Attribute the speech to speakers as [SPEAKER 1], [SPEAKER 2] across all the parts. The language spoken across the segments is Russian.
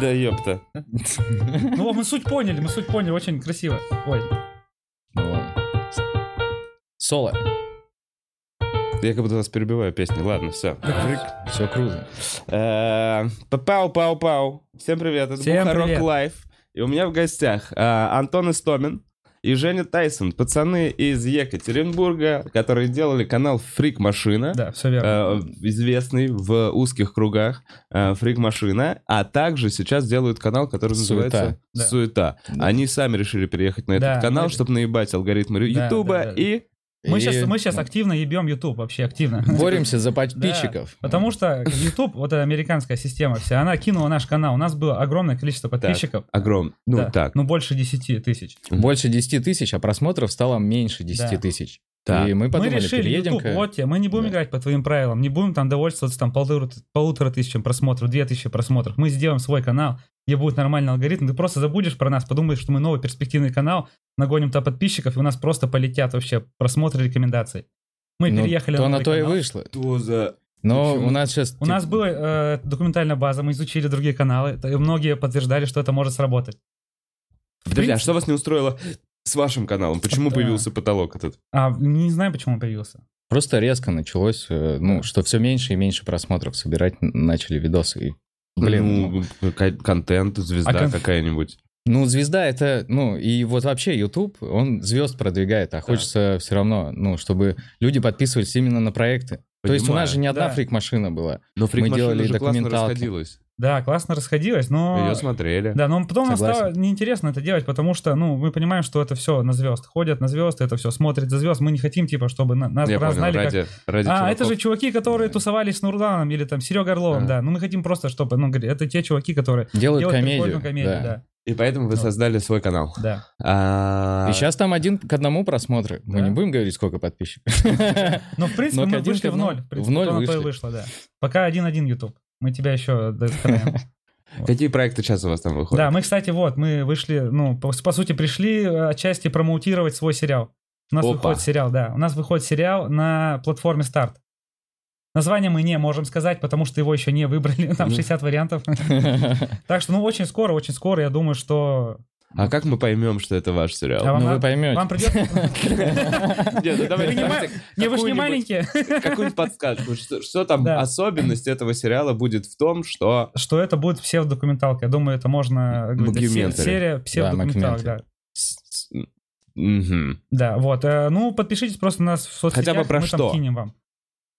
[SPEAKER 1] Да ёпта.
[SPEAKER 2] Ну, мы суть поняли, мы суть поняли, очень красиво. Ой,
[SPEAKER 1] Ну ладно.
[SPEAKER 3] Соло.
[SPEAKER 1] Я как будто вас перебиваю песни. Ладно, Э, все.
[SPEAKER 3] Все круто.
[SPEAKER 1] Пау-пау-пау. Всем привет, это
[SPEAKER 2] Всем
[SPEAKER 1] Бухарок
[SPEAKER 2] привет.
[SPEAKER 1] Лайф. И у меня в гостях э, Антон Истомин и Женя Тайсон, пацаны из Екатеринбурга, которые делали канал Фрик Машина.
[SPEAKER 2] да, все верно.
[SPEAKER 1] э, известный в узких кругах э, фрик-машина, а также сейчас делают канал, который
[SPEAKER 3] Суета.
[SPEAKER 1] называется
[SPEAKER 2] Да.
[SPEAKER 1] «Суета». Они сами решили переехать на этот
[SPEAKER 2] Да,
[SPEAKER 1] канал,
[SPEAKER 2] мы-
[SPEAKER 1] чтобы наебать алгоритмы
[SPEAKER 2] да,
[SPEAKER 1] Ютуба
[SPEAKER 2] да, да.
[SPEAKER 1] А, и...
[SPEAKER 2] Мы
[SPEAKER 3] И
[SPEAKER 2] сейчас, мы сейчас активно ебем YouTube, вообще активно.
[SPEAKER 3] Боремся за
[SPEAKER 2] Да,
[SPEAKER 3] подписчиков.
[SPEAKER 2] Потому что YouTube, вот эта американская система вся, она кинула наш канал. У нас было огромное количество подписчиков.
[SPEAKER 1] Огром. Ну
[SPEAKER 2] Да,
[SPEAKER 1] так.
[SPEAKER 2] Ну, больше 10 тысяч.
[SPEAKER 3] Больше 10 тысяч, а просмотров стало меньше 10
[SPEAKER 2] Да.
[SPEAKER 3] тысяч.
[SPEAKER 1] Так.
[SPEAKER 3] И мы подумали,
[SPEAKER 2] мы решили,
[SPEAKER 3] переедем
[SPEAKER 2] YouTube, вот тебе, мы не будем
[SPEAKER 3] Да.
[SPEAKER 2] играть по твоим правилам, не будем там довольствоваться там полутора, полутора тысячам просмотров, две тысячи просмотров. Мы сделаем свой канал, где будет нормальный алгоритм, ты просто забудешь про нас, подумаешь, что мы новый перспективный канал, нагоним туда подписчиков, и у нас просто полетят вообще просмотры рекомендаций. Мы переехали
[SPEAKER 3] Ну, То на
[SPEAKER 2] новый
[SPEAKER 3] то и
[SPEAKER 2] канал.
[SPEAKER 3] вышло.
[SPEAKER 1] Что за...
[SPEAKER 3] Но
[SPEAKER 1] Почему?
[SPEAKER 3] у нас сейчас...
[SPEAKER 2] У нас была э, документальная база, мы изучили другие каналы, т- и многие подтверждали, что это может сработать.
[SPEAKER 1] Подожди, а
[SPEAKER 2] принципе-
[SPEAKER 1] что вас не устроило с вашим каналом? Почему
[SPEAKER 2] Да.
[SPEAKER 1] появился потолок этот?
[SPEAKER 2] А не знаю, почему он появился.
[SPEAKER 3] Просто резко началось, э, ну, что все меньше и меньше просмотров собирать н- начали видосы. И, блин, ну,
[SPEAKER 1] ну, кон- контент, звезда
[SPEAKER 2] А кон-
[SPEAKER 1] какая-нибудь.
[SPEAKER 3] ну, звезда это, ну, и вот вообще YouTube, он звезд продвигает, а хочется все равно, ну, чтобы люди подписывались именно на проекты. То есть у
[SPEAKER 1] Понимаю.
[SPEAKER 3] нас же не одна
[SPEAKER 2] Да.
[SPEAKER 3] фрик-машина была.
[SPEAKER 1] Но фрик
[SPEAKER 3] делали
[SPEAKER 1] же классно
[SPEAKER 3] документалки.
[SPEAKER 1] расходилась.
[SPEAKER 2] Да, классно расходилось, но...
[SPEAKER 1] Ее смотрели.
[SPEAKER 2] А, Да, но потом нам
[SPEAKER 3] Согласен.
[SPEAKER 2] стало неинтересно это делать, потому что, ну, мы понимаем, что это все на звезд. Ходят на звезд, это все смотрит за звезд. Мы не хотим, типа, чтобы на- нас
[SPEAKER 1] Я понял,
[SPEAKER 2] прознали как...
[SPEAKER 1] ради, ради
[SPEAKER 2] а, это
[SPEAKER 1] чуваков.
[SPEAKER 2] же чуваки, которые тусовались с Нурланом или там Серега Орловым,
[SPEAKER 1] Да.
[SPEAKER 2] да. Ну, мы хотим просто, чтобы, ну, говори, это те чуваки, которые
[SPEAKER 3] Делают,
[SPEAKER 2] делают
[SPEAKER 3] комедию.
[SPEAKER 2] прикольную комедию,
[SPEAKER 3] да.
[SPEAKER 2] да.
[SPEAKER 1] И поэтому вы
[SPEAKER 2] Ну.
[SPEAKER 1] создали свой канал.
[SPEAKER 2] да,
[SPEAKER 1] А,
[SPEAKER 3] И сейчас там один к одному просмотры. Мы
[SPEAKER 2] Да.
[SPEAKER 3] не будем говорить, сколько подписчиков. Ну,
[SPEAKER 2] Но, в принципе,
[SPEAKER 3] Но к
[SPEAKER 2] мы
[SPEAKER 3] один,
[SPEAKER 2] вышли
[SPEAKER 3] к
[SPEAKER 2] в
[SPEAKER 3] одному.
[SPEAKER 2] ноль. В,
[SPEAKER 3] В
[SPEAKER 2] принципе,
[SPEAKER 3] ноль
[SPEAKER 2] то на то и
[SPEAKER 3] вышли.
[SPEAKER 2] вышло, да. Пока один-один YouTube. Мы тебя еще досконаем.
[SPEAKER 1] Какие проекты сейчас у вас там выходят?
[SPEAKER 2] Да, мы, кстати, вот, мы вышли, ну, по, по сути, пришли э, отчасти промоутировать свой сериал. У нас
[SPEAKER 1] Опа.
[SPEAKER 2] выходит сериал, да. У нас выходит сериал на платформе Старт. Название мы не можем сказать, потому что его еще не выбрали. Там
[SPEAKER 1] Мгм.
[SPEAKER 2] 60 вариантов. Так что, ну, очень скоро, очень скоро, я думаю, что...
[SPEAKER 1] А как мы поймем, что это ваш
[SPEAKER 2] А
[SPEAKER 1] сериал?
[SPEAKER 2] вам
[SPEAKER 3] Ну, вы
[SPEAKER 2] надо-
[SPEAKER 3] поймете.
[SPEAKER 2] Вам придется...
[SPEAKER 1] Нет, ну давай
[SPEAKER 2] Вы не ма-
[SPEAKER 1] давайте
[SPEAKER 2] Не, вы же не
[SPEAKER 1] какую-нибудь-
[SPEAKER 2] маленькие.
[SPEAKER 1] Какую-нибудь подсказку. Что, что там
[SPEAKER 2] Да.
[SPEAKER 1] особенность этого сериала будет в том, что
[SPEAKER 2] Что это будет псевдокументалка. Я думаю, это можно... э, говорить. Се-
[SPEAKER 1] Мокюментари.
[SPEAKER 2] Серия псевдокументалок, да.
[SPEAKER 3] мокюментари.
[SPEAKER 1] с- с- мгм.
[SPEAKER 2] Да, вот. э, Ну, подпишитесь просто на нас в соцсетях.
[SPEAKER 1] Хотя бы про
[SPEAKER 2] мы
[SPEAKER 1] что?
[SPEAKER 2] там кинем вам.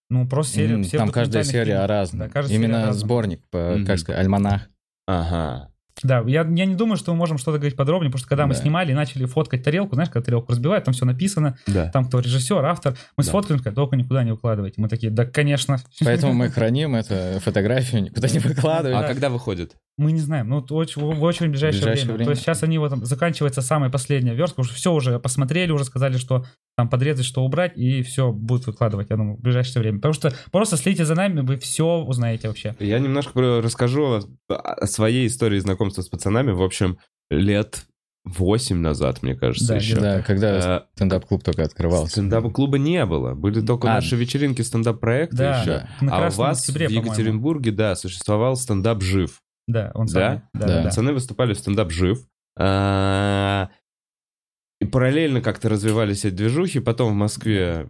[SPEAKER 2] Ну, просто серия.
[SPEAKER 3] М,
[SPEAKER 2] все
[SPEAKER 3] Там каждая
[SPEAKER 2] документальных
[SPEAKER 3] серия
[SPEAKER 2] фильмов.
[SPEAKER 3] о разном.
[SPEAKER 2] Да, каждая серия о
[SPEAKER 3] Именно
[SPEAKER 2] разном.
[SPEAKER 3] сборник, по-
[SPEAKER 1] Мгм.
[SPEAKER 3] как сказать, альманах.
[SPEAKER 1] Ага.
[SPEAKER 2] Да, я, я не думаю, что мы можем что-то говорить подробнее, потому что когда мы
[SPEAKER 3] Да.
[SPEAKER 2] снимали и начали фоткать тарелку, знаешь, когда тарелку разбивают, там все написано,
[SPEAKER 1] Да.
[SPEAKER 2] там кто режиссер, автор, мы
[SPEAKER 1] Да.
[SPEAKER 2] сфоткали, он такой, только никуда не укладывайте. Мы такие, да, конечно.
[SPEAKER 3] Поэтому мы храним эту фотографию, никуда не
[SPEAKER 1] А
[SPEAKER 3] выкладываем.
[SPEAKER 1] когда выходит?
[SPEAKER 2] Мы не знаем, ну, т- оч- в очень ближайшее,
[SPEAKER 3] Ближайшее
[SPEAKER 2] время.
[SPEAKER 3] время.
[SPEAKER 2] То есть сейчас они вот там заканчивается самая последняя верстка, потому что все уже посмотрели, уже сказали, что там подрезать, что убрать, и все будут выкладывать, я думаю, в ближайшее время. Потому что просто следите за нами, вы все узнаете вообще.
[SPEAKER 1] Я немножко про- расскажу о- о своей истории знакомства с пацанами. В общем, лет восемь назад, мне кажется,
[SPEAKER 2] Да,
[SPEAKER 1] еще.
[SPEAKER 3] Да,
[SPEAKER 2] А,
[SPEAKER 3] когда
[SPEAKER 1] Э,
[SPEAKER 3] стендап-клуб только открывался.
[SPEAKER 1] Стендап-клуба не было. Были только
[SPEAKER 3] А.
[SPEAKER 1] наши вечеринки стендап-проекта
[SPEAKER 2] Да.
[SPEAKER 1] еще.
[SPEAKER 3] Да.
[SPEAKER 2] На
[SPEAKER 1] А у
[SPEAKER 2] Красном
[SPEAKER 1] вас
[SPEAKER 2] Октябре,
[SPEAKER 1] в
[SPEAKER 2] по-моему.
[SPEAKER 1] Екатеринбурге, да, существовал стендап жив.
[SPEAKER 2] Да, он
[SPEAKER 1] Да?
[SPEAKER 2] самый. Да,
[SPEAKER 3] Да.
[SPEAKER 2] да, да.
[SPEAKER 1] Пацаны выступали в стендап жив. А, И параллельно как-то развивались эти движухи. Потом в Москве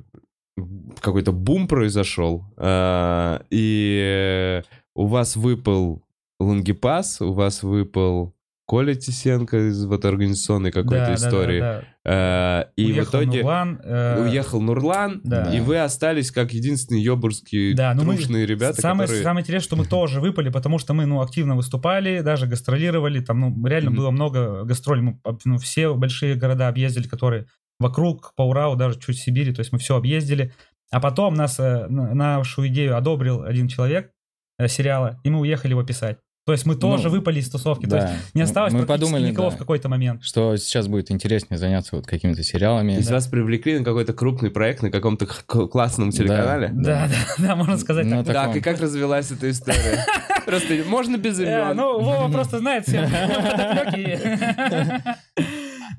[SPEAKER 1] какой-то бум произошел. А, И у вас выпал Лангипас, у вас выпал Коля Тисенко из вот организационной какой-то
[SPEAKER 2] Да, да, да,
[SPEAKER 1] истории.
[SPEAKER 2] да.
[SPEAKER 1] А, И
[SPEAKER 2] Уехал
[SPEAKER 1] в итоге
[SPEAKER 2] Нурлан, э,
[SPEAKER 1] уехал Нурлан,
[SPEAKER 2] да.
[SPEAKER 1] и вы остались как единственные ёбурские
[SPEAKER 2] Да, ну мы-
[SPEAKER 1] трушные ребята,
[SPEAKER 2] самое,
[SPEAKER 1] которые...
[SPEAKER 2] самое интересное, что мы тоже выпали, потому что мы, ну, активно выступали, даже гастролировали, там, ну, реально
[SPEAKER 1] Мгм.
[SPEAKER 2] было много гастролей, мы, об- ну, все большие города объездили, которые вокруг, по Уралу, даже чуть Сибири, то есть мы все объездили, а потом нас, э, на- нашу идею одобрил один человек э, сериала, и мы уехали его писать. То есть мы тоже
[SPEAKER 3] Ну,
[SPEAKER 2] выпали из тусовки, то есть
[SPEAKER 3] Да.
[SPEAKER 2] не осталось
[SPEAKER 3] Мы
[SPEAKER 2] практически
[SPEAKER 3] подумали,
[SPEAKER 2] никого
[SPEAKER 3] да,
[SPEAKER 2] в какой-то момент.
[SPEAKER 3] что сейчас будет интереснее заняться вот какими-то
[SPEAKER 1] То
[SPEAKER 3] сериалами.
[SPEAKER 1] есть вас привлекли на какой-то крупный проект на каком-то х- к- классном телеканале?
[SPEAKER 2] Да, да, да, можно сказать
[SPEAKER 3] Ну,
[SPEAKER 2] так.
[SPEAKER 3] таком.
[SPEAKER 1] Так, и как развелась эта история? Просто можно без
[SPEAKER 2] Э,
[SPEAKER 1] имен?
[SPEAKER 2] Ну, Вова просто знает все подоплеки.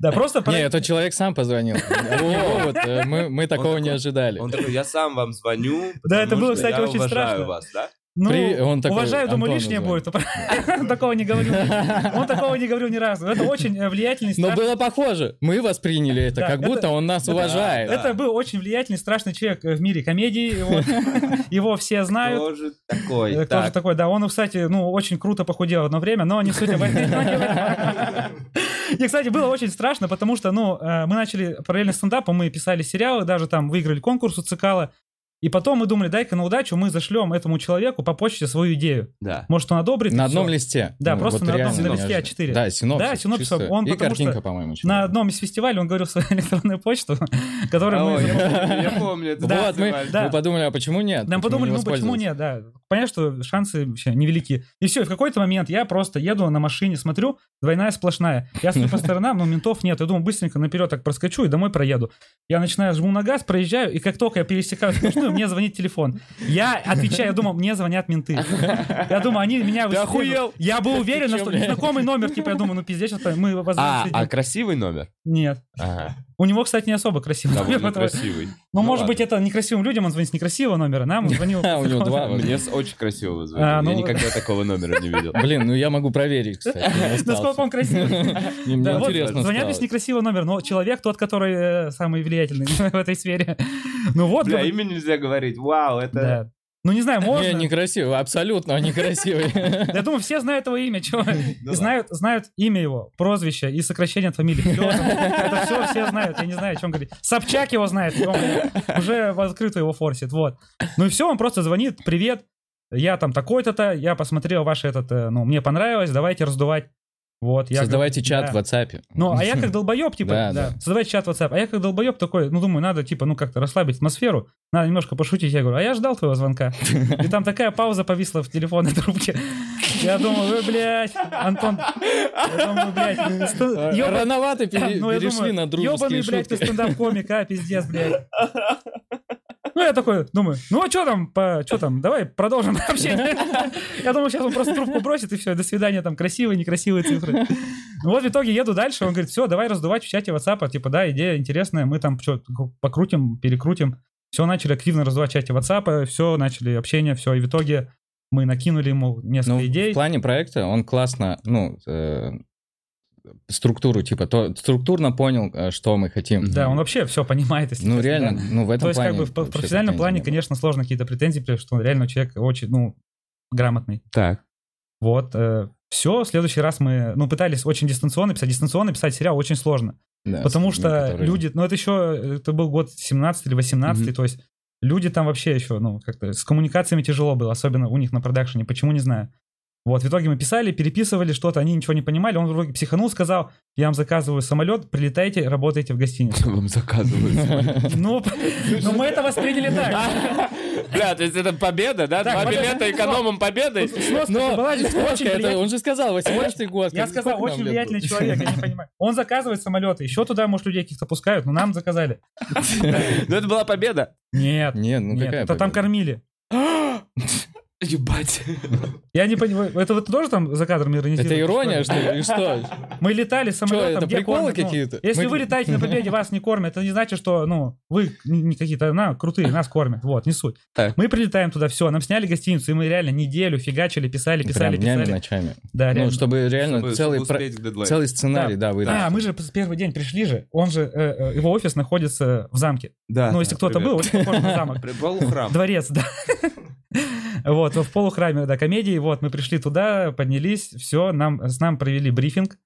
[SPEAKER 2] Да, просто...
[SPEAKER 3] Не,
[SPEAKER 2] про-
[SPEAKER 3] этот человек сам позвонил. От него вот, э, Мы мы такого не ожидали.
[SPEAKER 1] Он такой, я сам вам звоню. потому
[SPEAKER 2] Да, это было,
[SPEAKER 1] что
[SPEAKER 2] кстати,
[SPEAKER 1] я
[SPEAKER 2] очень
[SPEAKER 1] уважаю
[SPEAKER 2] страшно.
[SPEAKER 1] вас, да?
[SPEAKER 2] Ну,
[SPEAKER 3] При- он такой,
[SPEAKER 2] уважаю, думаю,
[SPEAKER 3] Антон
[SPEAKER 2] лишнее
[SPEAKER 3] называет.
[SPEAKER 2] будет. Такого не говорил. Он такого не говорил ни разу. Это очень э, влиятельный,
[SPEAKER 3] Но
[SPEAKER 2] страшный...
[SPEAKER 3] было похоже. Мы восприняли это,
[SPEAKER 2] Да,
[SPEAKER 3] как
[SPEAKER 2] это-
[SPEAKER 3] будто он нас уважает.
[SPEAKER 2] Это был очень влиятельный, страшный человек э, в мире комедии. Его- Его все знают.
[SPEAKER 1] Тоже такой.
[SPEAKER 2] Э, А, Тоже
[SPEAKER 1] так.
[SPEAKER 2] такой, да. Он, кстати, ну, очень круто похудел одно время, но не суть об этом. но не об этом. И, кстати, было очень страшно, потому что, ну, э, мы начали параллельно стендапом, мы писали сериалы, даже там выиграли конкурс у Цикала. И потом мы думали, дай-ка на удачу мы зашлем этому человеку по почте свою идею.
[SPEAKER 1] Да.
[SPEAKER 2] Может, он одобрит? и
[SPEAKER 3] На
[SPEAKER 2] всё.
[SPEAKER 3] одном листе.
[SPEAKER 2] Да,
[SPEAKER 3] Ну,
[SPEAKER 2] просто на одном
[SPEAKER 3] реально.
[SPEAKER 2] листе А4.
[SPEAKER 3] Да, синопсис.
[SPEAKER 2] Да, синопсис.
[SPEAKER 3] чисто.
[SPEAKER 2] Он
[SPEAKER 3] И
[SPEAKER 2] потому
[SPEAKER 3] картинка,
[SPEAKER 2] что
[SPEAKER 3] по-моему, еще.
[SPEAKER 2] На одном из фестивалей он говорил свою электронную почту, которую
[SPEAKER 1] О,
[SPEAKER 2] мы...
[SPEAKER 1] я
[SPEAKER 2] забрали.
[SPEAKER 1] помню, я помню, это
[SPEAKER 2] Да,
[SPEAKER 3] вот, мы,
[SPEAKER 1] называли.
[SPEAKER 2] да.
[SPEAKER 3] мы подумали, а почему нет?
[SPEAKER 2] Нам подумали,
[SPEAKER 3] не
[SPEAKER 2] ну почему
[SPEAKER 3] воспользоваться?
[SPEAKER 2] нет, да. Понятно, что шансы вообще невелики. И все, и в какой-то момент я просто еду на машине, смотрю, двойная сплошная. Я смотрю по сторонам, но ментов нет. Я думаю, быстренько наперед так проскочу и домой проеду. Я начинаю, жму на газ, проезжаю, и как только я пересекаю сплошную, мне звонит телефон. Я отвечаю, я думал, мне звонят менты. Я думаю, они меня выслеживают.
[SPEAKER 3] охуел?
[SPEAKER 2] Я был уверен,
[SPEAKER 3] чё,
[SPEAKER 2] что
[SPEAKER 3] блядь?
[SPEAKER 2] незнакомый номер, типа, я думаю, ну пиздец, сейчас мы вас
[SPEAKER 1] А, а
[SPEAKER 2] отследим.
[SPEAKER 1] красивый номер?
[SPEAKER 2] Нет.
[SPEAKER 1] Ага,
[SPEAKER 2] У него, кстати, не особо красивый номер,
[SPEAKER 1] довольно
[SPEAKER 2] поэтому-
[SPEAKER 1] красивый.
[SPEAKER 2] Ну, может
[SPEAKER 1] ладно.
[SPEAKER 2] быть, это некрасивым людям он звонит с некрасивого номера, нам он звонил...
[SPEAKER 3] А, у него два.
[SPEAKER 1] Мне с- очень красиво вызвали.
[SPEAKER 2] А,
[SPEAKER 1] Я
[SPEAKER 2] ну-
[SPEAKER 1] никогда такого номера не видел.
[SPEAKER 3] Блин, ну я могу проверить, кстати. Я
[SPEAKER 2] Насколько
[SPEAKER 3] остался.
[SPEAKER 2] он красивый.
[SPEAKER 3] Мне
[SPEAKER 2] Да, вот,
[SPEAKER 3] интересно
[SPEAKER 2] звонят мне
[SPEAKER 3] стало.
[SPEAKER 2] с некрасивого номера, но человек тот, который э, самый влиятельный в этой сфере. Ну вот,
[SPEAKER 1] Бля,
[SPEAKER 2] говорит,
[SPEAKER 1] имя нельзя говорить. Вау, это...
[SPEAKER 2] да. Ну не знаю,
[SPEAKER 3] Не,
[SPEAKER 2] можно.
[SPEAKER 3] некрасивый, абсолютно он некрасивый.
[SPEAKER 2] Я думаю, все знают его имя, чего?
[SPEAKER 1] ладно.
[SPEAKER 2] И Знают, знают имя его, прозвище и сокращение от фамилии. Всё. Это все все знают, я не знаю, о чем говорить. Собчак его знает, ё-моё. уже в открытую его форсит, вот. Ну и все, он просто звонит, привет, я там такой-то-то, я посмотрел ваш этот, э, ну, мне понравилось, давайте раздувать. Вот, я
[SPEAKER 3] Создавайте
[SPEAKER 2] говорю, да.
[SPEAKER 3] чат в WhatsApp.
[SPEAKER 2] Ну, а я как долбоеб, типа,
[SPEAKER 3] Да,
[SPEAKER 2] да,
[SPEAKER 3] да.
[SPEAKER 2] создавать чат WhatsApp, а я как долбоеб такой, ну, думаю, надо, типа, ну, как-то расслабить атмосферу, надо немножко пошутить. Я говорю, а я ждал твоего звонка. И там такая пауза повисла в телефонной трубке. Я думаю, вы, блядь, Антон, я думаю, блядь, ст- ёба-
[SPEAKER 3] Э, Рановато пере-
[SPEAKER 2] ну, я
[SPEAKER 3] перешли
[SPEAKER 2] думаю,
[SPEAKER 3] на дружеские
[SPEAKER 2] ёбаный, блядь, ты
[SPEAKER 3] шутки.
[SPEAKER 2] стендап-комик, а, пиздец, блядь. Ну, я такой думаю, ну, а что там, по, что там, давай продолжим общение. Я думаю, сейчас он просто трубку бросит, и все, до свидания, там, красивые, некрасивые цифры. Ну, вот в итоге еду дальше, он говорит, все, давай раздувать в чате WhatsApp, типа, да, идея интересная, мы там что, покрутим, перекрутим. Все, начали активно раздувать в чате WhatsApp, все, начали общение, все, и в итоге мы накинули ему несколько
[SPEAKER 3] Ну, в
[SPEAKER 2] идей.
[SPEAKER 3] плане проекта он классно, ну, э, структуру, типа, то, структурно понял, э, что мы хотим.
[SPEAKER 2] Да, он вообще все понимает, если
[SPEAKER 3] Ну,
[SPEAKER 2] честно, да.
[SPEAKER 3] реально, ну, в этом
[SPEAKER 2] То есть,
[SPEAKER 3] плане...
[SPEAKER 2] как бы в по-
[SPEAKER 3] вообще
[SPEAKER 2] профессиональном плане,
[SPEAKER 3] претензий
[SPEAKER 2] конечно, сложно какие-то претензии, потому что он реально человек очень, ну, грамотный.
[SPEAKER 1] Так.
[SPEAKER 2] Вот. все, в следующий раз мы, ну, пытались очень дистанционно писать. Дистанционно писать сериал очень сложно.
[SPEAKER 3] нет. Да,
[SPEAKER 2] потому
[SPEAKER 3] с
[SPEAKER 2] что
[SPEAKER 3] которые-
[SPEAKER 2] люди, ну, это еще, это был год 17 или 18,
[SPEAKER 3] Мгм.
[SPEAKER 2] то есть люди там вообще еще, ну, как-то с коммуникациями тяжело было, особенно у них на продакшене, почему, не знаю. Вот, в итоге мы писали, переписывали что-то, они ничего не понимали, он вроде психанул, сказал, я вам заказываю самолет, прилетайте, работайте в гостинице.
[SPEAKER 1] Вам заказывают.
[SPEAKER 2] Ну, ну, мы это восприняли так.
[SPEAKER 1] Бля, то есть это победа, да?
[SPEAKER 2] Так,
[SPEAKER 1] Два
[SPEAKER 2] подожди,
[SPEAKER 1] билета экономом победы?
[SPEAKER 2] Сноска
[SPEAKER 3] Ну, Но,
[SPEAKER 2] это была здесь
[SPEAKER 3] Сколько
[SPEAKER 2] очень
[SPEAKER 3] это?
[SPEAKER 2] влиятельная-
[SPEAKER 3] Он же сказал, 18-й год.
[SPEAKER 2] Я сказал,
[SPEAKER 3] Сколько нам
[SPEAKER 2] очень
[SPEAKER 3] лет
[SPEAKER 2] влиятельный
[SPEAKER 3] было?
[SPEAKER 2] человек, я не понимаю. Он заказывает самолеты, еще туда, может, людей каких-то пускают, но нам заказали.
[SPEAKER 1] Ну это была победа.
[SPEAKER 2] Нет,
[SPEAKER 3] Нет, ну
[SPEAKER 2] нет,
[SPEAKER 3] какая
[SPEAKER 2] это там
[SPEAKER 3] победа?
[SPEAKER 2] кормили.
[SPEAKER 1] Ебать.
[SPEAKER 2] Я не понимаю, это вот тоже там за кадром иронизируете?
[SPEAKER 3] Это ирония,
[SPEAKER 2] что
[SPEAKER 3] что ли? И что?
[SPEAKER 2] ли? Мы летали самолетом,
[SPEAKER 3] это
[SPEAKER 2] где
[SPEAKER 3] приколы
[SPEAKER 2] кормят? Ну,
[SPEAKER 3] какие-то?
[SPEAKER 2] Если
[SPEAKER 3] Мы-
[SPEAKER 2] вы летаете на победе, вас не кормят, это не значит, что, ну, вы не какие-то, на, крутые, нас кормят, вот, не суть.
[SPEAKER 1] Так.
[SPEAKER 2] Мы прилетаем туда, все, нам сняли гостиницу, и мы реально неделю фигачили, писали,
[SPEAKER 3] Прям
[SPEAKER 2] писали,
[SPEAKER 3] днями,
[SPEAKER 2] писали.
[SPEAKER 3] ночами.
[SPEAKER 2] Да,
[SPEAKER 3] Ну,
[SPEAKER 2] реально.
[SPEAKER 3] чтобы реально целый про-
[SPEAKER 1] успеть к дедлайну.
[SPEAKER 3] целый сценарий, да, выдать.
[SPEAKER 2] А, мы же первый день пришли же, он же, э, э, его офис находится в замке.
[SPEAKER 1] Да.
[SPEAKER 2] Ну, если кто-то был, очень похож на замок.
[SPEAKER 1] Прибыл храм.
[SPEAKER 2] Дворец, да. Вот, в полухраме, да, комедии. Вот, мы пришли туда, поднялись, все, нам, с нам провели брифинг.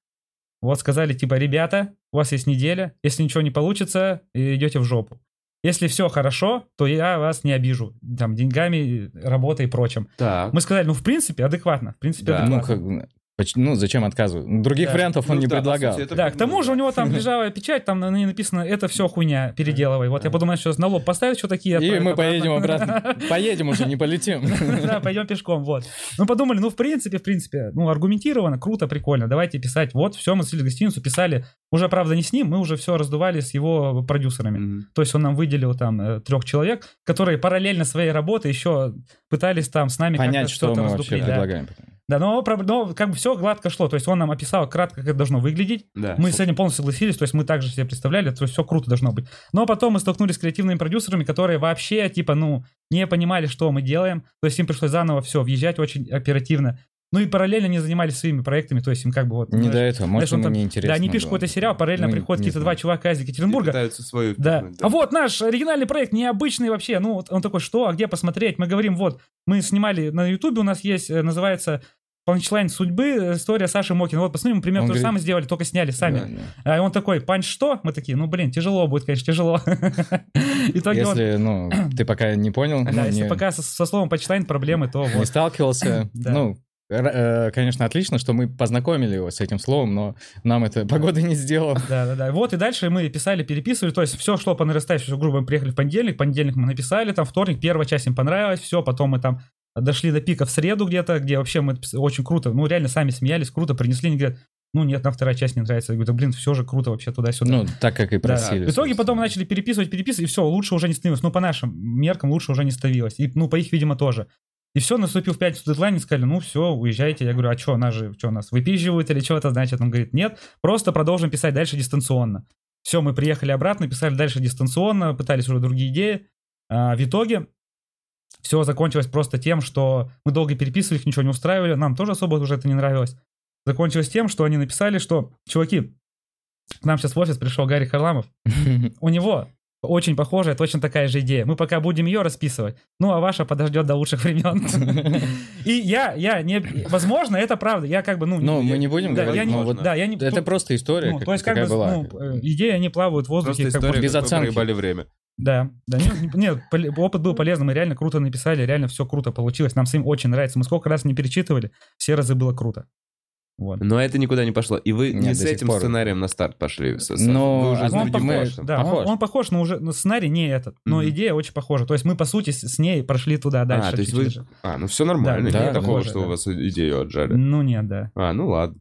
[SPEAKER 2] Вот, сказали, типа, ребята, у вас есть неделя, если ничего не получится, и идете в жопу. Если все хорошо, то я вас не обижу, там, деньгами, работой и прочим.
[SPEAKER 1] Так.
[SPEAKER 2] Мы сказали, ну, в принципе, адекватно, в принципе,
[SPEAKER 1] Да.
[SPEAKER 3] Ну,
[SPEAKER 2] адекватно.
[SPEAKER 3] как бы, поч- ну, зачем отказывать? Ну, Других
[SPEAKER 2] Да.
[SPEAKER 3] вариантов он
[SPEAKER 1] Ну
[SPEAKER 3] не
[SPEAKER 1] да, по
[SPEAKER 3] предлагал.
[SPEAKER 1] сути, это
[SPEAKER 2] Да,
[SPEAKER 1] как
[SPEAKER 2] к тому
[SPEAKER 3] ну,
[SPEAKER 1] мы,
[SPEAKER 2] же у него там лежала печать, там на ней написано, это все хуйня, переделывай. Вот я подумал, что на лоб поставить, что такие.
[SPEAKER 3] И
[SPEAKER 2] отправить
[SPEAKER 3] мы поедем обратно. Поедем уже, не полетим.
[SPEAKER 2] Да, пойдем пешком, вот. Мы подумали, ну, в принципе, в принципе, ну, аргументированно, круто, прикольно, давайте писать. Вот, все, мы слили в гостиницу, писали. Уже, правда, не с ним, мы уже все раздували с его продюсерами.
[SPEAKER 1] Мгм.
[SPEAKER 2] То есть он нам выделил там трех человек, которые параллельно своей работе еще пытались там с нами
[SPEAKER 3] Понять,
[SPEAKER 2] как-то
[SPEAKER 3] что
[SPEAKER 2] что-то
[SPEAKER 3] мы вообще
[SPEAKER 2] раздуплить. да.
[SPEAKER 3] предлагаем.
[SPEAKER 2] Да, но, проб- но как бы все гладко шло. То есть он нам описал кратко, как это должно выглядеть.
[SPEAKER 1] Да.
[SPEAKER 2] Мы с этим полностью согласились, то есть мы также себе представляли, то есть все круто должно быть. Но потом мы столкнулись с креативными продюсерами, которые вообще, типа, ну, не понимали, что мы делаем, то есть им пришлось заново все въезжать очень оперативно. Ну и параллельно они занимались своими проектами, то есть им как бы вот...
[SPEAKER 3] Не
[SPEAKER 2] знаешь,
[SPEAKER 3] до этого, может,
[SPEAKER 2] знаешь, он
[SPEAKER 3] ему
[SPEAKER 2] там-
[SPEAKER 3] неинтересно
[SPEAKER 2] да, они пишут
[SPEAKER 3] было.
[SPEAKER 2] какой-то сериал, параллельно
[SPEAKER 3] Ну,
[SPEAKER 2] приходят
[SPEAKER 3] не
[SPEAKER 2] какие-то два
[SPEAKER 3] знаю.
[SPEAKER 2] чувака из
[SPEAKER 1] И
[SPEAKER 2] Екатеринбурга,
[SPEAKER 1] пытаются свою
[SPEAKER 2] да.
[SPEAKER 1] вернуть,
[SPEAKER 2] А вот наш оригинальный проект, необычный вообще. Ну, вот он такой, что, а где посмотреть? Мы говорим, вот, мы снимали на Ютубе, у нас есть, э, называется «Панчлайн судьбы. История Саши Мокина». Вот, посмотрим, мы примерно
[SPEAKER 3] Он
[SPEAKER 2] то же
[SPEAKER 3] говорит-
[SPEAKER 2] самое сделали, только сняли сами.
[SPEAKER 3] Да, да.
[SPEAKER 2] А он такой, панч что? Мы такие, ну, блин, тяжело будет, конечно, тяжело. В итоге он...
[SPEAKER 3] Если, ну, ты пока не понял, ну,
[SPEAKER 2] Да, если
[SPEAKER 3] не-
[SPEAKER 2] пока со- со словом «панчлайн» проблемы, то
[SPEAKER 3] не
[SPEAKER 2] вот.
[SPEAKER 3] сталкивался,
[SPEAKER 2] Да.
[SPEAKER 3] ну, р- э, конечно, отлично, что мы познакомили его с этим словом, но нам это погода не сделала.
[SPEAKER 2] Да, да, да. Вот и дальше мы писали, переписывали. То есть все шло по нарастающей. Всё, Грубо мы приехали в понедельник, в понедельник мы написали, там вторник, первая часть им понравилась, все, потом мы там дошли до пика в среду где-то, где вообще мы пс- очень круто, ну реально сами смеялись, круто принесли, они говорят, ну нет, нам вторая часть не нравится. Я говорю, да блин, все же круто вообще туда-сюда.
[SPEAKER 3] Ну, так, как и
[SPEAKER 2] Да. В
[SPEAKER 3] просили.
[SPEAKER 2] итоге
[SPEAKER 3] собственно.
[SPEAKER 2] потом начали переписывать, переписывать, и все, лучше уже не становилось. Ну, по нашим меркам лучше уже не становилось. И, ну, по их, видимо, тоже. И все, наступил в пятницу дедлайн, и сказали, ну все, уезжайте. Я говорю, а что, нас же, что, нас выпиживают или что это значит? Он говорит, нет, просто продолжим писать дальше дистанционно. Все, мы приехали обратно, писали дальше дистанционно, пытались уже другие идеи. А, в итоге все закончилось просто тем, что мы долго переписывали, их ничего не устраивали, нам тоже особо уже это не нравилось. Закончилось тем, что они написали, что, чуваки, к нам сейчас в офис пришел Гарри Харламов, у него очень похожая, точно такая же идея. Мы пока будем ее расписывать. Ну, а ваша подождет до лучших времен. И я, я не... Возможно, это правда. Я как бы, ну...
[SPEAKER 3] Ну,
[SPEAKER 1] я-
[SPEAKER 3] мы не будем
[SPEAKER 1] да,
[SPEAKER 3] говорить,
[SPEAKER 2] я не-
[SPEAKER 3] но вот
[SPEAKER 1] возможно.
[SPEAKER 2] Да, я не...
[SPEAKER 3] это
[SPEAKER 2] тут-
[SPEAKER 3] просто история,
[SPEAKER 2] ну,
[SPEAKER 3] как
[SPEAKER 2] то есть, как бы,
[SPEAKER 3] такая была.
[SPEAKER 2] ну, э, идеи, они плавают в воздухе.
[SPEAKER 1] Просто
[SPEAKER 2] как
[SPEAKER 1] история,
[SPEAKER 2] будто-
[SPEAKER 3] без
[SPEAKER 1] как мы
[SPEAKER 3] оценки.
[SPEAKER 1] проебали время.
[SPEAKER 2] Да, да. Нет, нет, поли- опыт был полезным, мы реально круто написали, реально все круто получилось. Нам всем очень нравится. Мы сколько раз не перечитывали, все разы было круто. Вот.
[SPEAKER 1] Но это никуда не пошло. И вы
[SPEAKER 3] Нет,
[SPEAKER 1] не
[SPEAKER 3] до
[SPEAKER 1] с
[SPEAKER 3] сих
[SPEAKER 1] этим
[SPEAKER 3] пор.
[SPEAKER 1] сценарием на старт пошли. Саша.
[SPEAKER 2] Ну,
[SPEAKER 3] Но
[SPEAKER 1] Ну,
[SPEAKER 3] а
[SPEAKER 1] Вы уже
[SPEAKER 3] он
[SPEAKER 1] с другим
[SPEAKER 2] похож,
[SPEAKER 1] проектом.
[SPEAKER 2] Да, он,
[SPEAKER 3] Похож.
[SPEAKER 2] он похож, но уже но сценарий не этот. Но
[SPEAKER 1] Мгм.
[SPEAKER 2] идея очень похожа. То есть мы, по сути, с, с ней прошли туда дальше.
[SPEAKER 1] А, то есть
[SPEAKER 2] чуть
[SPEAKER 1] вы-
[SPEAKER 2] ближе.
[SPEAKER 1] А, ну все нормально.
[SPEAKER 3] Да,
[SPEAKER 1] Нет
[SPEAKER 3] да,
[SPEAKER 1] такого,
[SPEAKER 2] да.
[SPEAKER 1] что у вас идею отжали.
[SPEAKER 2] Ну нет, да.
[SPEAKER 1] А, ну ладно.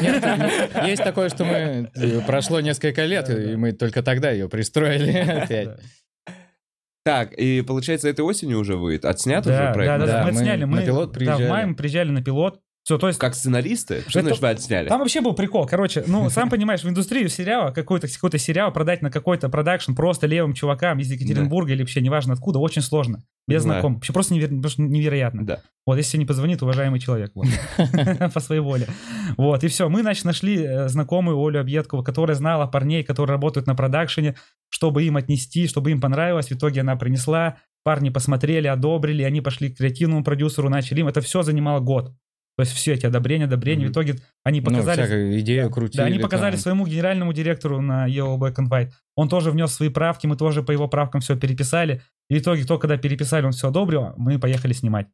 [SPEAKER 3] Нет, Есть такое, что мы э, прошло несколько лет,
[SPEAKER 2] Да, да.
[SPEAKER 3] и мы только тогда ее пристроили
[SPEAKER 2] Да.
[SPEAKER 3] опять.
[SPEAKER 1] Так, и получается, этой осенью уже выйдет. Отснят уже
[SPEAKER 2] Да,
[SPEAKER 1] проект?
[SPEAKER 2] да, да,
[SPEAKER 3] Да,
[SPEAKER 2] мы
[SPEAKER 3] мы
[SPEAKER 2] отсняли.
[SPEAKER 3] на
[SPEAKER 2] Мы,
[SPEAKER 3] пилот
[SPEAKER 2] Да,
[SPEAKER 3] приезжали.
[SPEAKER 2] в мае мы приезжали на пилот. Все, то есть...
[SPEAKER 1] Как сценаристы? Что
[SPEAKER 2] Это-
[SPEAKER 1] значит, вы отсняли?
[SPEAKER 2] Там вообще был прикол, короче, ну, сам понимаешь, в индустрию сериала, какой-то какой-то сериал продать на какой-то продакшн просто левым чувакам из Екатеринбурга или вообще неважно откуда, очень сложно, без
[SPEAKER 1] Знаю.
[SPEAKER 2] знакомых, вообще просто неверо- потому что невероятно.
[SPEAKER 1] Да.
[SPEAKER 2] Вот, если не позвонит, уважаемый человек, вот. по своей воле. Вот, и все. Мы, значит, нашли э, знакомую Олю Объедкову, которая знала парней, которые работают на продакшене, чтобы им отнести, чтобы им понравилось. В итоге она принесла, парни посмотрели, одобрили, они пошли к креативному продюсеру, начали им. Это все занимало год. То есть все эти одобрения, одобрения. В
[SPEAKER 1] Мгм.
[SPEAKER 2] итоге они
[SPEAKER 3] Ну,
[SPEAKER 2] показали...
[SPEAKER 3] всякую идею крутили.
[SPEAKER 2] Да, они показали
[SPEAKER 3] там.
[SPEAKER 2] своему генеральному директору на EO Black and White. Он тоже внес свои правки, мы тоже по его правкам все переписали. И в итоге, только когда переписали, он все одобрил, а мы поехали снимать.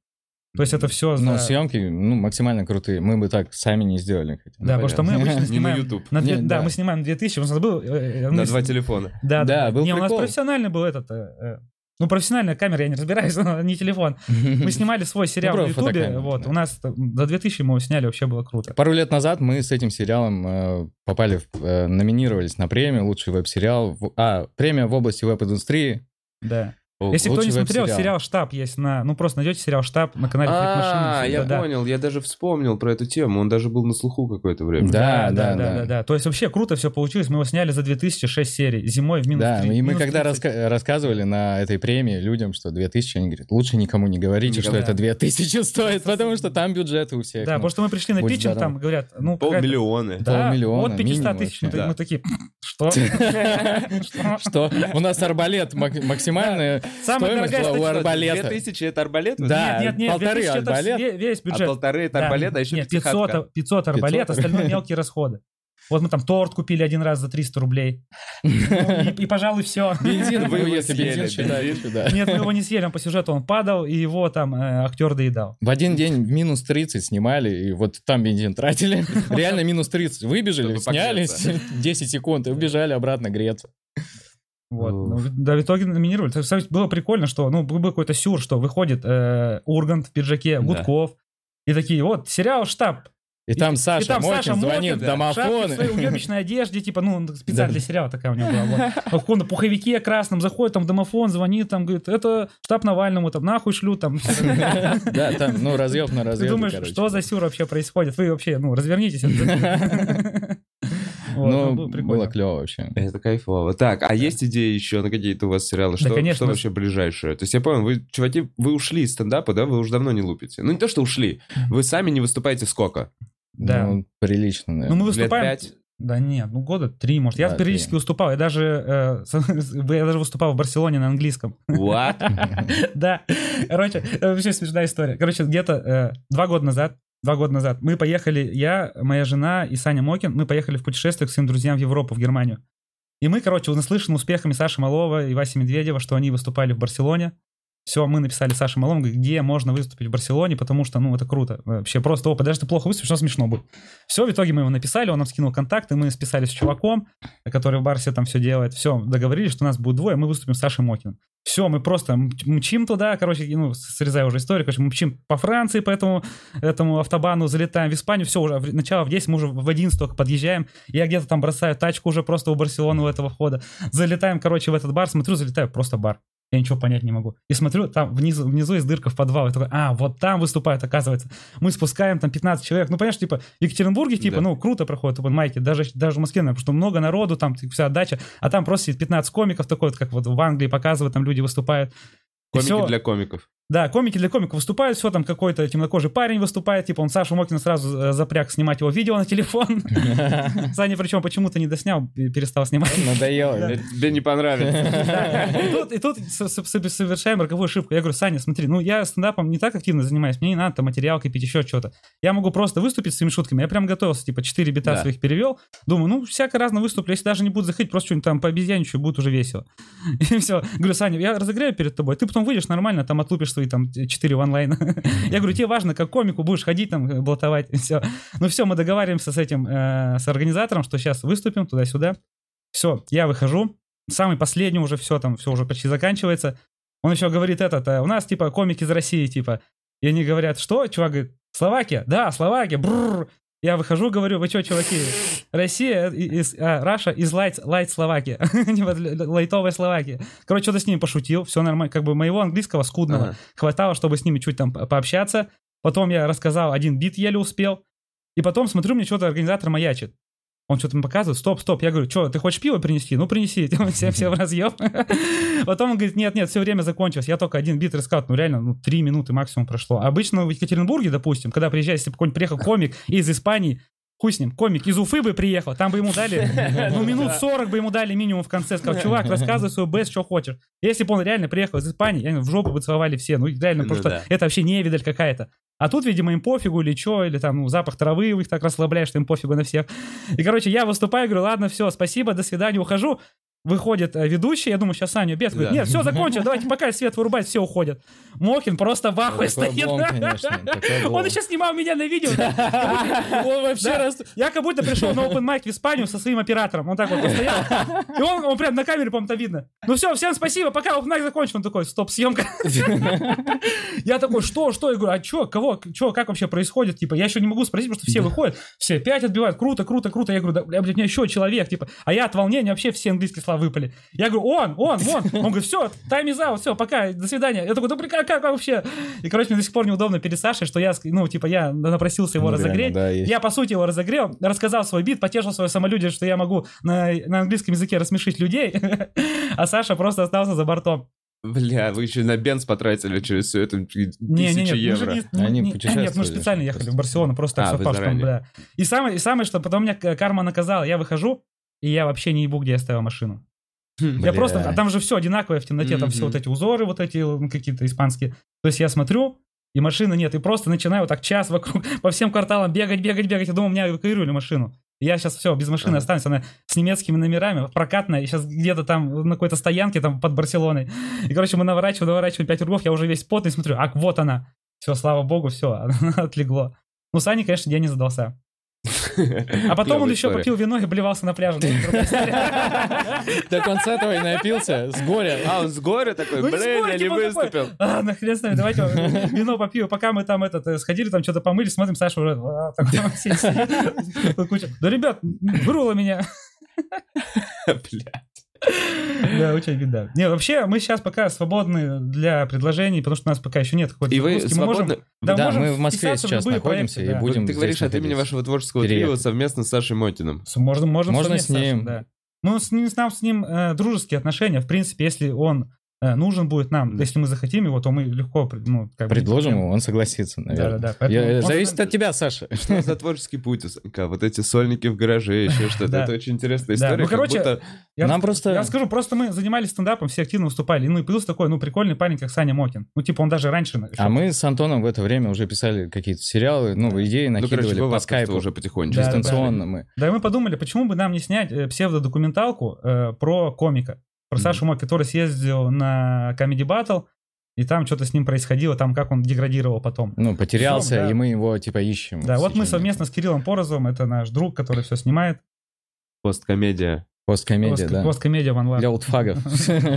[SPEAKER 2] То есть это все...
[SPEAKER 3] Но съемки, ну, максимально крутые. Мы бы так сами не сделали. хотя бы. Ну,
[SPEAKER 2] Да, потому что мы
[SPEAKER 3] понятно.
[SPEAKER 2] обычно
[SPEAKER 1] Не на
[SPEAKER 2] снимаем...
[SPEAKER 1] YouTube.
[SPEAKER 2] на две-
[SPEAKER 3] Не,
[SPEAKER 2] да,
[SPEAKER 3] да.
[SPEAKER 2] мы снимаем 2000, у нас был... э, э, мы
[SPEAKER 1] На
[SPEAKER 2] с-
[SPEAKER 1] два телефона.
[SPEAKER 2] Да,
[SPEAKER 3] Да,
[SPEAKER 2] да.
[SPEAKER 3] был
[SPEAKER 2] Не, у нас
[SPEAKER 3] прикол.
[SPEAKER 2] профессиональный был этот... э, э, Ну, профессиональная камера, я не разбираюсь, но не телефон. Мы снимали свой сериал на
[SPEAKER 3] Ну, просто
[SPEAKER 2] Ютубе,
[SPEAKER 3] фотокамера,
[SPEAKER 2] вот,
[SPEAKER 3] да.
[SPEAKER 2] у нас там за 2000 мы его сняли, вообще было круто.
[SPEAKER 3] Пару лет назад мы с этим сериалом э, попали, в- э, номинировались на премию «Лучший веб-сериал». в- А, премия в области веб-индустрии.
[SPEAKER 2] Да.
[SPEAKER 3] О,
[SPEAKER 2] Если кто не
[SPEAKER 3] «Лучший
[SPEAKER 2] смотрел,
[SPEAKER 3] веб-сериал».
[SPEAKER 2] сериал «Штаб» есть на... Ну, просто найдете сериал «Штаб» на канале «Клик
[SPEAKER 1] А,
[SPEAKER 2] Машины».
[SPEAKER 1] я
[SPEAKER 2] Да, да.
[SPEAKER 1] понял, я даже вспомнил про эту тему. Он даже был на слуху какое-то время.
[SPEAKER 2] да,
[SPEAKER 3] Да, да,
[SPEAKER 2] да, да,
[SPEAKER 3] да.
[SPEAKER 2] да. То есть вообще круто все получилось. Мы его сняли за 2006 серий, зимой в минус
[SPEAKER 3] Да, ну
[SPEAKER 2] три-
[SPEAKER 3] и мы
[SPEAKER 2] минус
[SPEAKER 3] когда
[SPEAKER 2] 30.
[SPEAKER 3] раска- рассказывали на этой премии людям, что 2000, они говорят, лучше никому не говорите, что
[SPEAKER 1] Никогда.
[SPEAKER 3] это 2000 стоит, потому что там бюджеты у всех.
[SPEAKER 2] Да,
[SPEAKER 3] ну,
[SPEAKER 2] потому что мы пришли на
[SPEAKER 3] будь
[SPEAKER 2] питчинг, там
[SPEAKER 3] здоров.
[SPEAKER 2] говорят, ну, какая-то-
[SPEAKER 1] Полмиллиона.
[SPEAKER 2] Да,
[SPEAKER 3] Полмиллиона,
[SPEAKER 2] от 500
[SPEAKER 3] минимум
[SPEAKER 2] тысяч. ну,
[SPEAKER 3] вообще.
[SPEAKER 2] Мы, так-
[SPEAKER 1] Да.
[SPEAKER 2] мы такие, «Хм, что?
[SPEAKER 3] Что? У нас арбалет мак- максимальная
[SPEAKER 2] Самая
[SPEAKER 3] стоимость
[SPEAKER 2] дорогая
[SPEAKER 3] была у
[SPEAKER 2] статья.
[SPEAKER 1] Две
[SPEAKER 3] арбалета.
[SPEAKER 1] тысячи — это арбалет?
[SPEAKER 3] Да,
[SPEAKER 2] Нет, нет, нет,
[SPEAKER 3] полторы
[SPEAKER 2] 2000 это
[SPEAKER 3] арбалет.
[SPEAKER 2] ве- весь
[SPEAKER 1] А
[SPEAKER 2] бюджет.
[SPEAKER 1] полторы это
[SPEAKER 2] Да,
[SPEAKER 1] арбалет, а еще
[SPEAKER 2] Нет,
[SPEAKER 1] пятихатка.
[SPEAKER 2] 500, 500 арбалет,
[SPEAKER 3] 500.
[SPEAKER 2] остальное мелкие расходы. Вот мы там торт купили один раз за 300 рублей. Ну, И, и, пожалуй, все.
[SPEAKER 3] Бензин,
[SPEAKER 1] Вы
[SPEAKER 3] ну,
[SPEAKER 1] его
[SPEAKER 3] если
[SPEAKER 1] съели,
[SPEAKER 3] бензин считаете, да.
[SPEAKER 2] Нет, мы его не съели, он по сюжету он падал, и его там э, актер доедал.
[SPEAKER 3] В один день в минус 30 снимали, и вот там бензин тратили. Реально минус 30. Выбежали,
[SPEAKER 1] Чтобы
[SPEAKER 3] снялись, 10 секунд, и убежали обратно греться.
[SPEAKER 2] Вот.
[SPEAKER 1] Уф.
[SPEAKER 2] Ну, в- Да, в итоге номинировали. То есть, кстати, было прикольно, что ну, был был какой-то сюр, что выходит э, Ургант в пиджаке,
[SPEAKER 1] Да.
[SPEAKER 2] Гудков, и такие, вот, сериал «Штаб»,
[SPEAKER 3] И, там Саша
[SPEAKER 2] там
[SPEAKER 3] Мокин
[SPEAKER 2] Саша
[SPEAKER 3] звонит
[SPEAKER 2] Мокин,
[SPEAKER 3] в
[SPEAKER 2] да,
[SPEAKER 3] домофон.
[SPEAKER 2] шапке в своей уебищной одежде, типа, ну, он специально
[SPEAKER 3] Да.
[SPEAKER 2] для сериала такая у него была. вот. А В каком-то пуховике красном заходит, там, в домофон, звонит, там, говорит, это штаб Навальному, там, нахуй шлют, там.
[SPEAKER 3] Да, там, ну, разъеб на
[SPEAKER 2] Ты
[SPEAKER 3] разъеб.
[SPEAKER 2] думаешь, что за сюр вообще происходит? Вы вообще, ну, развернитесь. Вот,
[SPEAKER 3] Ну,
[SPEAKER 2] было
[SPEAKER 3] было клево вообще.
[SPEAKER 1] Это кайфово. Так, а есть идеи еще на какие-то у вас сериалы? Что,
[SPEAKER 2] конечно.
[SPEAKER 1] что вообще ближайшее? То есть я понял, вы, чуваки, вы ушли из стендапа, да? Вы уже давно не лупите. Ну, не то, что ушли. Вы сами не выступаете сколько?
[SPEAKER 2] Да.
[SPEAKER 3] Ну, прилично,
[SPEAKER 2] Ну,
[SPEAKER 3] наверное.
[SPEAKER 2] мы
[SPEAKER 1] Лет
[SPEAKER 2] выступаем...
[SPEAKER 1] пять?
[SPEAKER 2] Да нет, ну года три, может. Я
[SPEAKER 3] Да,
[SPEAKER 2] периодически
[SPEAKER 3] три.
[SPEAKER 2] выступал. Я даже, э, с- я даже выступал в Барселоне на английском.
[SPEAKER 1] What?
[SPEAKER 2] Да, короче, э, вообще смешная история. Короче, где-то э, два года назад, два года назад мы поехали, я, моя жена и Саня Мокин, мы поехали в путешествие к своим друзьям в Европу, в Германию. И мы, короче, наслышаны успехами Саши Малова и Васи Медведева, что они выступали в Барселоне. Все, мы написали Саше Малому, говорит, где можно выступить в Барселоне, потому что, ну, это круто. Вообще просто, о, подожди, ты плохо выступишь, что смешно будет. Все, в итоге мы его написали, он нам скинул контакты, мы списались с чуваком, который в Барсе там все делает. Все, договорились, что нас будет двое, мы выступим с Сашей Мокиным. Все, мы просто м- мчим туда, короче, ну, с- срезаю уже историю, короче, мы мчим по Франции, по этому, этому автобану, залетаем в Испанию, все, уже в- начало в 10, мы уже в 11 только подъезжаем, я где-то там бросаю тачку уже просто у Барселоны у этого входа, залетаем, короче, в этот бар, смотрю, залетаю, просто бар, я ничего понять не могу. И смотрю, там внизу, внизу есть дырка в подвал, я такой, а, вот там выступают, оказывается. Мы спускаем там 15 человек, ну, понимаешь, типа, в Екатеринбурге, типа,
[SPEAKER 1] Да.
[SPEAKER 2] ну, круто проходят open майки, даже, даже в Москве, наверное, потому что много народу, там ты- вся дача, а там просто сидит 15 комиков, такой вот, как вот в Англии показывают, там люди выступают. И
[SPEAKER 1] Комики
[SPEAKER 2] всё.
[SPEAKER 1] для комиков.
[SPEAKER 2] Да, комики для комиков выступают, все, там какой-то темнокожий парень выступает, типа он Сашу Мокина сразу э, запряг снимать его видео на телефон. Саня причем почему-то не доснял, э, перестал снимать.
[SPEAKER 3] Надоело.
[SPEAKER 1] Это Тебе не понравится.
[SPEAKER 2] Да, И тут, и тут со- со- со- совершаем роковую ошибку. Я говорю, Саня, смотри, ну я стендапом не так активно занимаюсь, мне не надо там материал копить, еще что-то. Я могу просто выступить с своими шутками. Я прям готовился, типа, 4 бита
[SPEAKER 1] Да.
[SPEAKER 2] своих перевел. Думаю, ну, всяко разно выступлю, если даже не буду заходить, просто что-нибудь там пообезьяничаю, будет уже весело. И все. Говорю, Саня, я разыграю перед тобой, а ты потом выйдешь нормально, там отлупишь свои там 4 в онлайн. Я говорю, тебе важно, как комику будешь ходить там, э, блатовать, все. Ну все, мы договариваемся с этим, э, с организатором, что сейчас выступим туда-сюда. Все, я выхожу, самый последний уже все там, все уже почти заканчивается. Он еще говорит этот, э, у нас типа комики из России, типа. И они говорят, что? Чувак говорит, Словакия? Да, Словакия, бррр. Я выхожу, говорю, вы что, чуваки, Россия, э, из, а, Раша из Лайт, Лайт Словакия, Типа, л- л- лайтовая Словакия. Короче, что-то с ними пошутил, все нормально, как бы моего английского скудного
[SPEAKER 1] Ага.
[SPEAKER 2] хватало, чтобы с ними чуть там по- пообщаться. Потом я рассказал один бит, еле успел. И потом смотрю, мне что-то организатор маячит. Он что-то мне показывает, стоп, стоп. Я говорю, что, ты хочешь пиво принести? Ну, принеси, все, все в разъем. Потом он говорит, нет, нет, все время закончилось. Я только один бит рассказал, ну, реально, ну, три минуты максимум прошло. Обычно в Екатеринбурге, допустим, когда приезжаешь, если бы какой-нибудь приехал комик из Испании, хуй с ним, комик из Уфы бы приехал, там бы ему дали, ну, минут 40 бы ему дали минимум в конце. Сказал, чувак, рассказывай свою бест, что хочешь. Если бы он реально приехал из Испании, реально, в жопу бы целовали все. Ну, реально, потому
[SPEAKER 1] Ну,
[SPEAKER 2] что
[SPEAKER 1] да.
[SPEAKER 2] это вообще невидаль какая-то. А тут, видимо, им пофигу или что, или там ну, запах травы у них так расслабляет, что им пофигу на всех. И, короче, я выступаю, говорю, ладно, все, спасибо, до свидания, ухожу. Выходит э, ведущий, я думаю, сейчас Саню без. Говорит,
[SPEAKER 1] Да.
[SPEAKER 2] нет, все, закончил, давайте пока свет вырубать, все уходят. Мокин просто в ахуе
[SPEAKER 3] Такой
[SPEAKER 2] стоит.
[SPEAKER 3] облом, конечно, такой облом.
[SPEAKER 2] Он еще снимал меня на видео. Он вообще раз... Я как будто пришел на open mic в Испанию со своим оператором. Он так вот постоял. И он, он прям на камере, по-моему, там видно. Ну все, всем спасибо, пока open mic закончен. Он такой, стоп, съемка. Я такой, что, что? Я говорю, а чё, кого, чё, как вообще происходит? Типа, я еще не могу спросить, потому что все выходят, все пять отбивают, круто, круто, круто. Я говорю, да, бля, блядь, у меня еще человек, типа, а я от волнения вообще все английские слова выпали. Я говорю, он, он, он. Он говорит, все, time is out, все, пока, до свидания. Я такой, да прикак, как вообще? И, короче, мне до сих пор неудобно перед Сашей, что я, ну, типа, я напросился его
[SPEAKER 3] Ну, реально,
[SPEAKER 2] разогреть.
[SPEAKER 3] да, есть.
[SPEAKER 2] Я, по сути, его разогрел, рассказал свой бит, потешил свое самолюдие, что я могу на, на английском языке рассмешить людей, а Саша просто остался за бортом.
[SPEAKER 1] Бля, вы еще на бенз потратили через все это
[SPEAKER 2] Не, не,
[SPEAKER 1] тысячи
[SPEAKER 2] нет, мы
[SPEAKER 1] евро.
[SPEAKER 2] же не-
[SPEAKER 3] Они
[SPEAKER 2] не-
[SPEAKER 3] путешествовали
[SPEAKER 2] нет, мы же специально
[SPEAKER 3] же
[SPEAKER 2] ехали
[SPEAKER 3] просто.
[SPEAKER 2] в Барселону, просто
[SPEAKER 1] А, вы
[SPEAKER 2] так совпало, что там,
[SPEAKER 1] заранее.
[SPEAKER 2] да. И самое, и самое, что потом меня к- карма наказала, я выхожу, и я вообще не ебу, где я ставил машину. Я
[SPEAKER 3] Бля.
[SPEAKER 2] просто, а там же все одинаковое в темноте, там все
[SPEAKER 1] Мгм.
[SPEAKER 2] вот эти узоры, вот эти м, какие-то испанские. То есть я смотрю, и машины нет, и просто начинаю вот так час вокруг, по всем кварталам бегать, бегать, бегать. Я думал, меня эвакуировали машину. Я сейчас все, без машины
[SPEAKER 1] Ага.
[SPEAKER 2] останусь, она с немецкими номерами, прокатная, сейчас где-то там на какой-то стоянке там под Барселоной. И, короче, мы наворачиваем, наворачиваем 5 рублев, я уже весь потный смотрю, а вот она. Все, слава богу, все, отлегло. Ну, Сани, конечно, я не задался. А потом он
[SPEAKER 1] Клёвая
[SPEAKER 2] еще
[SPEAKER 1] история.
[SPEAKER 2] попил вино и блевался на пляже. Ну,
[SPEAKER 3] До конца этого и напился, с горя.
[SPEAKER 1] А, он с горя такой,
[SPEAKER 2] Ну, не с
[SPEAKER 1] блин, я
[SPEAKER 2] горя,
[SPEAKER 1] не
[SPEAKER 2] типа, он такой,
[SPEAKER 1] выступил.
[SPEAKER 2] А, нахрен с нами, давайте вино попью. Пока мы там этот, э, сходили, там что-то помыли, смотрим, Саша уже... а, такой, сидит, сидит. Тут куча, Да, ребят, выруло меня.
[SPEAKER 1] Бля.
[SPEAKER 2] Да, очень беда. Не, вообще, мы сейчас пока свободны для предложений, потому что у нас пока еще нет какой-то
[SPEAKER 1] И вы
[SPEAKER 2] загрузки. Мы можем-
[SPEAKER 1] свободны?
[SPEAKER 2] Да,
[SPEAKER 3] Да,
[SPEAKER 2] можем
[SPEAKER 3] мы в Москве
[SPEAKER 2] вписаться в
[SPEAKER 3] сейчас
[SPEAKER 2] любые
[SPEAKER 3] находимся
[SPEAKER 2] проекты,
[SPEAKER 3] и
[SPEAKER 1] Вот
[SPEAKER 2] да.
[SPEAKER 3] будем
[SPEAKER 1] Ты
[SPEAKER 3] здесь
[SPEAKER 1] говоришь от имени
[SPEAKER 3] находиться.
[SPEAKER 1] вашего творческого трио
[SPEAKER 3] Переехать.
[SPEAKER 1] совместно с Сашей Мотиным.
[SPEAKER 2] С- Можно, можно,
[SPEAKER 3] Можно
[SPEAKER 2] совместно,
[SPEAKER 3] с ним.
[SPEAKER 2] Саша, да. Ну, с ним, с нам с ним э, дружеские отношения, в принципе, если он э, нужен будет нам,
[SPEAKER 1] Да.
[SPEAKER 2] если мы захотим его, то мы легко, пред- ну, как бы-
[SPEAKER 3] Предложим ему, он согласится,
[SPEAKER 2] Да, да,
[SPEAKER 3] наверное.
[SPEAKER 2] да.
[SPEAKER 3] Я- э,
[SPEAKER 2] поэтому он-
[SPEAKER 3] Зависит от тебя, Саша.
[SPEAKER 1] Что за творческий путь у Санька? Вот эти сольники в гараже, еще что-то.
[SPEAKER 2] Да.
[SPEAKER 1] Это очень интересная
[SPEAKER 2] Да.
[SPEAKER 1] история.
[SPEAKER 2] Ну,
[SPEAKER 1] как
[SPEAKER 2] короче,
[SPEAKER 1] будто-
[SPEAKER 2] Я
[SPEAKER 3] Нам
[SPEAKER 2] рас-
[SPEAKER 3] просто-
[SPEAKER 2] Я скажу, просто мы занимались стендапом, все активно выступали. Ну и появился такой, ну, прикольный парень, как Саня Мокин. Ну, типа, он даже раньше... на-
[SPEAKER 3] А мы с Антоном в это время уже писали какие-то сериалы, ну, идеи
[SPEAKER 1] Ну, короче,
[SPEAKER 3] накидывали
[SPEAKER 1] вы
[SPEAKER 3] по
[SPEAKER 1] вас просто
[SPEAKER 3] скайпу.
[SPEAKER 1] уже потихонечку.
[SPEAKER 2] Да, да, да.
[SPEAKER 3] Дистанционно мы.
[SPEAKER 2] Да и мы подумали, почему бы нам не снять э, псевдодокументалку э, про комика. Про
[SPEAKER 1] Мгм.
[SPEAKER 2] Сашу Мокина, который съездил на Comedy Battle, и там что-то с ним происходило, там как он деградировал потом.
[SPEAKER 3] Ну, потерялся,
[SPEAKER 2] Всё, да.
[SPEAKER 3] и мы его, типа, ищем.
[SPEAKER 2] Да,
[SPEAKER 3] в
[SPEAKER 2] вот мы
[SPEAKER 3] течение.
[SPEAKER 2] совместно с Кириллом Порозовым, это наш друг, который все снимает.
[SPEAKER 1] Посткомедия.
[SPEAKER 3] Посткомедия,
[SPEAKER 2] Коско-
[SPEAKER 3] да.
[SPEAKER 2] Коскомедия в онлайн.
[SPEAKER 3] Для олдфагов.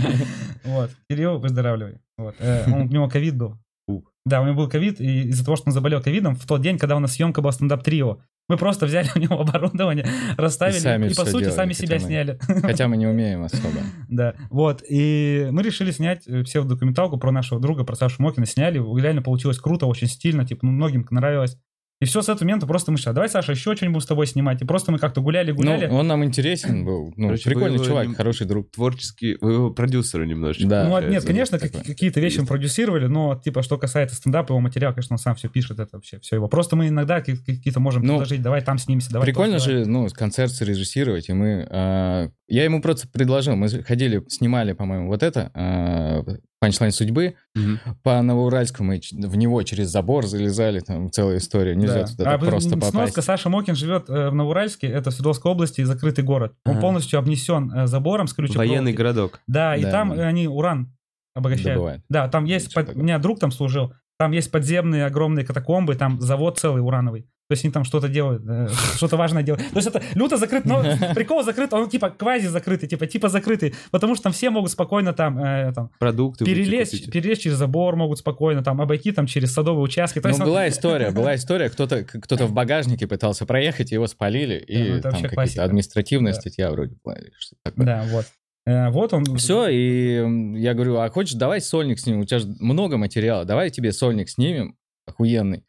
[SPEAKER 2] Вот. Кирилл, выздоравливай. Вот. Э, он- У него ковид был.
[SPEAKER 1] Ух.
[SPEAKER 2] Да, у него был ковид, и из-за того, что он заболел ковидом, в тот день, когда у нас съемка была стендап-трио, мы просто взяли у него оборудование, расставили,
[SPEAKER 3] И сами
[SPEAKER 2] и, по
[SPEAKER 3] всё
[SPEAKER 2] сути,
[SPEAKER 3] делали,
[SPEAKER 2] сами
[SPEAKER 3] хотя
[SPEAKER 2] себя
[SPEAKER 3] мы-
[SPEAKER 2] сняли.
[SPEAKER 3] Хотя мы не умеем особо.
[SPEAKER 2] Да, вот, и мы решили снять э, псевдодокументалку про нашего друга, про Сашу Мокина, сняли, реально получилось круто, очень стильно, типа, ну, многим нравилось. И все с этого момента просто мы сейчас, давай, Саша, еще что-нибудь с тобой снимать. И просто мы как-то
[SPEAKER 3] Ну,
[SPEAKER 2] гуляли-гуляли.
[SPEAKER 3] он нам интересен был. Ну,
[SPEAKER 1] Короче,
[SPEAKER 3] прикольный
[SPEAKER 1] вы его
[SPEAKER 3] чувак,
[SPEAKER 1] не-
[SPEAKER 3] хороший друг.
[SPEAKER 1] Творческий, вы его продюсеры немножечко.
[SPEAKER 3] Да.
[SPEAKER 2] Ну, а- нет,
[SPEAKER 1] получается.
[SPEAKER 2] конечно,
[SPEAKER 3] такое.
[SPEAKER 2] как- какие-то вещи мы
[SPEAKER 1] Есть.
[SPEAKER 2] продюсировали, но, типа, что касается стендапа, его материал, конечно, он сам все пишет, это вообще все его. Просто мы иногда ки- ки- какие-то можем
[SPEAKER 3] Ну,
[SPEAKER 2] предложить, давай там снимемся, давай.
[SPEAKER 3] Прикольно
[SPEAKER 2] то сделаем».
[SPEAKER 3] же, ну, концерт срежиссировать, и мы... а, я ему просто предложил, мы ходили, снимали, по-моему, вот это, а, «Панчлайн судьбы»,
[SPEAKER 1] Мгм.
[SPEAKER 3] по Новоуральску мы ч- в него через забор залезали, там целая история, нельзя
[SPEAKER 2] Да.
[SPEAKER 3] туда
[SPEAKER 2] А,
[SPEAKER 3] так
[SPEAKER 2] вы-
[SPEAKER 3] просто
[SPEAKER 2] сноска,
[SPEAKER 3] попасть.
[SPEAKER 2] Саша Мокин живет э, в Новоуральске, это в Свердловской области, закрытый город. Он
[SPEAKER 1] Ага.
[SPEAKER 2] полностью обнесен э, забором с колючей
[SPEAKER 1] Военный
[SPEAKER 2] проволокой.
[SPEAKER 1] городок.
[SPEAKER 2] Да, и
[SPEAKER 3] Да,
[SPEAKER 2] там
[SPEAKER 3] да.
[SPEAKER 2] э, они уран обогащают.
[SPEAKER 3] Добывает.
[SPEAKER 2] Да, там есть...
[SPEAKER 3] Ничего
[SPEAKER 2] под- У
[SPEAKER 3] такого.
[SPEAKER 2] меня друг там служил. Там есть подземные огромные катакомбы, там завод целый урановый. То есть они там что-то делают, э, что-то важное делают. То есть это люто закрыт, но прикол закрыт, он типа квази закрытый, типа типа закрытый, потому что там все могут спокойно там, э, там
[SPEAKER 1] Продукты. типа будете
[SPEAKER 2] перелезть,
[SPEAKER 1] купить.
[SPEAKER 2] перелезть через забор могут спокойно, там обойти там через садовые участки. То
[SPEAKER 3] Ну,
[SPEAKER 2] есть он-
[SPEAKER 3] была история, была история, кто-то кто в багажнике пытался проехать, его спалили,
[SPEAKER 2] Да, ну,
[SPEAKER 3] и
[SPEAKER 2] это
[SPEAKER 3] там
[SPEAKER 2] вообще
[SPEAKER 3] какие-то
[SPEAKER 2] классика.
[SPEAKER 3] административная
[SPEAKER 2] Да.
[SPEAKER 3] статья вроде была, или что-то такое.
[SPEAKER 2] Да, вот. Э, Вот он.
[SPEAKER 3] Все, и м, я говорю, а хочешь, давай сольник снимем, у тебя же много материала, давай тебе сольник снимем, охуенный.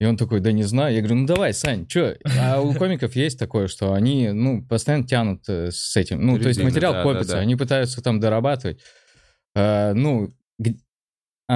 [SPEAKER 3] И он такой, да не знаю. Я говорю, ну давай, Сань, чё? А у комиков есть такое, что они, ну, постоянно тянут э, с этим. Ну, то есть
[SPEAKER 1] Резина,
[SPEAKER 3] материал
[SPEAKER 1] да, да,
[SPEAKER 3] копится,
[SPEAKER 1] да.
[SPEAKER 3] они пытаются там дорабатывать. Э, ну,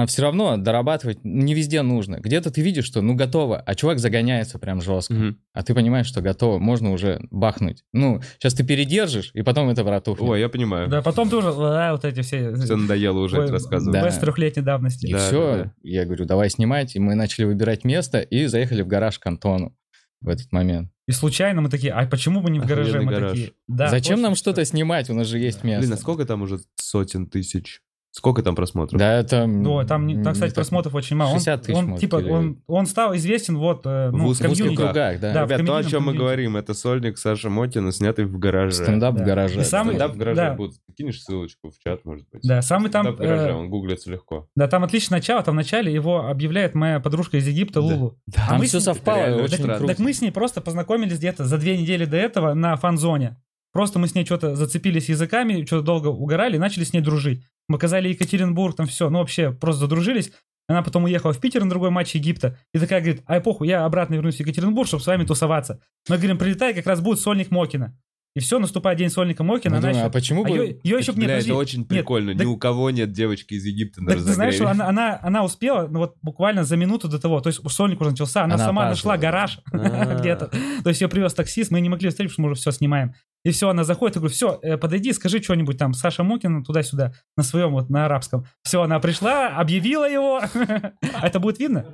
[SPEAKER 3] все равно дорабатывать не везде нужно. Где-то ты видишь, что ну готово, а чувак загоняется прям жестко.
[SPEAKER 1] Мгм.
[SPEAKER 3] А ты понимаешь, что готово, можно уже бахнуть. Ну, сейчас ты передержишь, и потом это братухнет.
[SPEAKER 1] Ой, я понимаю.
[SPEAKER 2] Да, потом тоже а, вот эти все.
[SPEAKER 1] Все надоело уже это
[SPEAKER 2] Ой,
[SPEAKER 1] рассказывать.
[SPEAKER 2] Без трехлетней давности.
[SPEAKER 3] И
[SPEAKER 1] Да,
[SPEAKER 3] все,
[SPEAKER 1] да, да.
[SPEAKER 3] я говорю, давай снимать. И мы начали выбирать место и заехали в гараж к Антону в этот момент.
[SPEAKER 2] И случайно мы такие, а почему бы не в
[SPEAKER 1] Охуенный
[SPEAKER 2] гараже мы
[SPEAKER 1] гараж.
[SPEAKER 2] такие? Да,
[SPEAKER 3] Зачем
[SPEAKER 2] очень
[SPEAKER 3] нам
[SPEAKER 2] всё.
[SPEAKER 3] что-то снимать? У нас же есть место.
[SPEAKER 1] Блин, а сколько там уже сотен тысяч? Сколько там просмотров?
[SPEAKER 3] Да, там...
[SPEAKER 2] Ну, там, не- там, кстати,
[SPEAKER 3] не так.
[SPEAKER 2] просмотров очень мало. Он-
[SPEAKER 3] 60 тысяч,
[SPEAKER 2] он,
[SPEAKER 3] может,
[SPEAKER 2] типа,
[SPEAKER 3] или-
[SPEAKER 2] он, он стал известен вот э, ну,
[SPEAKER 1] В
[SPEAKER 2] в
[SPEAKER 1] узких
[SPEAKER 3] В узких
[SPEAKER 2] комьюнити.
[SPEAKER 1] кругах.
[SPEAKER 3] кругах, да.
[SPEAKER 2] Да,
[SPEAKER 1] Ребят,
[SPEAKER 2] в
[SPEAKER 1] то, о
[SPEAKER 2] комедийном
[SPEAKER 1] чем мы
[SPEAKER 2] комьюнити.
[SPEAKER 1] говорим, это сольник Саши Мотина, снятый в гараже.
[SPEAKER 3] Стендап
[SPEAKER 2] Да.
[SPEAKER 3] в гараже.
[SPEAKER 2] И самый-
[SPEAKER 1] Стендап в гараже
[SPEAKER 2] да.
[SPEAKER 1] будет. Кинешь ссылочку в чат, может быть.
[SPEAKER 2] Да, самый там,
[SPEAKER 1] Стендап в гараже,
[SPEAKER 2] э,
[SPEAKER 1] он гуглится легко.
[SPEAKER 2] да, там отличное начало, а там в начале его объявляет моя подружка из Египта
[SPEAKER 1] Да.
[SPEAKER 2] Лулу. А
[SPEAKER 3] Там
[SPEAKER 2] мы
[SPEAKER 3] все
[SPEAKER 2] с-
[SPEAKER 3] совпало,
[SPEAKER 1] реально
[SPEAKER 3] очень
[SPEAKER 1] странно.
[SPEAKER 3] круто.
[SPEAKER 2] Так мы с ней просто познакомились где-то за две недели до этого на фан-зоне. Просто мы с ней что-то зацепились языками, что-то долго угорали и начали с ней дружить. Мы оказали Екатеринбург, там все, ну вообще просто задружились. Она потом уехала в Питер на другой матч Египта. И такая говорит, ай похуй, я обратно вернусь в Екатеринбург, чтобы с вами тусоваться. Мы говорим, прилетай, как раз будет сольник Мокина. И все, наступает день сольника
[SPEAKER 3] Мы
[SPEAKER 2] Мокина. она
[SPEAKER 3] думаем,
[SPEAKER 2] еще-
[SPEAKER 3] а почему
[SPEAKER 2] а
[SPEAKER 3] бы...
[SPEAKER 2] ее, ее еще...
[SPEAKER 1] Это,
[SPEAKER 2] не
[SPEAKER 1] Бля, это очень прикольно.
[SPEAKER 2] да-
[SPEAKER 1] Ни у кого нет девочки из Египта на
[SPEAKER 2] так ты знаешь, что
[SPEAKER 1] разогреве.
[SPEAKER 2] она, она, она успела, ну вот буквально за минуту до того, то есть сольник уже начался, она,
[SPEAKER 3] Она
[SPEAKER 2] сама
[SPEAKER 3] опаздывала.
[SPEAKER 2] нашла гараж
[SPEAKER 1] А.
[SPEAKER 2] где-то, то есть ее привез таксист, мы не могли встретить, потому что мы уже все снимаем. И все, она заходит, я говорю, все, подойди, скажи что-нибудь там, Саша Мукин туда-сюда, на своем вот, на арабском. Все, она пришла, объявила его. А Это будет видно?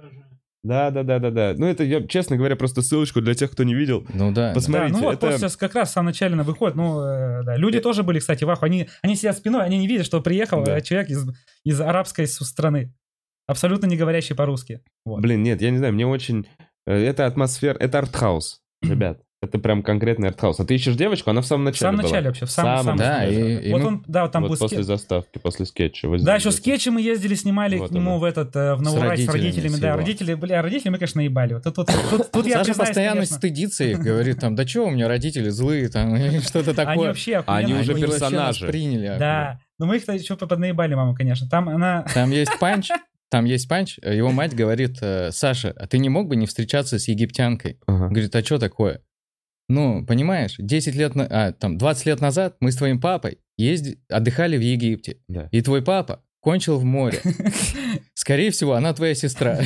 [SPEAKER 1] Да, да, да, да, да. Ну, это я, честно говоря, просто ссылочку для тех, кто не видел.
[SPEAKER 3] Ну
[SPEAKER 1] Посмотри.
[SPEAKER 3] да.
[SPEAKER 2] Да,
[SPEAKER 1] Смотрите,
[SPEAKER 2] ну вот,
[SPEAKER 1] это-
[SPEAKER 2] просто сейчас как раз в самом начале она выходит, ну, э, да. Люди тоже были, кстати, в аху, они, они сидят спиной, они не видят, что приехал
[SPEAKER 1] Да.
[SPEAKER 2] э, человек из, из арабской страны, абсолютно не говорящий по-русски. Вот.
[SPEAKER 1] Блин, нет, я не знаю, мне очень... э, Это атмосфера... Это артхаус. Ребят, это прям конкретный артхаус. А ты ищешь девочку, она в самом
[SPEAKER 2] В
[SPEAKER 1] начале
[SPEAKER 2] самом
[SPEAKER 1] была.
[SPEAKER 2] начале вообще, в самом,
[SPEAKER 1] Самом,
[SPEAKER 2] самом
[SPEAKER 3] Да,
[SPEAKER 2] начале.
[SPEAKER 3] и, и
[SPEAKER 2] Вот
[SPEAKER 3] мы-
[SPEAKER 2] он, да, вот там
[SPEAKER 1] вот
[SPEAKER 2] был
[SPEAKER 1] после
[SPEAKER 2] скетч.
[SPEAKER 1] заставки, после скетча. вот
[SPEAKER 2] Да,
[SPEAKER 1] здесь
[SPEAKER 2] еще
[SPEAKER 1] вот.
[SPEAKER 2] скетчи мы ездили, снимали
[SPEAKER 1] Вот
[SPEAKER 2] к нему
[SPEAKER 1] оно.
[SPEAKER 2] в этот, э, в Наурай с
[SPEAKER 3] родителями
[SPEAKER 2] родителями.
[SPEAKER 3] всего.
[SPEAKER 2] Да, родители, бля, родители мы, конечно, ебали. Вот тут, тут, тут, тут я
[SPEAKER 3] Саша
[SPEAKER 2] признаюсь,
[SPEAKER 3] постоянно
[SPEAKER 2] конечно,
[SPEAKER 3] стыдится их, говорит там, да чего у меня родители злые, там, и что-то такое.
[SPEAKER 2] Они вообще
[SPEAKER 1] Они
[SPEAKER 2] охуенно-
[SPEAKER 1] уже
[SPEAKER 3] вообще нас
[SPEAKER 1] персонажи.
[SPEAKER 3] приняли. а охуенно.
[SPEAKER 2] Да. Но мы их еще поднаебали, маму, конечно. Там она...
[SPEAKER 3] Там есть панч, там есть панч, э, его мать говорит, э, Саша, а ты не мог бы не встречаться с египтянкой?
[SPEAKER 1] Ага.
[SPEAKER 3] Он говорит, а что такое? Ну, понимаешь, 10 лет, на... а, там, 20 лет назад мы с твоим папой езди... отдыхали в Египте.
[SPEAKER 1] Да.
[SPEAKER 3] И твой папа кончил в море. Скорее всего, она твоя сестра.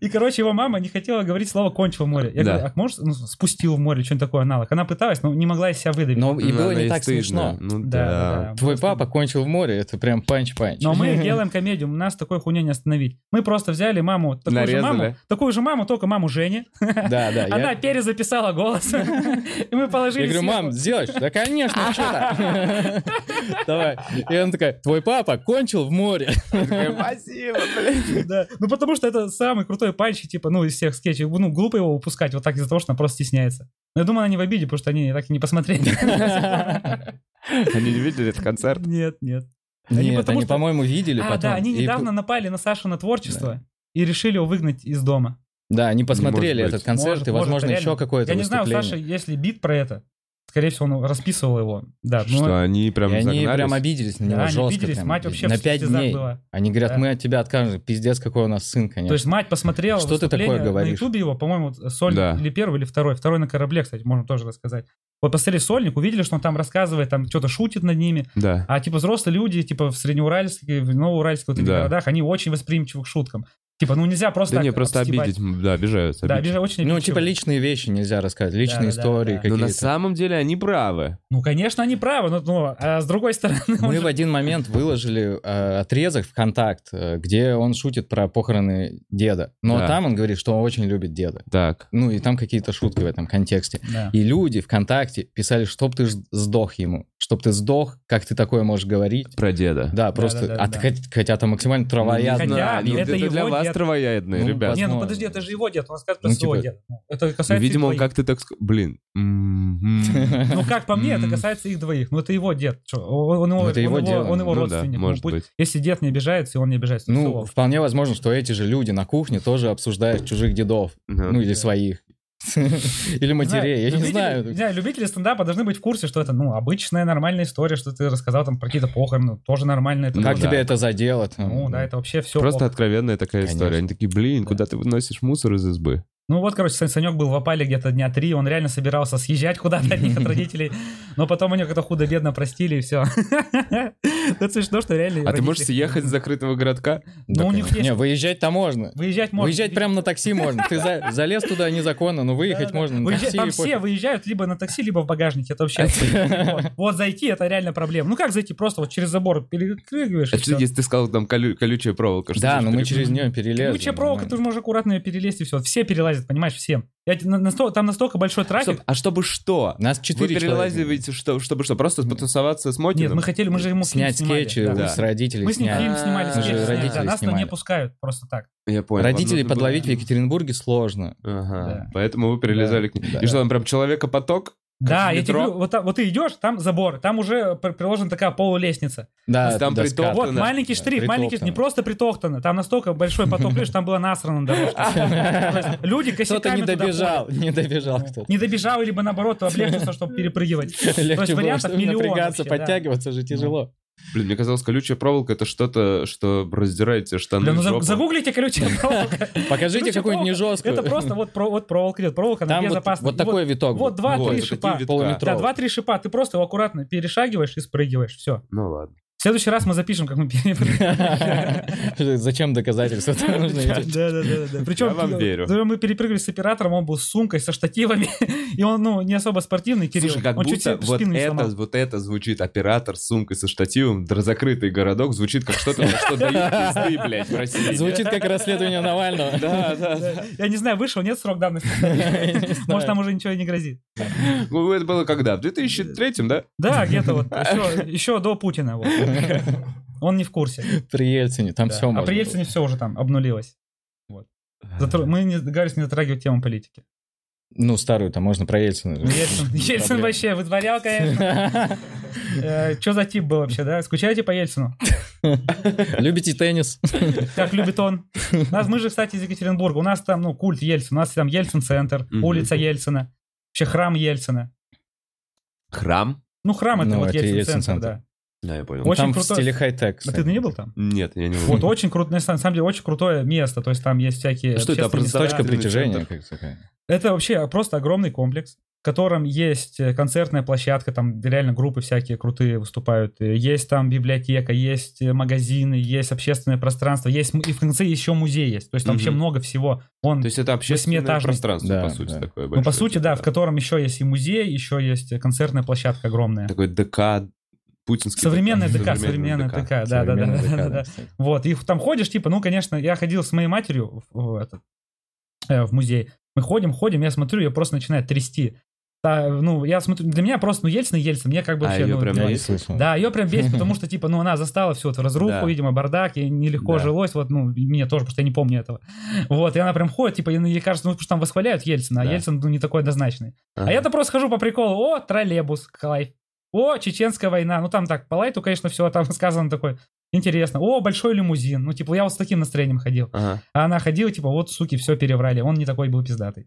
[SPEAKER 2] И, короче, его мама не хотела говорить слово «кончил в море». Я
[SPEAKER 1] Да.
[SPEAKER 2] говорю, а может, ну, спустил в море, что-нибудь такое аналог. Она пыталась, но не могла из себя выдавить.
[SPEAKER 3] Но и
[SPEAKER 1] Ну,
[SPEAKER 3] было
[SPEAKER 1] она
[SPEAKER 3] не так
[SPEAKER 1] стыдно.
[SPEAKER 3] смешно.
[SPEAKER 1] Ну
[SPEAKER 2] Да, да, да.
[SPEAKER 3] Твой
[SPEAKER 2] Просто-
[SPEAKER 3] папа кончил в море, это прям панч-панч.
[SPEAKER 2] Но мы делаем комедию, у нас такой хуйня не остановить. Мы просто взяли маму, такую
[SPEAKER 1] Нарезали.
[SPEAKER 2] же маму, такую же маму, только маму Жени.
[SPEAKER 3] Да, да. А я-
[SPEAKER 2] Она перезаписала голос. И мы положили
[SPEAKER 3] Я говорю,
[SPEAKER 2] сверху.
[SPEAKER 3] мам, сделаешь? Да, конечно, что то Давай. И она такая, твой папа кончил в море.
[SPEAKER 1] Спасибо, блин.
[SPEAKER 2] Да. Ну, потому что это самый крутой панч, типа, ну, из всех скетчей. Ну, глупо его упускать вот так из-за того, что она просто стесняется. Но я думаю, она не в обиде, потому что они так и не посмотрели. Ну,
[SPEAKER 1] Они не видели этот концерт?
[SPEAKER 2] Нет, нет. Они
[SPEAKER 3] Нет,
[SPEAKER 2] потому
[SPEAKER 3] они,
[SPEAKER 2] что-
[SPEAKER 3] по-моему, видели
[SPEAKER 2] А,
[SPEAKER 3] потом.
[SPEAKER 2] да, они
[SPEAKER 3] И-
[SPEAKER 2] недавно напали на Сашу на творчество. И решили его выгнать из дома.
[SPEAKER 3] Да, они
[SPEAKER 1] Не
[SPEAKER 3] посмотрели
[SPEAKER 1] может
[SPEAKER 3] этот
[SPEAKER 1] быть.
[SPEAKER 3] концерт
[SPEAKER 2] Может,
[SPEAKER 3] и,
[SPEAKER 2] может,
[SPEAKER 3] возможно,
[SPEAKER 2] реально.
[SPEAKER 3] еще какое-то
[SPEAKER 2] Я не знаю, у Саши
[SPEAKER 3] выступление.
[SPEAKER 2] есть ли бит про это. Скорее всего, он расписывал его. Да, ну,
[SPEAKER 1] Что, они прям
[SPEAKER 3] И они
[SPEAKER 1] загнались?
[SPEAKER 3] прям обиделись на
[SPEAKER 2] да,
[SPEAKER 3] него
[SPEAKER 2] они
[SPEAKER 3] жестко.
[SPEAKER 2] обиделись,
[SPEAKER 3] прям,
[SPEAKER 2] мать вообще
[SPEAKER 3] на
[SPEAKER 2] в
[SPEAKER 3] пять
[SPEAKER 2] слезах
[SPEAKER 3] дней.
[SPEAKER 2] была.
[SPEAKER 3] Они говорят,
[SPEAKER 2] Да.
[SPEAKER 3] мы от тебя откажем. Пиздец, какой у нас сын,
[SPEAKER 2] То
[SPEAKER 3] конечно.
[SPEAKER 2] есть мать посмотрела
[SPEAKER 3] Что ты
[SPEAKER 2] выступление
[SPEAKER 3] такое говоришь?
[SPEAKER 2] на ютубе его, по-моему, вот, сольник
[SPEAKER 1] Да.
[SPEAKER 2] или первый, или второй. Второй на корабле, кстати, можно тоже рассказать. Вот посмотрели сольник, увидели, что он там рассказывает, там что-то шутит над ними.
[SPEAKER 1] Да.
[SPEAKER 2] А типа взрослые люди, типа в Среднеуральске, в Новоуральске, вот этих
[SPEAKER 1] Да.
[SPEAKER 2] городах, они очень восприимчивы к шуткам. Типа, ну нельзя просто
[SPEAKER 1] Да не,
[SPEAKER 2] так
[SPEAKER 1] просто
[SPEAKER 2] обстебать.
[SPEAKER 1] обидеть, м, да, обижаются.
[SPEAKER 2] Да,
[SPEAKER 1] обидеть.
[SPEAKER 2] обижа- очень
[SPEAKER 3] Ну,
[SPEAKER 2] обидчиво.
[SPEAKER 3] типа, личные вещи нельзя рассказывать,
[SPEAKER 2] Да,
[SPEAKER 3] личные
[SPEAKER 2] да, да,
[SPEAKER 3] истории
[SPEAKER 2] да.
[SPEAKER 1] Но Ну, на
[SPEAKER 3] какие-то.
[SPEAKER 1] самом деле они правы.
[SPEAKER 2] Ну, конечно, они правы, но, но, а с другой стороны... он
[SPEAKER 3] Мы
[SPEAKER 2] же-
[SPEAKER 3] в один момент выложили э, отрезок в контакт, э, где он шутит про похороны деда. Но
[SPEAKER 1] Да.
[SPEAKER 3] там он говорит, что он очень любит деда.
[SPEAKER 1] Так.
[SPEAKER 3] Ну и там какие-то шутки в этом контексте.
[SPEAKER 2] Да.
[SPEAKER 3] И люди ВКонтакте писали, чтоб ты ж- сдох ему, чтоб ты сдох, как ты такое можешь говорить.
[SPEAKER 1] Про деда.
[SPEAKER 3] Да, просто,
[SPEAKER 2] да, да,
[SPEAKER 3] а
[SPEAKER 2] да.
[SPEAKER 3] хот- хотя там максимально
[SPEAKER 2] Хотя,
[SPEAKER 3] травоядно.
[SPEAKER 2] знаю,
[SPEAKER 1] ну,
[SPEAKER 2] это
[SPEAKER 1] это,
[SPEAKER 2] его
[SPEAKER 1] для вас
[SPEAKER 2] дед.
[SPEAKER 1] травоядные,
[SPEAKER 3] Ну,
[SPEAKER 1] ребят.
[SPEAKER 2] Не, ну
[SPEAKER 3] возможно.
[SPEAKER 2] подожди, это же его дед, он рассказывает про
[SPEAKER 3] Ну,
[SPEAKER 2] своего
[SPEAKER 3] типа-
[SPEAKER 2] деда. Ну, Это
[SPEAKER 1] Ну,
[SPEAKER 2] касается и
[SPEAKER 1] видимо, он
[SPEAKER 2] твоих.
[SPEAKER 1] как-то так... ск- Блин. М, м.
[SPEAKER 2] Ну, как по мне, это
[SPEAKER 1] М.
[SPEAKER 2] касается их двоих. Ну, это его дед. Чё, Он, он его,
[SPEAKER 3] Ну, это его
[SPEAKER 2] он его,
[SPEAKER 3] дело.
[SPEAKER 2] он его
[SPEAKER 1] Ну да,
[SPEAKER 2] родственник. Ну,
[SPEAKER 1] может
[SPEAKER 2] пусть-
[SPEAKER 1] быть.
[SPEAKER 2] Если дед не обижается, и он не обижается. то
[SPEAKER 3] Ну,
[SPEAKER 2] всё.
[SPEAKER 3] вполне возможно, что эти же люди на кухне тоже обсуждают чужих дедов. Ну,
[SPEAKER 1] Ну,
[SPEAKER 3] или своих. Или матерей, я не
[SPEAKER 2] любители-
[SPEAKER 3] знаю.
[SPEAKER 2] любители стендапа должны быть в курсе, что это, ну, обычная нормальная история, что ты рассказал там про какие-то похороны, тоже нормально. Это
[SPEAKER 1] Ну,
[SPEAKER 3] Как
[SPEAKER 2] тоже-
[SPEAKER 1] да.
[SPEAKER 3] тебя это задело? там?
[SPEAKER 2] Ну, да, это вообще все.
[SPEAKER 1] Просто откровенная такая
[SPEAKER 3] Конечно.
[SPEAKER 1] история. Они такие, блин,
[SPEAKER 2] Да.
[SPEAKER 1] куда ты выносишь мусор из избы?
[SPEAKER 2] Ну вот, короче, Сань- Санек был в опале где-то дня три, он реально собирался съезжать куда-то от них, от родителей, но потом у него как-то худо-бедно простили, и все. Это смешно, что реально...
[SPEAKER 1] А ты можешь
[SPEAKER 2] родители-
[SPEAKER 1] съехать с закрытого городка?
[SPEAKER 3] Да,
[SPEAKER 2] Ну, у них
[SPEAKER 3] конечно.
[SPEAKER 2] есть- Ну,
[SPEAKER 3] Не, выезжать-то можно.
[SPEAKER 2] Выезжать можно.
[SPEAKER 3] Выезжать прямо на такси можно. Ты за- залез туда незаконно, но
[SPEAKER 2] Да,
[SPEAKER 3] выехать
[SPEAKER 2] да.
[SPEAKER 3] можно на
[SPEAKER 2] Выезжать-
[SPEAKER 3] такси.
[SPEAKER 2] Там
[SPEAKER 3] и
[SPEAKER 2] все
[SPEAKER 3] пофиг.
[SPEAKER 2] выезжают либо на такси, либо в багажнике. Это вообще... Вот. Вот зайти, это реально проблема. Ну как зайти? Просто вот через забор перекрыгиваешь.
[SPEAKER 1] А
[SPEAKER 2] и
[SPEAKER 1] что,
[SPEAKER 2] всё.
[SPEAKER 1] если ты сказал, там колю- колючая проволока? что
[SPEAKER 3] Да,
[SPEAKER 1] ты
[SPEAKER 3] но мы
[SPEAKER 1] пере-
[SPEAKER 3] через нее перелезли.
[SPEAKER 2] Ключая проволока, ты
[SPEAKER 3] нормально.
[SPEAKER 2] уже можешь аккуратно ее перелезть и все. Все перелазят, понимаешь, всем. Я те- на- насто- Там настолько большой
[SPEAKER 1] Чтоб-
[SPEAKER 2] трафик.
[SPEAKER 1] А чтобы что?
[SPEAKER 3] Нас
[SPEAKER 1] Вы
[SPEAKER 3] четыре человека.
[SPEAKER 1] перелазиваете, что, чтобы что? Просто потусоваться с Мотиным?
[SPEAKER 2] Нет, мы хотели, мы же ему фильм
[SPEAKER 3] Снять э,
[SPEAKER 2] снимали,
[SPEAKER 3] скетчи,
[SPEAKER 2] да.
[SPEAKER 1] да.
[SPEAKER 3] с родителей
[SPEAKER 2] Мы с ним
[SPEAKER 3] снять.
[SPEAKER 2] фильм снимали,
[SPEAKER 1] А,
[SPEAKER 2] скетч
[SPEAKER 1] мы же
[SPEAKER 2] снимали, да,
[SPEAKER 3] родителей
[SPEAKER 2] нас там не
[SPEAKER 3] снимали.
[SPEAKER 2] пускают просто так.
[SPEAKER 1] Я понял. вам
[SPEAKER 3] Родителей
[SPEAKER 1] нужно было-
[SPEAKER 3] подловить в Екатеринбурге сложно.
[SPEAKER 1] Ага,
[SPEAKER 2] Да.
[SPEAKER 1] поэтому вы перелезали к ним.
[SPEAKER 3] да.
[SPEAKER 1] И что, там прям человека-поток?
[SPEAKER 2] Да,
[SPEAKER 1] в
[SPEAKER 2] я тебе
[SPEAKER 1] метро?
[SPEAKER 2] говорю, вот, та- вот ты идешь, там забор, там уже пр- приложена такая полулестница.
[SPEAKER 3] Да,
[SPEAKER 1] Там
[SPEAKER 3] доска.
[SPEAKER 1] притоптано.
[SPEAKER 2] А, вот маленький
[SPEAKER 3] Да,
[SPEAKER 2] штрих, маленький штрих, не
[SPEAKER 3] притоптано.
[SPEAKER 2] просто притоптано, там настолько большой поток людей, что там было насрано на дорожке. То есть Люди косяками
[SPEAKER 3] Кто-то не
[SPEAKER 2] туда
[SPEAKER 3] добежал,
[SPEAKER 2] ходят.
[SPEAKER 3] не добежал кто-то.
[SPEAKER 2] Не добежал, либо наоборот, облегчился, чтобы перепрыгивать. То есть
[SPEAKER 3] Легче было,
[SPEAKER 2] вариантов
[SPEAKER 3] чтобы
[SPEAKER 2] миллион вообще,
[SPEAKER 3] напрягаться,
[SPEAKER 2] да.
[SPEAKER 3] подтягиваться же тяжело.
[SPEAKER 1] Блин, мне казалось, колючая проволока это что-то, что раздирает тебе штаны.
[SPEAKER 2] Бля,
[SPEAKER 1] и
[SPEAKER 2] ну за-
[SPEAKER 1] жопу.
[SPEAKER 2] загуглите колючая проволока.
[SPEAKER 3] Покажите
[SPEAKER 2] Короче, ну,
[SPEAKER 3] какую-нибудь не жесткую.
[SPEAKER 2] Это просто вот про- вот проволока идет, проволока, она
[SPEAKER 3] Там вот,
[SPEAKER 2] безопасна.
[SPEAKER 3] вот
[SPEAKER 2] И
[SPEAKER 3] такой виток.
[SPEAKER 2] вот
[SPEAKER 3] был.
[SPEAKER 2] два,
[SPEAKER 1] Вот,
[SPEAKER 2] три
[SPEAKER 1] это
[SPEAKER 2] шипа.
[SPEAKER 1] такие витка.
[SPEAKER 3] Полуметровый.
[SPEAKER 2] Да, два-три шипа, ты просто его аккуратно перешагиваешь и спрыгиваешь, все.
[SPEAKER 1] Ну ладно.
[SPEAKER 2] В следующий раз мы запишем, как мы перепрыгиваем.
[SPEAKER 3] Что, Зачем доказательства? Там нужно
[SPEAKER 2] Да,
[SPEAKER 3] идти.
[SPEAKER 2] да, да, да, да. Причем
[SPEAKER 1] Я вам верю.
[SPEAKER 2] да, мы перепрыгивали с оператором, он был с сумкой, со штативами, и он, ну, не особо спортивный, Кирилл.
[SPEAKER 1] Слушай, как
[SPEAKER 2] он чуть
[SPEAKER 1] будто
[SPEAKER 2] себе
[SPEAKER 1] вот
[SPEAKER 2] спину не
[SPEAKER 1] это,
[SPEAKER 2] сломал.
[SPEAKER 1] вот это звучит оператор с сумкой со штативом, др- закрытый городок, звучит как что-то, на что дают пизды, блядь, в России.
[SPEAKER 3] Звучит как расследование Навального.
[SPEAKER 1] Да, да, да.
[SPEAKER 2] Да. Я не знаю, вышел, нет срок давности.
[SPEAKER 3] Я не
[SPEAKER 2] Может,
[SPEAKER 3] знаю.
[SPEAKER 2] там уже ничего и не грозит.
[SPEAKER 1] Ну, это было когда? В 2003, да?
[SPEAKER 2] Да, где-то вот еще, еще до Путина. вот. Он не в курсе.
[SPEAKER 3] При Ельцине, там
[SPEAKER 2] Да.
[SPEAKER 3] все
[SPEAKER 2] а при Ельцине все уже там обнулилось. Затр- Мы не договорились не затрагивать тему политики.
[SPEAKER 3] Ну, старую-то можно про Ельцина. же.
[SPEAKER 2] Ельцин, Ельцин
[SPEAKER 3] Проблема.
[SPEAKER 2] вообще вытворял, конечно. Что за тип был вообще, да? Скучаете по Ельцину?
[SPEAKER 3] Любите теннис?
[SPEAKER 2] Как любит он. Нас, мы же, кстати, из Екатеринбурга. У нас там, ну, культ Ельцина. У нас там Ельцин-центр,
[SPEAKER 1] Мгм.
[SPEAKER 2] улица Ельцина, вообще храм Ельцина.
[SPEAKER 1] Храм?
[SPEAKER 2] Ну, храм это
[SPEAKER 3] Ну,
[SPEAKER 2] вот
[SPEAKER 3] это
[SPEAKER 2] Ельцин-центр,
[SPEAKER 3] Ельцин-центр.
[SPEAKER 2] да.
[SPEAKER 1] Да, я понял.
[SPEAKER 2] Очень
[SPEAKER 3] Там в
[SPEAKER 2] круто.
[SPEAKER 3] стиле хай-тек.
[SPEAKER 2] А ты не был там?
[SPEAKER 1] Нет, я не
[SPEAKER 2] Вот,
[SPEAKER 1] могу.
[SPEAKER 2] очень круто, на самом деле, очень крутое место, то есть там есть
[SPEAKER 3] Ну
[SPEAKER 2] всякие...
[SPEAKER 1] Ну, Что это,
[SPEAKER 2] общественные
[SPEAKER 1] образовательный
[SPEAKER 2] места.
[SPEAKER 3] Точка
[SPEAKER 1] Культурный
[SPEAKER 3] притяжения.
[SPEAKER 1] центр.
[SPEAKER 3] как такая.
[SPEAKER 2] Это вообще просто огромный комплекс, в котором есть э, концертная площадка, там реально группы всякие крутые выступают, э, есть там библиотека, есть э, магазины, есть общественное пространство, есть м- и в конце еще музей есть, то есть там вообще
[SPEAKER 1] Мгм.
[SPEAKER 2] много всего. Он,
[SPEAKER 1] То есть это общественное
[SPEAKER 2] восьмиэтажный.
[SPEAKER 1] пространство,
[SPEAKER 3] Да,
[SPEAKER 1] по сути,
[SPEAKER 3] да.
[SPEAKER 1] такое
[SPEAKER 2] ну,
[SPEAKER 1] большое. типа.
[SPEAKER 2] по сути, да, в котором еще есть и музей, еще есть э, концертная площадка огромная.
[SPEAKER 1] Такой ДК, путинский
[SPEAKER 2] Современная ДК, современная ДК, да, да, да,
[SPEAKER 3] Современная
[SPEAKER 2] да, да,
[SPEAKER 3] декада,
[SPEAKER 2] да.
[SPEAKER 3] кстати.
[SPEAKER 2] Вот, и там ходишь, типа, ну, конечно, я ходил с моей матерью в, в этот, э, в музей. Мы ходим, ходим, я смотрю, ее просто начинает трясти. Та, ну, я смотрю, для меня просто, ну, Ельцин и Ельцин, мне как бы
[SPEAKER 1] А,
[SPEAKER 2] вообще,
[SPEAKER 1] её
[SPEAKER 2] ну,
[SPEAKER 1] прям
[SPEAKER 2] да.
[SPEAKER 3] Я не
[SPEAKER 1] Бесит.
[SPEAKER 3] слышал.
[SPEAKER 2] да, ее прям бесит, потому что, типа, ну, она застала всю эту разруху,
[SPEAKER 1] Да.
[SPEAKER 2] видимо, бардак, ей нелегко
[SPEAKER 1] Да.
[SPEAKER 2] жилось, вот, ну, и мне тоже, потому что я не помню этого. Вот, и она прям ходит, типа, и ей кажется, ну, потому что там восхваляют Ельцина,
[SPEAKER 1] Да.
[SPEAKER 2] а Ельцин, ну, не такой однозначный. А я-то просто хожу по приколу, о, троллейбус, кайф, о, чеченская война, ну, там так, по лайту, конечно, все там сказано такое, интересно, о, большой лимузин, ну, типа, я вот с таким настроением ходил.
[SPEAKER 1] Ага.
[SPEAKER 2] А она ходила, типа, вот, суки, все переврали, он не такой был пиздатый.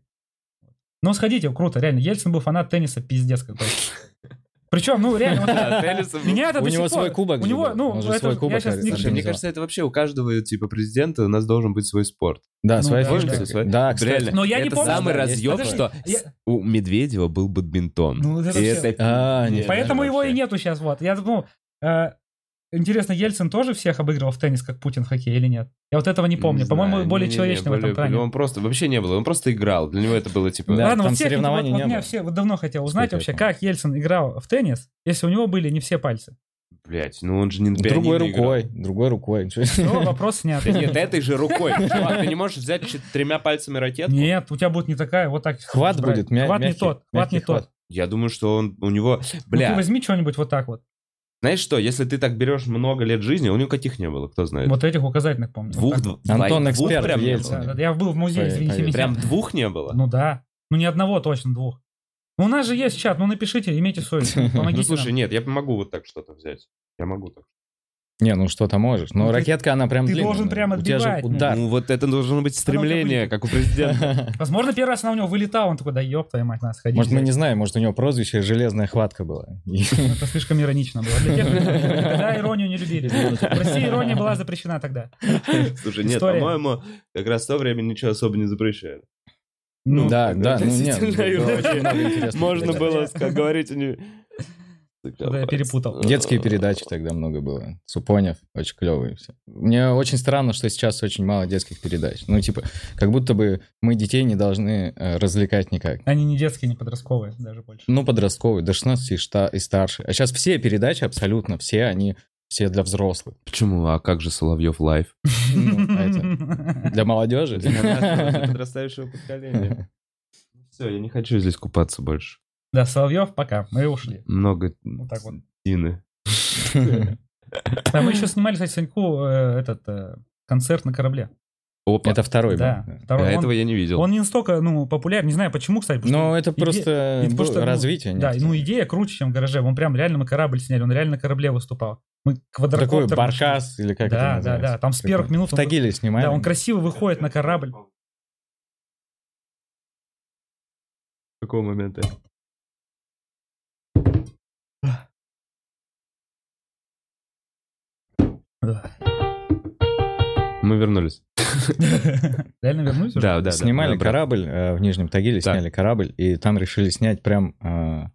[SPEAKER 2] Ну, сходите, круто, реально, Ельцин был фанат тенниса, пиздец какой. Причем, ну, реально, вот
[SPEAKER 1] Да,
[SPEAKER 2] это-
[SPEAKER 1] Телесов-
[SPEAKER 2] меня это
[SPEAKER 3] У
[SPEAKER 2] до
[SPEAKER 3] него
[SPEAKER 2] сих пор-
[SPEAKER 3] свой кубок.
[SPEAKER 2] У
[SPEAKER 3] же
[SPEAKER 2] него,
[SPEAKER 3] был.
[SPEAKER 2] ну,
[SPEAKER 3] Он же
[SPEAKER 2] это
[SPEAKER 3] свой
[SPEAKER 2] я
[SPEAKER 3] кубок
[SPEAKER 2] щас не-
[SPEAKER 1] Слушай,
[SPEAKER 3] организовал.
[SPEAKER 1] мне кажется, это вообще у каждого типа президента у нас должен быть свой спорт.
[SPEAKER 3] Да,
[SPEAKER 2] Ну,
[SPEAKER 3] своя
[SPEAKER 2] да,
[SPEAKER 1] Может
[SPEAKER 3] фишка.
[SPEAKER 1] быть, свой-
[SPEAKER 3] Да, кстати.
[SPEAKER 1] Реально,
[SPEAKER 2] Но я не
[SPEAKER 1] это
[SPEAKER 2] помню,
[SPEAKER 1] самый
[SPEAKER 3] да,
[SPEAKER 1] разъеб,
[SPEAKER 2] есть
[SPEAKER 1] что
[SPEAKER 2] такое. Я-
[SPEAKER 1] с- у Медведева был бадминтон.
[SPEAKER 2] Ну, это
[SPEAKER 1] И
[SPEAKER 2] вообще-
[SPEAKER 1] это Ну, пи-
[SPEAKER 3] А, нет.
[SPEAKER 2] Поэтому
[SPEAKER 1] да,
[SPEAKER 2] его и
[SPEAKER 1] вообще.
[SPEAKER 2] нету сейчас, вот. Я думаю, э, интересно, Ельцин тоже всех обыгрывал в теннис, как Путин в хоккей или нет? Я вот этого не помню.
[SPEAKER 1] знаю,
[SPEAKER 2] По-моему, более
[SPEAKER 1] не-не-не,
[SPEAKER 2] человечный в
[SPEAKER 1] более-
[SPEAKER 2] этом плане.
[SPEAKER 1] Он просто вообще не было, он просто играл. Для него это было типа.
[SPEAKER 3] Да.
[SPEAKER 2] Ладно,
[SPEAKER 3] там
[SPEAKER 2] вот всех,
[SPEAKER 3] соревнований
[SPEAKER 2] вот,
[SPEAKER 3] не
[SPEAKER 2] вот меня
[SPEAKER 3] было.
[SPEAKER 2] все вот давно хотел узнать
[SPEAKER 3] Сколько я
[SPEAKER 2] вообще,
[SPEAKER 3] помню.
[SPEAKER 2] как Ельцин играл в теннис, если у него были не все пальцы.
[SPEAKER 1] Блять, ну он же не на
[SPEAKER 3] Другой
[SPEAKER 1] пианино играл.
[SPEAKER 3] рукой, другой рукой. Чё?
[SPEAKER 2] Все, вопрос снят.
[SPEAKER 1] Да нет, этой же рукой. Чувак, ты не можешь взять чет- тремя пальцами ракетку?
[SPEAKER 2] Нет, у тебя будет не такая, вот так.
[SPEAKER 3] Хват
[SPEAKER 2] брать.
[SPEAKER 3] будет, мя-
[SPEAKER 2] Хват не
[SPEAKER 3] мягкий-
[SPEAKER 2] тот, хват
[SPEAKER 3] мягкий
[SPEAKER 2] не тот.
[SPEAKER 3] хват.
[SPEAKER 1] Я думаю, что он у него...
[SPEAKER 2] Ну, ты
[SPEAKER 1] Бля,
[SPEAKER 2] возьми что-нибудь вот так вот.
[SPEAKER 1] знаешь что, если ты так берешь много лет жизни, у него каких не было, кто знает.
[SPEAKER 2] Вот этих указательных помню. Вот
[SPEAKER 1] Двух,
[SPEAKER 2] так.
[SPEAKER 1] дв-
[SPEAKER 3] Антон
[SPEAKER 1] двоих-
[SPEAKER 3] эксперт,
[SPEAKER 1] двух прям не
[SPEAKER 3] Ельцин.
[SPEAKER 1] было.
[SPEAKER 2] Да, да, Я был в музее,
[SPEAKER 3] Ой,
[SPEAKER 2] извините
[SPEAKER 3] поверь.
[SPEAKER 2] меня.
[SPEAKER 1] Прям двух не было?
[SPEAKER 2] Ну да. Ну ни одного точно, двух. Ну у нас же есть чат, ну напишите, имейте совесть,
[SPEAKER 1] Ну,
[SPEAKER 2] помогите
[SPEAKER 1] слушай,
[SPEAKER 2] нам.
[SPEAKER 1] нет, я могу вот так что-то взять. Я могу так.
[SPEAKER 3] Не, ну что ты можешь. Но
[SPEAKER 2] Ну, ты-
[SPEAKER 3] ракетка, она прям
[SPEAKER 2] ты
[SPEAKER 3] длинная.
[SPEAKER 2] должен прям
[SPEAKER 3] У тебя же
[SPEAKER 2] отбивать, ну.
[SPEAKER 3] удар.
[SPEAKER 1] Ну вот это должно быть стремление, как у президента.
[SPEAKER 2] Возможно, первый раз она у него вылетала, он такой, да ёб твою мать, нас ходить.
[SPEAKER 3] Может, мы не знаем, может, у него прозвище «железная хватка» было.
[SPEAKER 2] Это слишком иронично было. Для тех, кто никогда иронию не любили. В России ирония была запрещена тогда.
[SPEAKER 1] Слушай, нет,
[SPEAKER 2] История.
[SPEAKER 1] по-моему, как раз в то время ничего особо не запрещали.
[SPEAKER 2] Ну,
[SPEAKER 3] да, да, ну нет.
[SPEAKER 1] относительно
[SPEAKER 3] было
[SPEAKER 1] иронии.
[SPEAKER 3] очень много интересных
[SPEAKER 1] Можно
[SPEAKER 3] передач.
[SPEAKER 1] было как говорить у него.
[SPEAKER 2] Да, я перепутал.
[SPEAKER 3] Детские передачи тогда много было. Супонев, очень клевые все. Мне очень странно, что сейчас очень мало детских передач. Ну, типа, как будто бы мы детей не должны э, развлекать никак.
[SPEAKER 2] Они не детские, не подростковые, даже больше.
[SPEAKER 3] Ну, подростковые, до 16 и, шта- и старше. А сейчас все передачи, абсолютно все, они все для взрослых.
[SPEAKER 1] Почему? А как же Соловьев лайф?
[SPEAKER 3] Ну, а это Для молодежи.
[SPEAKER 1] Подрастающего поколения. Все, я не хочу здесь купаться больше.
[SPEAKER 2] Да, Соловьев, пока, мы ушли. Ну,
[SPEAKER 1] Много
[SPEAKER 2] так вот.
[SPEAKER 1] Дины.
[SPEAKER 2] А мы еще снимали, кстати, Саньку э, этот э, концерт на корабле.
[SPEAKER 1] Опа.
[SPEAKER 3] Это второй был.
[SPEAKER 2] Да,
[SPEAKER 3] да.
[SPEAKER 1] А
[SPEAKER 2] второй.
[SPEAKER 1] этого
[SPEAKER 2] Он-
[SPEAKER 1] я не видел.
[SPEAKER 2] Он не настолько, ну, популярен, не знаю почему, кстати. потому что
[SPEAKER 3] Ну, это
[SPEAKER 2] иде-
[SPEAKER 3] просто
[SPEAKER 2] Ведь
[SPEAKER 3] бу-
[SPEAKER 2] потому что, ну,
[SPEAKER 3] развитие.
[SPEAKER 2] Да,
[SPEAKER 3] некоторое.
[SPEAKER 2] ну идея круче, чем в гараже. Он прям реально мы корабль сняли, он реально на корабле выступал. Мы
[SPEAKER 3] Такой
[SPEAKER 2] квадрокоптер. нашли.
[SPEAKER 3] баркас или как это
[SPEAKER 2] Да, да,
[SPEAKER 3] называется?
[SPEAKER 2] да. Там с
[SPEAKER 3] Прикольно.
[SPEAKER 2] первых минут
[SPEAKER 3] В
[SPEAKER 2] он-
[SPEAKER 3] Тагиле снимали.
[SPEAKER 2] Да, он красиво выходит на корабль.
[SPEAKER 1] какого момента?
[SPEAKER 2] Да.
[SPEAKER 1] Мы вернулись.
[SPEAKER 2] Реально вернусь уже?
[SPEAKER 1] Да, да.
[SPEAKER 3] снимали
[SPEAKER 1] да, брат.
[SPEAKER 3] корабль э, в Нижнем Тагиле,
[SPEAKER 1] Так.
[SPEAKER 3] сняли корабль, и там решили снять прям э,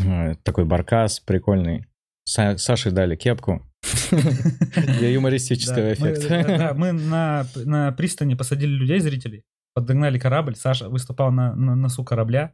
[SPEAKER 3] э, такой баркас прикольный. Са- Саше дали кепку для юмористического
[SPEAKER 2] Да, мы- да,
[SPEAKER 3] эффекта.
[SPEAKER 2] да, Мы на на пристани посадили людей, зрителей, подогнали корабль. Саша выступал на на носу корабля.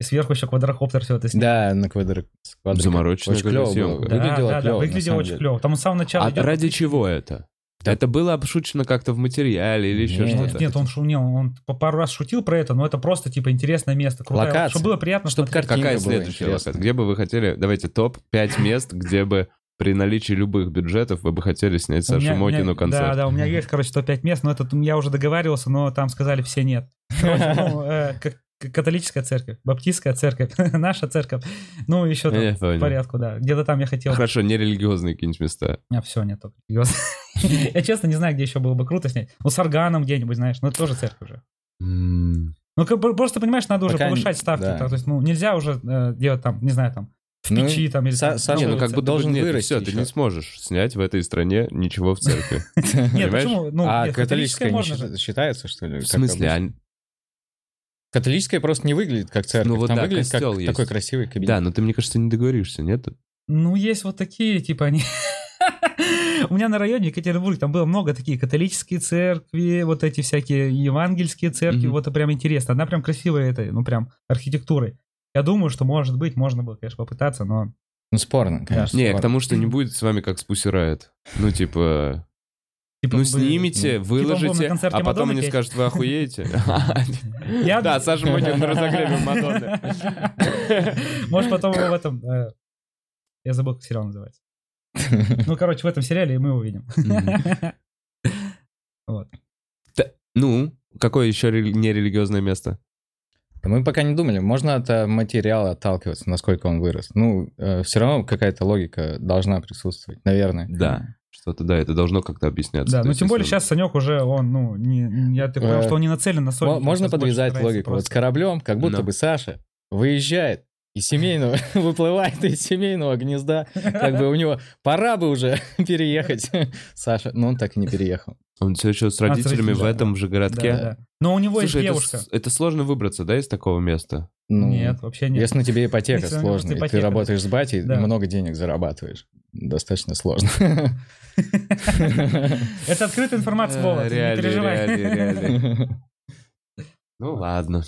[SPEAKER 2] И сверху еще квадрокоптер все это снял.
[SPEAKER 3] Да, на квадрат.
[SPEAKER 1] Замороченная
[SPEAKER 3] Очень
[SPEAKER 1] какая-то
[SPEAKER 3] клево
[SPEAKER 1] съемка.
[SPEAKER 3] было.
[SPEAKER 2] Да,
[SPEAKER 3] выглядело
[SPEAKER 2] да, да,
[SPEAKER 3] клево, на
[SPEAKER 2] выглядело
[SPEAKER 3] самом
[SPEAKER 2] очень
[SPEAKER 3] деле.
[SPEAKER 2] клево. Там с самого начала
[SPEAKER 1] А
[SPEAKER 2] идет-
[SPEAKER 1] ради чего это? Это было обшучено как-то в материале или еще
[SPEAKER 3] Нет.
[SPEAKER 1] что-то?
[SPEAKER 2] Нет, он шумел, он по- пару раз шутил про это, но это просто типа интересное место. крутая-
[SPEAKER 3] Локация.
[SPEAKER 2] Чтобы было приятно,
[SPEAKER 3] Чтоб
[SPEAKER 2] чтобы
[SPEAKER 3] картинка
[SPEAKER 1] Какая
[SPEAKER 3] была
[SPEAKER 1] следующая
[SPEAKER 3] интересная.
[SPEAKER 1] локация? Где бы вы хотели... Давайте топ 5 мест, где бы при наличии любых бюджетов вы бы хотели снять
[SPEAKER 2] У меня-
[SPEAKER 1] Сашу
[SPEAKER 2] у меня-
[SPEAKER 1] Мокину
[SPEAKER 2] Да,
[SPEAKER 1] концерт.
[SPEAKER 2] да, у меня есть, короче, 105 мест, но это я уже договорился, но там сказали все нет. Короче, ну, э, как- к- католическая церковь, баптистская церковь, наша церковь, ну еще там
[SPEAKER 1] Я
[SPEAKER 2] по
[SPEAKER 1] понял. А
[SPEAKER 2] порядку, да, где-то там я хотел.
[SPEAKER 1] Хорошо, не религиозные какие-нибудь места.
[SPEAKER 2] А, все, нет, только религиозно. Я честно не знаю, где еще было бы круто снять. Ну, с органом где-нибудь, знаешь, ну, это тоже церковь уже.
[SPEAKER 1] М,
[SPEAKER 2] Ну, как бы просто, понимаешь, надо уже
[SPEAKER 3] Пока не-
[SPEAKER 2] повышать ставки.
[SPEAKER 3] да.
[SPEAKER 2] так, то есть, ну, нельзя уже э, делать там, не знаю, там, в
[SPEAKER 3] Ну,
[SPEAKER 2] печи там или...
[SPEAKER 3] са-
[SPEAKER 2] там-
[SPEAKER 3] сам
[SPEAKER 1] Не,
[SPEAKER 3] же
[SPEAKER 1] ну как бы
[SPEAKER 3] должен вырасти
[SPEAKER 1] Все, ты
[SPEAKER 3] еще.
[SPEAKER 1] не сможешь снять в этой стране ничего в церкви.
[SPEAKER 2] Нет,
[SPEAKER 1] понимаешь?
[SPEAKER 2] почему? Ну,
[SPEAKER 3] а
[SPEAKER 2] нет,
[SPEAKER 3] католическая,
[SPEAKER 2] католическое
[SPEAKER 3] не
[SPEAKER 2] можно
[SPEAKER 3] счит-
[SPEAKER 2] же.
[SPEAKER 3] считается, что ли?
[SPEAKER 1] В
[SPEAKER 3] как
[SPEAKER 1] смысле,
[SPEAKER 3] обычно?
[SPEAKER 1] а-
[SPEAKER 3] Католическая просто не выглядит как церковь.
[SPEAKER 1] Ну вот
[SPEAKER 3] Там
[SPEAKER 1] да,
[SPEAKER 3] выглядит как
[SPEAKER 1] костел есть.
[SPEAKER 3] такой красивый кабинет.
[SPEAKER 1] Да, ну но ты, мне кажется, не договоришься, нет?
[SPEAKER 2] Ну, есть вот такие, типа, они... У меня на районе Екатеринбург там было много такие католические церкви, вот эти всякие евангельские церкви,
[SPEAKER 1] Мгм.
[SPEAKER 2] вот это прям интересно. Одна прям красивая этой, ну, прям архитектурой. Я думаю, что, может быть, можно было, конечно, попытаться, но...
[SPEAKER 3] Ну, спорно, конечно.
[SPEAKER 1] Не, к
[SPEAKER 3] спорно.
[SPEAKER 1] тому, что не будет с вами как с Pussy Riot. Ну, типа,
[SPEAKER 2] Типа,
[SPEAKER 1] ну
[SPEAKER 2] бы-
[SPEAKER 1] снимите,
[SPEAKER 3] ну,
[SPEAKER 2] типа,
[SPEAKER 1] выложите,
[SPEAKER 2] на концерте
[SPEAKER 1] а потом
[SPEAKER 2] Мадонны
[SPEAKER 1] они
[SPEAKER 2] петь.
[SPEAKER 1] скажут, вы охуеете.
[SPEAKER 2] Я-
[SPEAKER 1] Да, Саша Мокин на разогреве Мадонны.
[SPEAKER 2] Может, потом его в этом... э, Я забыл, как сериал называется. Ну, короче, в этом сериале мы увидим.
[SPEAKER 1] Мгм.
[SPEAKER 2] Вот.
[SPEAKER 1] Ну, какое еще рели- нерелигиозное место?
[SPEAKER 3] Мы пока не думали, можно от э, материала отталкиваться, насколько он вырос. Ну, все равно какая-то логика должна присутствовать, наверное.
[SPEAKER 1] Да. Что-то, да, это должно как-то объясняться.
[SPEAKER 2] Да,
[SPEAKER 1] То
[SPEAKER 2] ну
[SPEAKER 1] есть,
[SPEAKER 2] тем более
[SPEAKER 1] если он-
[SPEAKER 2] сейчас Санек уже, он, ну, не, я так понял,
[SPEAKER 3] Э,
[SPEAKER 2] что он не нацелен на Соника.
[SPEAKER 3] Мо-
[SPEAKER 2] он
[SPEAKER 3] Можно
[SPEAKER 2] сейчас больше
[SPEAKER 3] подвязать
[SPEAKER 2] старается
[SPEAKER 3] логику. Вот с
[SPEAKER 2] просто-
[SPEAKER 3] кораблем, как будто
[SPEAKER 1] Ну.
[SPEAKER 3] бы Саша выезжает из семейного, выплывает из семейного гнезда. Как бы у него пора бы уже переехать. Саша, но он так и не переехал.
[SPEAKER 1] Он все еще с родителями в
[SPEAKER 2] родителями,
[SPEAKER 1] этом же
[SPEAKER 2] Да,
[SPEAKER 1] городке.
[SPEAKER 2] да. Но у него
[SPEAKER 1] Слушай,
[SPEAKER 2] есть
[SPEAKER 1] это
[SPEAKER 2] девушка.
[SPEAKER 1] с- это сложно выбраться, да, из такого места?
[SPEAKER 3] Ну,
[SPEAKER 2] Нет, вообще нет.
[SPEAKER 3] Если на тебе ипотека
[SPEAKER 2] Если у меня
[SPEAKER 3] сложная, и
[SPEAKER 2] просто
[SPEAKER 3] ты
[SPEAKER 2] ипотека,
[SPEAKER 3] работаешь с батей,
[SPEAKER 2] Да.
[SPEAKER 3] много денег зарабатываешь. Достаточно сложно.
[SPEAKER 2] Это открытая информация, Вова,
[SPEAKER 1] Э,
[SPEAKER 2] ты не
[SPEAKER 1] реально, реально,
[SPEAKER 2] переживай.
[SPEAKER 1] реально. Ну ладно.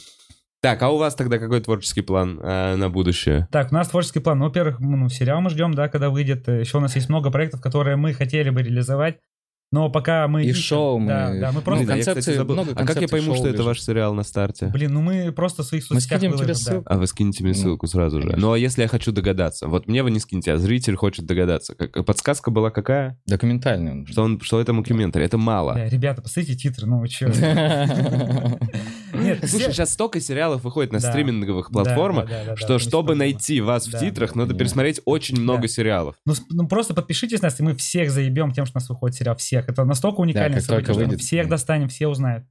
[SPEAKER 1] Так, а у вас тогда какой творческий план э, на будущее?
[SPEAKER 2] Так, у нас творческий план. Ну, Во-первых, ну, сериал мы ждем, да, когда выйдет. Еще у нас есть много проектов, которые мы хотели бы реализовать. Но пока мы...
[SPEAKER 3] И
[SPEAKER 2] ищем-
[SPEAKER 3] шоу мы-
[SPEAKER 2] Да, да, мы
[SPEAKER 3] Ну,
[SPEAKER 2] просто...
[SPEAKER 1] Блин, а я,
[SPEAKER 3] концепции-
[SPEAKER 1] кстати, забыл.
[SPEAKER 3] много
[SPEAKER 1] А как я
[SPEAKER 3] концепций
[SPEAKER 1] пойму,
[SPEAKER 3] шоу
[SPEAKER 1] что это
[SPEAKER 3] лежит.
[SPEAKER 1] ваш сериал на старте?
[SPEAKER 2] Блин, ну мы просто в своих
[SPEAKER 3] Мы
[SPEAKER 2] соцсетях
[SPEAKER 3] скинем тебе
[SPEAKER 2] выложим, да.
[SPEAKER 3] ссылку.
[SPEAKER 1] А вы скинете мне
[SPEAKER 3] Ну,
[SPEAKER 1] ссылку сразу же.
[SPEAKER 3] конечно.
[SPEAKER 1] Ну а если я хочу догадаться? Вот мне вы не скиньте, а зритель хочет догадаться. Как- подсказка была какая?
[SPEAKER 3] Документальный он.
[SPEAKER 1] Что, он, что это мокюментарий. Это мало.
[SPEAKER 2] Бля, ребята, посмотрите титры, ну вы чё.
[SPEAKER 3] Ну,
[SPEAKER 2] Нет,
[SPEAKER 1] Слушай,
[SPEAKER 2] все-
[SPEAKER 1] сейчас столько сериалов выходит на
[SPEAKER 2] Да.
[SPEAKER 1] стриминговых
[SPEAKER 2] Да,
[SPEAKER 1] платформах,
[SPEAKER 2] да, да, да,
[SPEAKER 1] что
[SPEAKER 2] да,
[SPEAKER 1] чтобы
[SPEAKER 2] бесспорно.
[SPEAKER 1] найти вас в
[SPEAKER 2] Да,
[SPEAKER 1] титрах,
[SPEAKER 3] да,
[SPEAKER 1] надо
[SPEAKER 3] понимаю.
[SPEAKER 1] пересмотреть очень много
[SPEAKER 2] Да.
[SPEAKER 1] сериалов.
[SPEAKER 2] Ну, с- ну, просто подпишитесь нас, и мы всех заебем тем, что у нас выходит сериал. Всех. Это настолько уникальное
[SPEAKER 3] как
[SPEAKER 2] событие,
[SPEAKER 3] только
[SPEAKER 2] что мы
[SPEAKER 3] выйдет.
[SPEAKER 2] всех достанем, все узнают.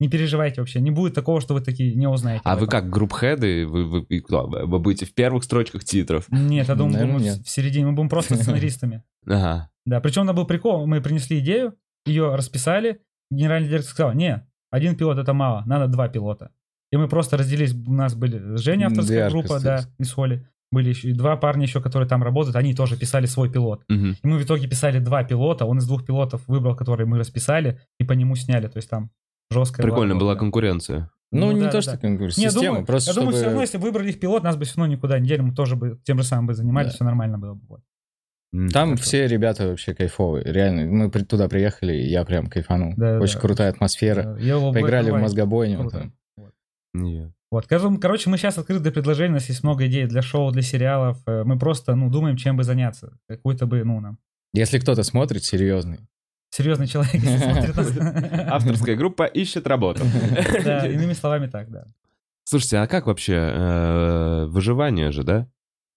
[SPEAKER 2] Не переживайте вообще. Не будет такого, что вы такие не узнаете.
[SPEAKER 1] А
[SPEAKER 2] об
[SPEAKER 1] вы
[SPEAKER 2] этом.
[SPEAKER 1] как, группхеды? Вы, вы, и кто? Вы будете в первых строчках титров.
[SPEAKER 2] Нет, я думаю,
[SPEAKER 3] Наверное,
[SPEAKER 2] мы
[SPEAKER 3] нет.
[SPEAKER 2] в- в середине. Мы будем просто сценаристами.
[SPEAKER 1] Ага.
[SPEAKER 2] Да, причем там был прикол. Мы принесли идею, ее расписали. Генеральный директор сказал, не, один пилот это мало, надо два пилота. И мы просто разделились. У нас были Женя, авторская
[SPEAKER 3] Диарка,
[SPEAKER 2] группа, да,
[SPEAKER 3] кстати.
[SPEAKER 2] и Соли. Были еще и два парня еще, которые там работают. Они тоже писали свой пилот.
[SPEAKER 1] Мгм.
[SPEAKER 2] И мы в итоге писали два пилота. Он из двух пилотов выбрал, которые мы расписали, и по нему сняли. То есть там жестко.
[SPEAKER 1] Прикольно, была конкуренция.
[SPEAKER 3] Ну, не
[SPEAKER 2] да,
[SPEAKER 3] то,
[SPEAKER 2] да,
[SPEAKER 3] что
[SPEAKER 2] да.
[SPEAKER 3] конкурс,
[SPEAKER 2] Не, я
[SPEAKER 3] система.
[SPEAKER 2] думаю,
[SPEAKER 3] Просто
[SPEAKER 2] я думаю, все равно,
[SPEAKER 3] чтобы...
[SPEAKER 2] если бы выбрали их пилот, нас бы все равно никуда не дели, мы тоже бы тем же самым бы занимались,
[SPEAKER 3] Да.
[SPEAKER 2] все нормально было бы. Вот.
[SPEAKER 1] М.
[SPEAKER 3] Там
[SPEAKER 2] Хорошо.
[SPEAKER 3] все ребята вообще кайфовые, реально. Мы при- туда приехали, и я прям кайфанул.
[SPEAKER 2] Да, да,
[SPEAKER 3] Очень
[SPEAKER 2] да.
[SPEAKER 3] крутая атмосфера.
[SPEAKER 2] Э, Yellow Black
[SPEAKER 3] Поиграли в
[SPEAKER 2] White.
[SPEAKER 3] мозгобойню.
[SPEAKER 2] Круто.
[SPEAKER 3] там.
[SPEAKER 1] Не.
[SPEAKER 2] Вот, короче, короче, мы сейчас открыты для предложений, у нас есть много идей для шоу, для сериалов. Э, Мы просто, ну, думаем, чем бы заняться. Какой-то бы, ну, нам
[SPEAKER 3] Если кто-то смотрит, серьезный.
[SPEAKER 2] серьезный человек если смотрит нас.
[SPEAKER 1] Авторская группа ищет работу.
[SPEAKER 2] Да, иными словами так, да.
[SPEAKER 1] Слушайте, а как вообще э, выживание же, да?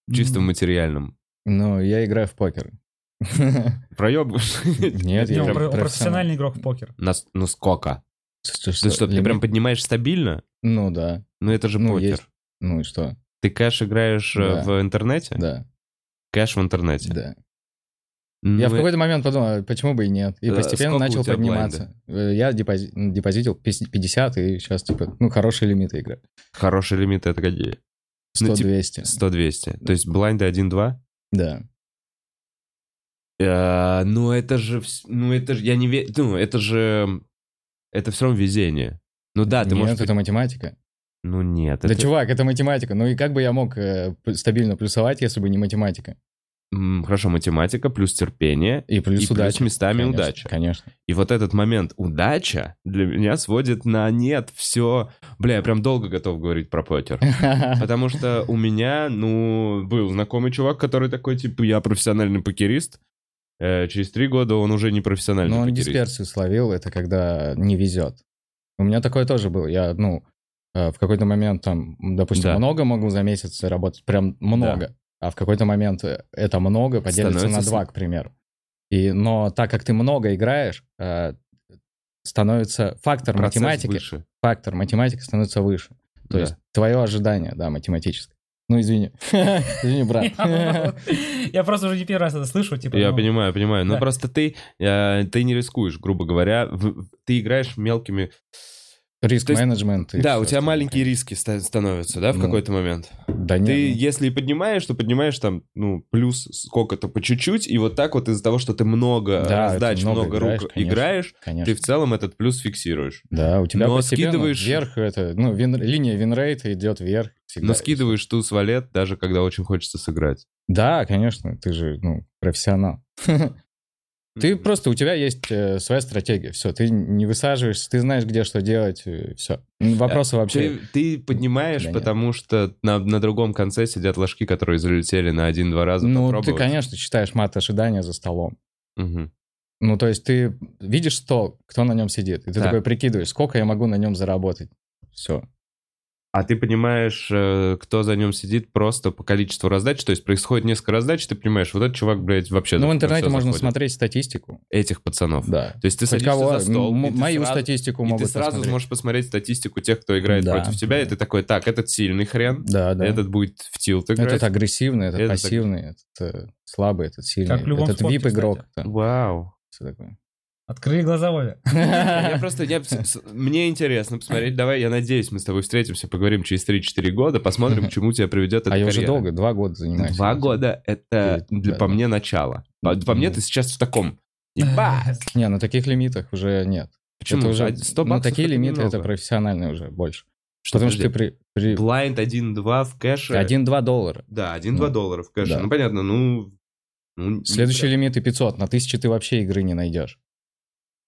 [SPEAKER 1] В чистом
[SPEAKER 2] М.
[SPEAKER 1] материальном.
[SPEAKER 3] Но я играю в покер.
[SPEAKER 1] Проебываешь?
[SPEAKER 3] Нет,
[SPEAKER 2] Не,
[SPEAKER 3] я
[SPEAKER 2] он
[SPEAKER 1] прям
[SPEAKER 2] про-
[SPEAKER 3] прям
[SPEAKER 2] он профессиональный игрок в покер.
[SPEAKER 1] Нас- Ну сколько?
[SPEAKER 3] Что-
[SPEAKER 1] Ты что, ты
[SPEAKER 3] лимит?
[SPEAKER 1] прям поднимаешь стабильно?
[SPEAKER 3] Ну да.
[SPEAKER 1] Ну это же
[SPEAKER 3] Ну,
[SPEAKER 1] покер.
[SPEAKER 3] есть. Ну и что?
[SPEAKER 1] Ты кэш играешь э,
[SPEAKER 3] Да.
[SPEAKER 1] в интернете?
[SPEAKER 3] Да,
[SPEAKER 1] Кэш в интернете.
[SPEAKER 3] да.
[SPEAKER 1] Типа, Ну,
[SPEAKER 3] Я в
[SPEAKER 1] э,
[SPEAKER 3] какой-то момент подумал, а почему бы и нет. И
[SPEAKER 1] Э,
[SPEAKER 3] постепенно
[SPEAKER 1] сколько у
[SPEAKER 3] начал
[SPEAKER 1] тебя
[SPEAKER 3] подниматься. Э, Я депози- депозитил 50 50, и сейчас, типа, ну, хорошие лимиты играю.
[SPEAKER 1] Хороший лимит это какие? Ну, типа,
[SPEAKER 3] 100-200.
[SPEAKER 1] 100-200. То есть блайнды 1-2?
[SPEAKER 3] Да.
[SPEAKER 1] Э, Ну это же... вс- Ну это же... Я не верю... Ну это же... Это все равно везение. Ну да, ты
[SPEAKER 3] Нет,
[SPEAKER 1] можешь...
[SPEAKER 3] это математика.
[SPEAKER 1] Ну нет.
[SPEAKER 3] Да,
[SPEAKER 1] это-
[SPEAKER 3] чувак, это математика. Ну и как бы я мог э, п- стабильно плюсовать, если бы не математика?
[SPEAKER 1] М, Хорошо, математика плюс терпение
[SPEAKER 3] И плюс
[SPEAKER 1] Ну и
[SPEAKER 3] удача.
[SPEAKER 1] плюс местами
[SPEAKER 3] Конечно,
[SPEAKER 1] удача.
[SPEAKER 3] Конечно.
[SPEAKER 1] И вот этот момент удача для меня сводит на нет все. Бля, я прям долго готов говорить про покер. Потому что у меня, ну, был знакомый чувак, который такой, типа, я профессиональный покерист. Э, через три года он уже не профессиональный
[SPEAKER 3] Но он
[SPEAKER 1] покерист.
[SPEAKER 3] дисперсию словил, это когда не везет. У меня такое тоже было. Я, ну, э, э, в какой-то момент там, допустим,
[SPEAKER 1] Да.
[SPEAKER 3] много могу за месяц работать, прям много. А в какой-то момент э, это много поделится на
[SPEAKER 1] Становится
[SPEAKER 3] два, к примеру. И, но так как ты много играешь, э, становится фактор
[SPEAKER 1] Процесс
[SPEAKER 3] математики,
[SPEAKER 1] выше.
[SPEAKER 3] фактор математики становится выше. То
[SPEAKER 1] Да.
[SPEAKER 3] есть твое ожидание, да, математическое. Ну, извини. Извини, брат.
[SPEAKER 2] Я просто уже не первый раз это слышу, типа.
[SPEAKER 1] Я
[SPEAKER 2] ну,
[SPEAKER 1] понимаю, понимаю. Но
[SPEAKER 2] да.
[SPEAKER 1] просто ты, э, ты не рискуешь, грубо говоря. В- ты играешь мелкими... есть-
[SPEAKER 3] Риск-менеджмент. и
[SPEAKER 1] да,
[SPEAKER 3] всё
[SPEAKER 1] у тебя
[SPEAKER 3] остальное.
[SPEAKER 1] маленькие риски ста- становятся, да, в
[SPEAKER 3] Ну,
[SPEAKER 1] какой-то момент.
[SPEAKER 3] Да нет,
[SPEAKER 1] ты,
[SPEAKER 3] ну,
[SPEAKER 1] если и поднимаешь, то поднимаешь там, ну, плюс сколько-то по чуть-чуть. И вот так вот из-за того, что ты много
[SPEAKER 3] Да,
[SPEAKER 1] раздач,
[SPEAKER 3] ты много
[SPEAKER 1] много,
[SPEAKER 3] играешь,
[SPEAKER 1] рук
[SPEAKER 3] конечно.
[SPEAKER 1] играешь,
[SPEAKER 3] конечно.
[SPEAKER 1] ты в целом этот плюс фиксируешь.
[SPEAKER 3] Да, у тебя
[SPEAKER 1] Но
[SPEAKER 3] постепенно
[SPEAKER 1] скидываешь-
[SPEAKER 3] вверх, это, ну, вин- линия винрейта идет вверх. всегда.
[SPEAKER 1] Но скидываешь туз валет, даже когда очень хочется сыграть.
[SPEAKER 3] Да, конечно, ты же, ну, профессионал. Ты
[SPEAKER 1] Мгм.
[SPEAKER 3] просто, у тебя есть э, своя стратегия, все, ты не высаживаешься, ты знаешь, где что делать, все. Вопросы вообще...
[SPEAKER 1] Э, Ты, ты поднимаешь,
[SPEAKER 3] Да нет.
[SPEAKER 1] потому что на, на другом конце сидят ложки, которые залетели на один-два раза.
[SPEAKER 3] Ну, ты,
[SPEAKER 1] попробовать.
[SPEAKER 3] конечно, читаешь мат ожидания за столом.
[SPEAKER 1] Мгм.
[SPEAKER 3] Ну, то есть ты видишь стол, кто на нем сидит, и ты
[SPEAKER 1] Да.
[SPEAKER 3] такой прикидываешь, сколько я могу на нем заработать. Все.
[SPEAKER 1] А ты понимаешь, э, кто за ним сидит просто по количеству раздач. То есть происходит несколько раздач, и ты понимаешь, вот этот чувак, блядь, вообще...
[SPEAKER 3] Ну, в
[SPEAKER 1] на
[SPEAKER 3] интернете
[SPEAKER 1] всё
[SPEAKER 3] можно
[SPEAKER 1] заходит.
[SPEAKER 3] смотреть статистику.
[SPEAKER 1] Этих пацанов.
[SPEAKER 3] Да.
[SPEAKER 1] То есть ты
[SPEAKER 3] Хоть
[SPEAKER 1] садишься за
[SPEAKER 3] кого,
[SPEAKER 1] стол,
[SPEAKER 3] м-
[SPEAKER 1] и ты
[SPEAKER 3] мою
[SPEAKER 1] сразу-
[SPEAKER 3] статистику
[SPEAKER 1] И
[SPEAKER 3] могут
[SPEAKER 1] ты сразу
[SPEAKER 3] посмотреть.
[SPEAKER 1] сможешь посмотреть статистику тех, кто играет
[SPEAKER 3] Да,
[SPEAKER 1] против тебя, и
[SPEAKER 3] да.
[SPEAKER 1] ты такой, так, этот сильный хрен,
[SPEAKER 3] Да, да.
[SPEAKER 1] этот будет в тилт играть.
[SPEAKER 3] Этот агрессивный, этот
[SPEAKER 1] Этот
[SPEAKER 3] пассивный, этот э, слабый, этот сильный,
[SPEAKER 2] Как в любом
[SPEAKER 3] этот
[SPEAKER 2] спорте,
[SPEAKER 3] вип-игрок.
[SPEAKER 2] кстати.
[SPEAKER 3] да,
[SPEAKER 1] Вау.
[SPEAKER 3] всё такое.
[SPEAKER 2] Открыли глаза Вове.
[SPEAKER 1] Я просто, я- с- с- мне интересно посмотреть. Давай, я надеюсь, мы с тобой встретимся, поговорим через 3-4 года, посмотрим, к чему тебя приведет эта
[SPEAKER 3] А я уже
[SPEAKER 1] карьера.
[SPEAKER 3] долго, два года занимаюсь.
[SPEAKER 1] Два
[SPEAKER 3] этим.
[SPEAKER 1] года — это,
[SPEAKER 3] Ты-
[SPEAKER 1] для,
[SPEAKER 3] да,
[SPEAKER 1] по
[SPEAKER 3] да.
[SPEAKER 1] мне, начало. По, по мне, ты сейчас в таком... Ебать!
[SPEAKER 3] Не, на таких лимитах уже нет.
[SPEAKER 1] Почему?
[SPEAKER 3] Это уже,
[SPEAKER 1] А 100
[SPEAKER 3] ну,
[SPEAKER 1] баксов
[SPEAKER 3] такие
[SPEAKER 1] это
[SPEAKER 3] лимиты, это
[SPEAKER 1] немного.
[SPEAKER 3] профессиональные уже больше.
[SPEAKER 1] Что,
[SPEAKER 3] Потому что ты
[SPEAKER 1] подожди,
[SPEAKER 3] при... при...
[SPEAKER 1] Блайнд 1-2 в кэше.
[SPEAKER 3] 1-2 доллара.
[SPEAKER 1] Да, 1-2
[SPEAKER 3] Ну,
[SPEAKER 1] доллара в кэше.
[SPEAKER 3] да.
[SPEAKER 1] Ну, понятно, ну... ну,
[SPEAKER 3] Следующие лимиты 500. На 1000 ты вообще игры не найдешь.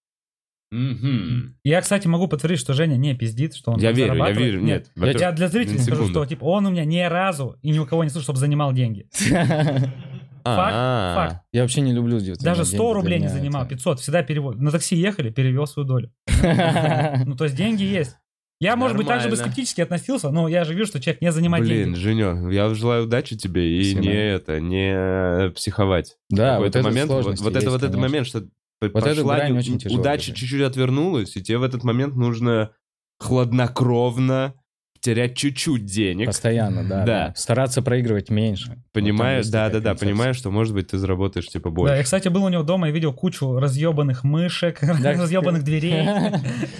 [SPEAKER 1] Мгм.
[SPEAKER 2] Я, кстати, могу подтвердить, что Женя не пиздит, что он
[SPEAKER 1] Я
[SPEAKER 2] там
[SPEAKER 1] верю, я
[SPEAKER 2] зарабатывает.
[SPEAKER 1] верю. Нет,
[SPEAKER 2] Я
[SPEAKER 1] во-первых,
[SPEAKER 2] тебя для зрителей
[SPEAKER 1] на
[SPEAKER 2] скажу,
[SPEAKER 1] секунду.
[SPEAKER 2] что типа он у меня ни разу и ни у кого не слышал, чтобы занимал деньги.
[SPEAKER 1] А-а.
[SPEAKER 2] факт.
[SPEAKER 3] Я вообще не люблю удивительные
[SPEAKER 2] Даже
[SPEAKER 3] деньги,
[SPEAKER 2] 100
[SPEAKER 3] для
[SPEAKER 2] рублей не
[SPEAKER 3] меня
[SPEAKER 2] занимал,
[SPEAKER 3] это-
[SPEAKER 2] 500 всегда перевод. На такси ехали, перевел свою долю. Ну, то есть деньги есть. Я, может быть, также бы
[SPEAKER 1] Нормально.
[SPEAKER 2] скептически относился, но я же вижу, что человек не занимает
[SPEAKER 1] Блин,
[SPEAKER 2] деньги.
[SPEAKER 1] Женек, я желаю удачи тебе и
[SPEAKER 3] Спасибо.
[SPEAKER 1] не это, не психовать.
[SPEAKER 3] Да, вот
[SPEAKER 1] Какой-то
[SPEAKER 3] этот
[SPEAKER 1] момент, вот,
[SPEAKER 3] сложности
[SPEAKER 1] вот это
[SPEAKER 3] есть,
[SPEAKER 1] вот этот
[SPEAKER 3] конечно.
[SPEAKER 1] момент, что п-
[SPEAKER 3] Вот эта
[SPEAKER 1] пошла
[SPEAKER 3] грань
[SPEAKER 1] не-
[SPEAKER 3] очень тяжелая,
[SPEAKER 1] удача
[SPEAKER 3] блин.
[SPEAKER 1] чуть-чуть отвернулась, и тебе в этот момент нужно хладнокровно терять чуть-чуть денег,
[SPEAKER 3] Постоянно,
[SPEAKER 1] Да.
[SPEAKER 3] да, да. Стараться проигрывать меньше.
[SPEAKER 1] понимая,
[SPEAKER 3] Вот там есть такая
[SPEAKER 1] да-да-да,
[SPEAKER 3] концепция.
[SPEAKER 1] понимая, что, может быть, ты заработаешь, типа,
[SPEAKER 2] Да, я,
[SPEAKER 1] больше.
[SPEAKER 2] кстати, был у него дома и видел кучу разъебанных мышек, разъебанных дверей.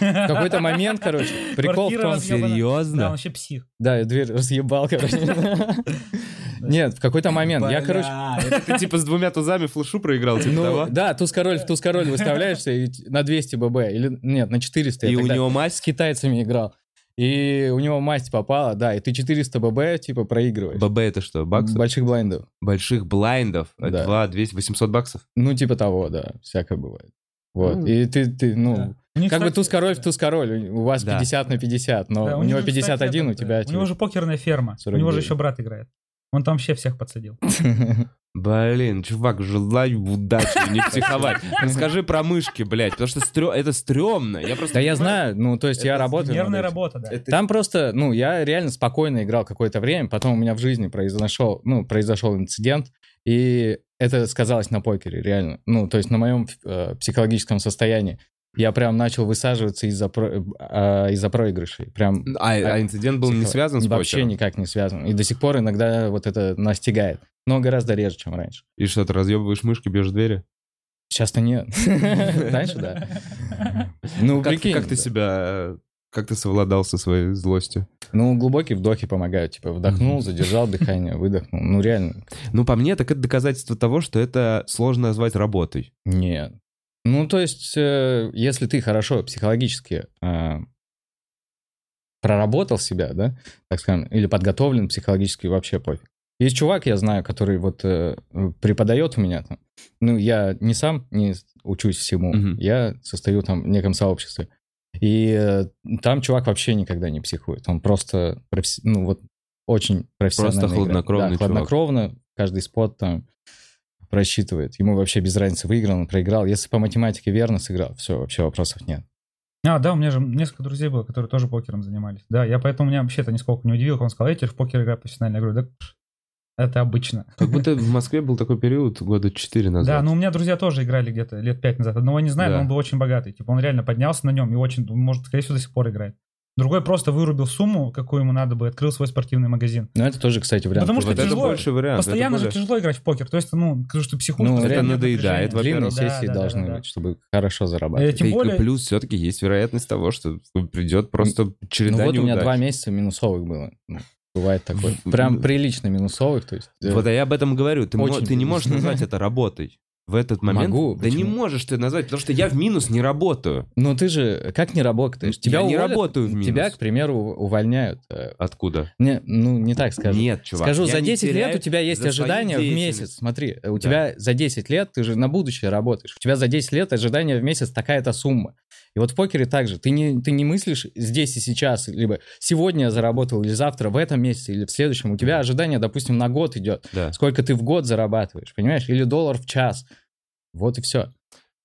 [SPEAKER 3] В какой-то момент, короче, прикол в
[SPEAKER 2] Квартира
[SPEAKER 3] том...
[SPEAKER 2] разъебана. Да, он
[SPEAKER 1] Серьезно?
[SPEAKER 2] вообще псих.
[SPEAKER 3] Да, я дверь разъебал, короче. Нет, в какой-то момент. Я, короче...
[SPEAKER 1] Ты, типа, с двумя тузами флешу проиграл, типа
[SPEAKER 3] Ну,
[SPEAKER 1] того?
[SPEAKER 3] да, туз-король в туз-король выставляешься и т- на 200 бб. Или, нет, на 400. я
[SPEAKER 1] И у
[SPEAKER 3] тогда
[SPEAKER 1] него
[SPEAKER 3] с
[SPEAKER 1] мазь
[SPEAKER 3] китайцами играл. И у него масть попала, да, и ты 400 бб, типа, проигрываешь.
[SPEAKER 1] ББ это что, баксов?
[SPEAKER 3] Больших блайндов.
[SPEAKER 1] Больших блайндов. а
[SPEAKER 3] Да.
[SPEAKER 1] 2, 200, 800 баксов.
[SPEAKER 3] Ну, типа того, да, всякое бывает. Вот,
[SPEAKER 1] Ну,
[SPEAKER 3] и ты, ты ну,
[SPEAKER 2] У них,
[SPEAKER 3] как бы
[SPEAKER 2] кстати,
[SPEAKER 3] туз-король в туз-король, у вас
[SPEAKER 1] Да.
[SPEAKER 3] 50 на 50, но
[SPEAKER 2] да,
[SPEAKER 3] у него
[SPEAKER 2] же, кстати,
[SPEAKER 3] 51, у
[SPEAKER 2] этот,
[SPEAKER 3] тебя... типа.
[SPEAKER 2] э, У него же покерная ферма. У него же
[SPEAKER 3] 49.
[SPEAKER 2] еще брат играет. Он там вообще всех подсадил.
[SPEAKER 1] Блин, чувак, желаю удачи, не психовать. Расскажи про мышки, блядь, потому что стрё- это стрёмно. Я просто...
[SPEAKER 3] Да
[SPEAKER 1] понимаю,
[SPEAKER 3] я знаю, ну, то есть я работаю... над
[SPEAKER 2] Нервная
[SPEAKER 3] этим.
[SPEAKER 2] работа, да.
[SPEAKER 1] это-
[SPEAKER 3] Там просто, ну, я реально спокойно играл какое-то время, потом у меня в жизни произошел, ну, произошел инцидент, и это сказалось на покере, реально. Ну, то есть на моем э, психологическом состоянии. Я прям начал высаживаться из-за про- э, из-за проигрышей. Прям
[SPEAKER 1] А, а инцидент был не
[SPEAKER 3] психо-
[SPEAKER 1] связан с
[SPEAKER 3] Типа, Вообще
[SPEAKER 1] покером?
[SPEAKER 3] никак не связан. И до сих пор иногда вот это настигает. Но гораздо реже, чем раньше.
[SPEAKER 1] И что, ты разъебываешь мышки, бьешь двери?
[SPEAKER 3] Сейчас-то нет. Раньше, да. Ну,
[SPEAKER 1] Как,
[SPEAKER 3] прикинь.
[SPEAKER 1] как ты
[SPEAKER 3] да.
[SPEAKER 1] себя... э, Как ты совладал со своей злостью?
[SPEAKER 3] Ну, глубокие вдохи помогают. Типа вдохнул, задержал дыхание, выдохнул. Ну, реально.
[SPEAKER 1] Ну, по мне, так это доказательство того, что это сложно назвать работой.
[SPEAKER 3] Нет. Ну, то есть, э, если ты хорошо психологически э, проработал себя, да, так скажем, или подготовлен психологически, вообще пофиг. Есть чувак, я знаю, который вот э, преподает у меня там. Ну, я не сам не учусь всему,
[SPEAKER 1] Мгм.
[SPEAKER 3] я состою там в неком сообществе. И э, там чувак вообще никогда не психует. Он просто, професс- ну, вот очень профессионально играет.
[SPEAKER 1] хладнокровный
[SPEAKER 3] Да,
[SPEAKER 1] чувак.
[SPEAKER 3] хладнокровно, каждый спот там просчитывает. Ему вообще без разницы, выиграл он, проиграл. Если по математике верно сыграл, все, вообще вопросов нет.
[SPEAKER 2] А, да, у меня же несколько друзей было, которые тоже покером занимались. Да, я поэтому меня вообще это нисколько не удивил, когда он сказал, я теперь в покер играю профессионально. Я говорю, да пш, это обычно.
[SPEAKER 1] Как будто в Москве был такой период года 4 назад.
[SPEAKER 2] Да, ну, но у меня друзья тоже играли где-то лет пять назад. Одного не знаю,
[SPEAKER 1] Да.
[SPEAKER 2] но он был очень богатый. Типа он реально поднялся на нем и очень, может, скорее всего, до сих пор играет. Другой просто вырубил сумму, какую ему надо бы, и открыл свой спортивный магазин.
[SPEAKER 3] Ну, это тоже, кстати, вариант.
[SPEAKER 2] Потому
[SPEAKER 1] Вот
[SPEAKER 2] что
[SPEAKER 1] это
[SPEAKER 2] тяжело.
[SPEAKER 1] больше вариант.
[SPEAKER 2] Постоянно
[SPEAKER 1] А, это
[SPEAKER 2] же
[SPEAKER 1] более-
[SPEAKER 2] тяжело играть в покер. То есть, ну, потому что психушка.
[SPEAKER 3] Ну, это
[SPEAKER 2] постоянно
[SPEAKER 1] надоедает,
[SPEAKER 2] напряжение.
[SPEAKER 3] длинные
[SPEAKER 1] во-первых.
[SPEAKER 2] Да,
[SPEAKER 3] сессии
[SPEAKER 2] да, да,
[SPEAKER 3] должны
[SPEAKER 2] да.
[SPEAKER 3] быть, чтобы хорошо
[SPEAKER 2] Э,
[SPEAKER 3] зарабатывать.
[SPEAKER 2] тем
[SPEAKER 1] И
[SPEAKER 2] более,
[SPEAKER 1] плюс все-таки есть вероятность того, что придет просто череда
[SPEAKER 3] Ну вот у меня
[SPEAKER 1] неудач.
[SPEAKER 3] два месяца минусовых было. Ну, Бывает такое. Прям прилично минусовых, то есть. э,
[SPEAKER 1] Вот а я об этом говорю. Ты, мо-
[SPEAKER 3] Очень
[SPEAKER 1] ты не можешь
[SPEAKER 3] грустно.
[SPEAKER 1] назвать это работой в этот момент.
[SPEAKER 3] Могу,
[SPEAKER 1] Да не
[SPEAKER 3] почему?
[SPEAKER 1] можешь ты назвать, потому что я в минус не работаю.
[SPEAKER 3] Ну ты же как не работаешь?
[SPEAKER 1] Я
[SPEAKER 3] Тебя
[SPEAKER 1] не
[SPEAKER 3] уволят,
[SPEAKER 1] работаю в минус.
[SPEAKER 3] Тебя, к примеру, увольняют. э,
[SPEAKER 1] Откуда?
[SPEAKER 3] Не, ну не так скажу.
[SPEAKER 1] Нет, чувак.
[SPEAKER 3] Скажу,
[SPEAKER 1] я
[SPEAKER 3] за
[SPEAKER 1] не
[SPEAKER 3] 10 лет
[SPEAKER 1] теряю
[SPEAKER 3] у тебя есть
[SPEAKER 1] за свою
[SPEAKER 3] ожидания в
[SPEAKER 1] деятельность.
[SPEAKER 3] месяц. Смотри, э, у
[SPEAKER 1] Да.
[SPEAKER 3] тебя за 10 лет ты же на будущее работаешь. У тебя за 10 лет ожидания в месяц такая-то сумма. И вот в покере также. Ты не, ты не мыслишь здесь и сейчас, либо сегодня я заработал, или завтра, в этом месяце, или в следующем. У тебя ожидание, допустим, на год идет.
[SPEAKER 1] Да.
[SPEAKER 3] Сколько ты в год зарабатываешь, понимаешь? Или доллар в час. Вот и все.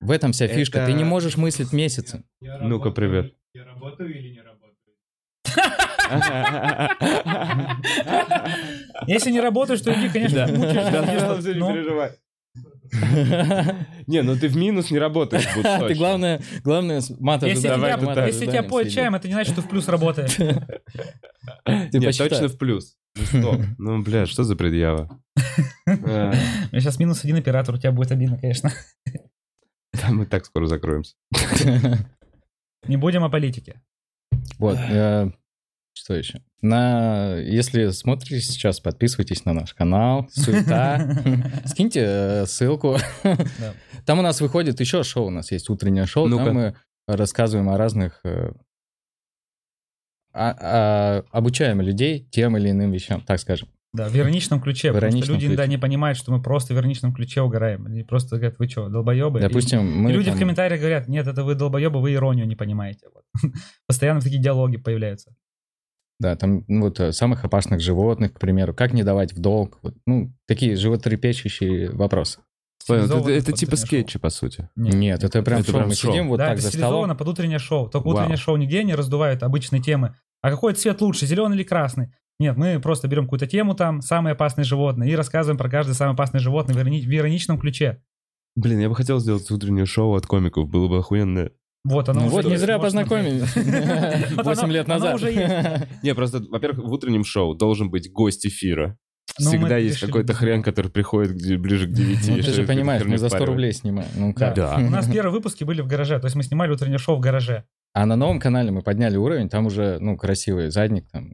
[SPEAKER 3] В этом вся
[SPEAKER 1] Это-
[SPEAKER 3] фишка. Ты не можешь мыслить месяцем.
[SPEAKER 4] Я
[SPEAKER 1] Ну-ка,
[SPEAKER 4] работаю-
[SPEAKER 1] привет.
[SPEAKER 4] Я работаю или не работаю?
[SPEAKER 2] Если не работаешь, то иди, конечно,
[SPEAKER 1] Да.
[SPEAKER 2] ты мучаешься,
[SPEAKER 1] Да,
[SPEAKER 2] потому
[SPEAKER 1] на
[SPEAKER 2] что,
[SPEAKER 1] самом деле,
[SPEAKER 2] ну,
[SPEAKER 1] не переживай. Не, ну ты в минус не работаешь. вот
[SPEAKER 3] Ты
[SPEAKER 1] точно.
[SPEAKER 3] главное, главное, с- мат
[SPEAKER 2] Если
[SPEAKER 3] ожидания,
[SPEAKER 2] тебя,
[SPEAKER 1] давай,
[SPEAKER 3] мат
[SPEAKER 1] да,
[SPEAKER 2] если тебя
[SPEAKER 3] ожидания
[SPEAKER 2] поят
[SPEAKER 3] следит.
[SPEAKER 2] чаем, это не значит, что ты в плюс работаешь.
[SPEAKER 3] Ты
[SPEAKER 1] Нет,
[SPEAKER 3] посчитай.
[SPEAKER 1] точно в плюс. Ну, стоп. Ну, бля, что за предъява? Э,
[SPEAKER 2] Сейчас минус один оператор, у тебя будет обидно, конечно.
[SPEAKER 1] Да, мы так скоро закроемся.
[SPEAKER 2] Не будем о политике.
[SPEAKER 3] Вот. э, Что еще? На, если смотрите сейчас, подписывайтесь на наш канал. Суета. Скиньте э, ссылку.
[SPEAKER 2] Да.
[SPEAKER 3] Там у нас выходит еще шоу. У нас есть утреннее шоу.
[SPEAKER 1] Ну-ка.
[SPEAKER 3] Там мы рассказываем о разных... э, а- а- обучаем людей тем или иным вещам, так скажем.
[SPEAKER 2] Да, в ироничном ключе,
[SPEAKER 3] В
[SPEAKER 2] потому что
[SPEAKER 3] ироничном
[SPEAKER 2] люди иногда
[SPEAKER 3] ключе.
[SPEAKER 2] не понимают, что мы просто в ироничном ключе угораем. Они просто говорят, вы что, долбоебы?
[SPEAKER 3] Допустим,
[SPEAKER 2] И
[SPEAKER 3] мы...
[SPEAKER 2] люди в
[SPEAKER 3] там-
[SPEAKER 2] комментариях говорят, нет, это вы долбоебы, вы иронию не понимаете. Вот. Постоянно такие диалоги появляются.
[SPEAKER 3] Да, там ну, вот э, самых опасных животных, к примеру, как не давать в долг, вот, ну, такие животрепещущие вопросы.
[SPEAKER 1] Понял,
[SPEAKER 2] Цивилизованно
[SPEAKER 1] это- это
[SPEAKER 2] под
[SPEAKER 1] типа
[SPEAKER 2] утреннее шоу.
[SPEAKER 1] скетчи, по сути.
[SPEAKER 3] Нет, это прям
[SPEAKER 1] это
[SPEAKER 3] шоу,
[SPEAKER 1] прям
[SPEAKER 3] мы
[SPEAKER 1] шоу.
[SPEAKER 3] сидим вот
[SPEAKER 2] да,
[SPEAKER 3] так
[SPEAKER 2] это
[SPEAKER 3] за
[SPEAKER 2] стилизовано
[SPEAKER 3] столом.
[SPEAKER 2] под утреннее шоу. Только
[SPEAKER 1] Вау.
[SPEAKER 2] утреннее шоу нигде не раздувают обычные темы. А какой цвет лучше, зеленый или красный? Нет, мы просто берем какую-то тему там, самые опасные животные, и рассказываем про каждое самое опасное животное в ирони- в ироничном ключе.
[SPEAKER 1] Блин, я бы хотел сделать утреннее шоу от комиков, было бы охуенно.
[SPEAKER 2] Вот оно
[SPEAKER 3] Ну
[SPEAKER 2] уже
[SPEAKER 3] вот, не
[SPEAKER 2] есть,
[SPEAKER 3] зря
[SPEAKER 2] можно
[SPEAKER 3] познакомились.
[SPEAKER 2] смотреть. Вот
[SPEAKER 3] Восемь
[SPEAKER 2] оно-
[SPEAKER 3] лет
[SPEAKER 2] оно
[SPEAKER 3] назад.
[SPEAKER 2] уже есть.
[SPEAKER 1] Не, просто, во-первых, в утреннем шоу должен быть гость эфира.
[SPEAKER 2] Ну, мы
[SPEAKER 1] Всегда
[SPEAKER 2] это
[SPEAKER 1] есть
[SPEAKER 2] решили
[SPEAKER 1] какой-то
[SPEAKER 2] без
[SPEAKER 1] хрен, который приходит где- ближе к 9.
[SPEAKER 3] Ну, ты же понимаешь, мы за 100 рублей снимаем. Ну,
[SPEAKER 2] Да.
[SPEAKER 3] как?
[SPEAKER 1] Да.
[SPEAKER 2] У нас первые выпуски были в гараже, то есть мы снимали утреннее шоу в гараже.
[SPEAKER 3] А на новом канале мы подняли уровень, там уже, ну, красивый задник там.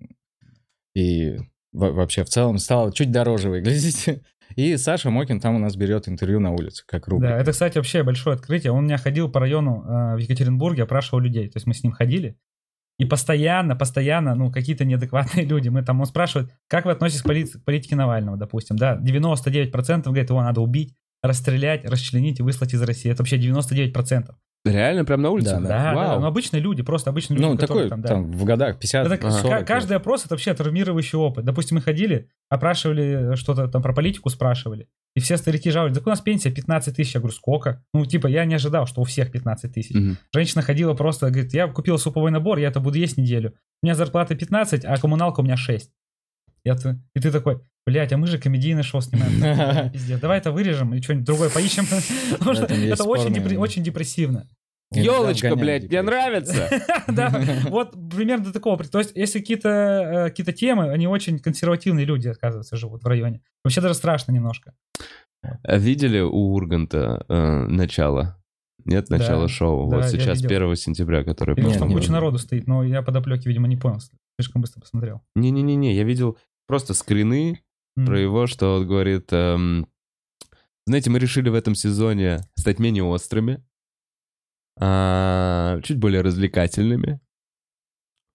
[SPEAKER 3] И во- вообще в целом стало чуть дороже выглядеть. И Саша Мокин там у нас берет интервью на улице, как рубрика.
[SPEAKER 2] Да, это, кстати, вообще большое открытие. Он у меня ходил по району э, в Екатеринбурге, опрашивал людей. То есть мы с ним ходили. И постоянно, постоянно, ну, какие-то неадекватные люди. Мы там, он спрашивает, как вы относитесь к, поли- к политике Навального, допустим, да? 99% говорит, его надо убить, расстрелять, расчленить и выслать из России. Это вообще 99%.
[SPEAKER 1] Реально, прям на улице?
[SPEAKER 3] Да,
[SPEAKER 2] Да,
[SPEAKER 3] да.
[SPEAKER 2] да,
[SPEAKER 3] Вау.
[SPEAKER 2] ну, обычные люди, просто обычные люди.
[SPEAKER 3] Ну,
[SPEAKER 2] которые
[SPEAKER 3] такой
[SPEAKER 2] там,
[SPEAKER 3] там,
[SPEAKER 2] да.
[SPEAKER 3] в годах 50
[SPEAKER 2] Это к- ка-
[SPEAKER 3] 40 лет.
[SPEAKER 2] каждый опрос это вообще травмирующий опыт. Допустим, мы ходили, опрашивали э, что-то там про политику, спрашивали. И все старики жаловались, так у нас пенсия 15 тысяч. Я говорю, сколько? Ну, типа, я не ожидал, что у всех 15 тысяч.
[SPEAKER 1] Мгм.
[SPEAKER 2] Женщина ходила просто, говорит, я купила суповой набор, я это буду есть неделю. У меня зарплата 15, а коммуналка у меня 6. Я т- и ты такой, блядь, а мы же комедийное шоу снимаем. Пиздец, давай это вырежем и что-нибудь другое поищем. Потому что
[SPEAKER 3] этом есть
[SPEAKER 2] это очень
[SPEAKER 3] спорные-
[SPEAKER 2] депре- очень депрессивно.
[SPEAKER 3] Иногда
[SPEAKER 1] Ёлочка,
[SPEAKER 3] вгоняют
[SPEAKER 1] блядь, мне
[SPEAKER 3] депрессию.
[SPEAKER 1] нравится.
[SPEAKER 2] Да, вот примерно до такого. То есть, если какие-то э, какие-то темы, они очень консервативные люди, оказывается, живут в районе. Вообще даже страшно немножко.
[SPEAKER 1] А Видели у Урганта э, начало? Нет,
[SPEAKER 2] Да.
[SPEAKER 1] начало шоу.
[SPEAKER 2] Да,
[SPEAKER 1] Вот
[SPEAKER 2] я
[SPEAKER 1] сейчас
[SPEAKER 2] видел.
[SPEAKER 1] 1 сентября, которое
[SPEAKER 2] Потому
[SPEAKER 3] Не,
[SPEAKER 2] что там
[SPEAKER 3] не
[SPEAKER 2] куча
[SPEAKER 3] видел.
[SPEAKER 2] народу стоит, но я подоплеки, видимо, не понял. Слишком быстро посмотрел.
[SPEAKER 1] Не-не-не, я видел просто скрины
[SPEAKER 2] М.
[SPEAKER 1] про его, что он говорит, эм, знаете, мы решили в этом сезоне стать менее острыми, а, чуть более развлекательными.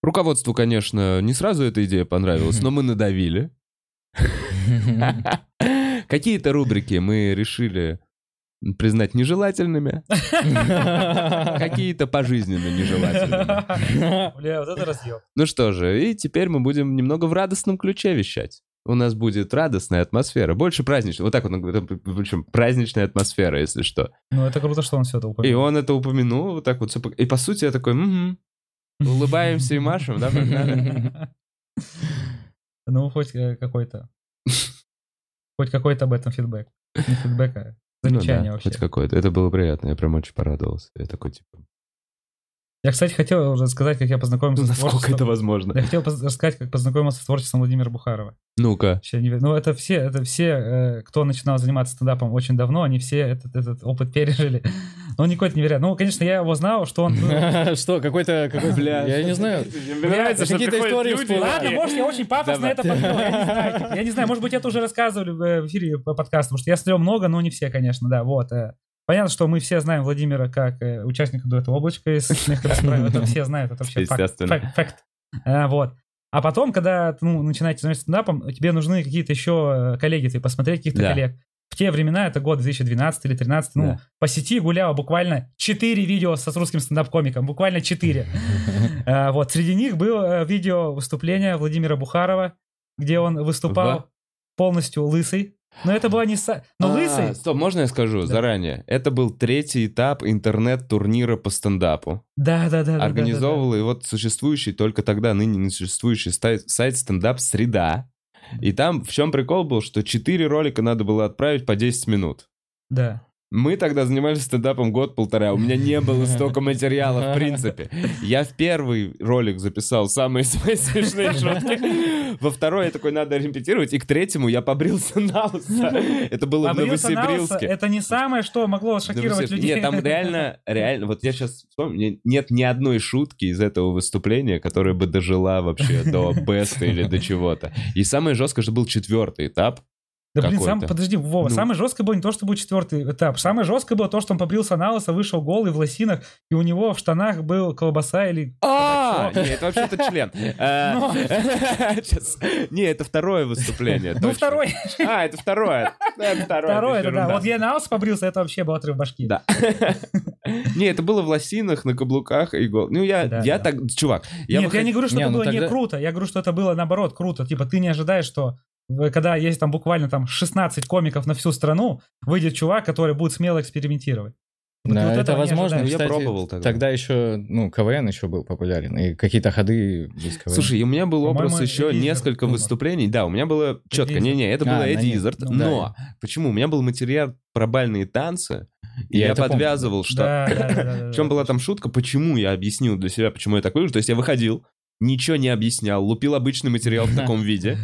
[SPEAKER 1] Руководству, конечно, не сразу эта идея понравилась, но мы надавили. Какие-то рубрики мы решили признать нежелательными, а какие-то пожизненно нежелательными.
[SPEAKER 2] Бля, вот это разъем.
[SPEAKER 1] Ну что же, и теперь мы будем немного в радостном ключе вещать. у нас будет радостная атмосфера, больше праздничная. Вот так вот, он говорит, это, причем праздничная атмосфера, если что.
[SPEAKER 2] Ну, это круто, что он все это
[SPEAKER 1] И
[SPEAKER 2] упомянул.
[SPEAKER 1] он это упомянул, вот так вот. всё по- И по сути я такой, «Мгм». улыбаемся и машем, да, погнали.
[SPEAKER 2] Ну, хоть э, какой-то. Хоть какой-то об этом фидбэк. Не фидбэк, а
[SPEAKER 1] Ну да,
[SPEAKER 2] замечание вообще.
[SPEAKER 1] Хоть какое-то. Это было приятно, я прям очень порадовался. Я такой, типа,
[SPEAKER 2] Я, кстати, хотел уже сказать, как я познакомился с
[SPEAKER 1] насколько это
[SPEAKER 2] творчеством. Ну, Я
[SPEAKER 1] возможно?
[SPEAKER 2] хотел поз- рассказать, как познакомился с творчеством Владимира Бухарова.
[SPEAKER 1] Ну-ка.
[SPEAKER 2] Вообще неверо- Ну, это все, это все, э, кто начинал заниматься стендапом очень давно, они все этот, этот опыт пережили. Но он не какой-то невероятный. Ну, конечно, я его знал, что он... ну, был-
[SPEAKER 3] Что, какой-то... какой- Я не знаю.
[SPEAKER 1] Мне
[SPEAKER 2] нравится,
[SPEAKER 3] что какие-то приходят истории люди всплывают.
[SPEAKER 2] Ладно, может, я очень пафосно
[SPEAKER 3] Давай.
[SPEAKER 2] это подвёл, я не знаю. типа, Я не знаю, может быть, это уже рассказывали э, в в эфире по подкасту, потому что я смотрел много, но не все, конечно, да, вот. э. Понятно, что мы все знаем Владимира как э, участника дуэта «Облачко» из «Смеха справа». Это все знают, это вообще факт.
[SPEAKER 1] Естественно.
[SPEAKER 2] Факт, факт. Э, Вот. А потом, когда ты ну, начинаете заниматься стендапом, тебе нужны какие-то еще э, коллеги, ты посмотреть каких-то
[SPEAKER 1] Да.
[SPEAKER 2] коллег. В те времена, это год 2012 или 2013, ну,
[SPEAKER 1] Да.
[SPEAKER 2] по сети гуляло буквально 4 видео со с русским стендап-комиком, буквально 4. Э, Вот, среди них было э, видео выступление Владимира Бухарова, где он
[SPEAKER 1] В?
[SPEAKER 2] выступал полностью лысый. Но это была не... са- Но
[SPEAKER 1] А,
[SPEAKER 2] Ну, лысый...
[SPEAKER 1] Стоп, можно я скажу
[SPEAKER 2] Да.
[SPEAKER 1] заранее? Это был третий этап интернет-турнира по стендапу.
[SPEAKER 2] Да-да-да.
[SPEAKER 1] Организовывал его существующий только тогда, ныне не существующий стай- сайт стендап «Среда». И там в чем прикол был, что 4 ролика надо было отправить по 10 минут.
[SPEAKER 2] Да.
[SPEAKER 1] Мы тогда занимались стендапом год-полтора, у меня не было столько материала, в принципе. Я в первый ролик записал самые свои смешные шутки, во второй я такой, надо репетировать, и к третьему я побрился на лысо. Это было в
[SPEAKER 2] Побрился на лысо,
[SPEAKER 1] Новосибирске.
[SPEAKER 2] А Это не самое, что могло шокировать
[SPEAKER 1] Новосиб-
[SPEAKER 2] людей.
[SPEAKER 1] Нет, там реально, реально, вот я сейчас вспомню, не- нет ни одной шутки из этого выступления, которая бы дожила вообще до беста или до чего-то. И самое жесткое, что был четвертый этап.
[SPEAKER 2] Да блин,
[SPEAKER 1] какой-то.
[SPEAKER 2] сам, подожди, Вова,
[SPEAKER 1] Ну.
[SPEAKER 2] самое жесткое было не то, что был четвертый этап. Самое жесткое было то, что он побрился на лысо, вышел голый в лосинах, и у него в штанах был колбаса или...
[SPEAKER 1] А,
[SPEAKER 2] чё?
[SPEAKER 1] не, это вообще-то член.
[SPEAKER 2] Ну.
[SPEAKER 1] Э, щас. Не, это второе выступление.
[SPEAKER 2] Ну,
[SPEAKER 1] точно.
[SPEAKER 2] второй,
[SPEAKER 1] А, это второе. Это Второе,
[SPEAKER 2] второй,
[SPEAKER 1] это
[SPEAKER 2] это да.
[SPEAKER 1] ерунда.
[SPEAKER 2] Вот я на лысо побрился, это вообще был отрыв башки.
[SPEAKER 1] Да. Не, это было в лосинах, на каблуках и гол. Ну, я
[SPEAKER 2] Да,
[SPEAKER 1] я
[SPEAKER 2] да.
[SPEAKER 1] так, чувак, я бы
[SPEAKER 2] Нет, я не говорю, что
[SPEAKER 3] Не,
[SPEAKER 2] это
[SPEAKER 3] ну
[SPEAKER 2] было не
[SPEAKER 3] тогда-
[SPEAKER 2] круто. Я говорю, что это было наоборот круто. Типа, ты не ожидаешь, что в- когда есть там буквально там 16 комиков на всю страну, выйдет чувак, который будет смело экспериментировать. Вот
[SPEAKER 3] Да,
[SPEAKER 2] вот
[SPEAKER 3] это
[SPEAKER 2] этого не
[SPEAKER 3] возможно.
[SPEAKER 2] ожидаешь.
[SPEAKER 1] Ну, я
[SPEAKER 3] Кстати,
[SPEAKER 1] пробовал тогда.
[SPEAKER 3] еще, ну, КВН еще был популярен, и какие-то ходы из КВН.
[SPEAKER 1] Слушай, и у меня был
[SPEAKER 2] По-моему,
[SPEAKER 1] образ еще
[SPEAKER 2] Эдди Иззард
[SPEAKER 1] несколько
[SPEAKER 2] был.
[SPEAKER 1] выступлений. Да, у меня было четко.
[SPEAKER 2] Иззард.
[SPEAKER 1] Не-не, это
[SPEAKER 3] А,
[SPEAKER 1] было
[SPEAKER 3] на
[SPEAKER 1] Эдди
[SPEAKER 3] ней.
[SPEAKER 1] Иззард.
[SPEAKER 2] Ну,
[SPEAKER 1] Но почему? У меня был материал про бальные танцы. И
[SPEAKER 3] Я
[SPEAKER 1] я
[SPEAKER 3] это помню.
[SPEAKER 1] подвязывал, что...
[SPEAKER 2] Да, да, да, да, да,
[SPEAKER 1] В чем
[SPEAKER 2] да.
[SPEAKER 1] была там шутка? Почему я объяснил для себя, почему я так выгляжу? То есть я выходил, ничего не объяснял, лупил обычный материал в таком виде.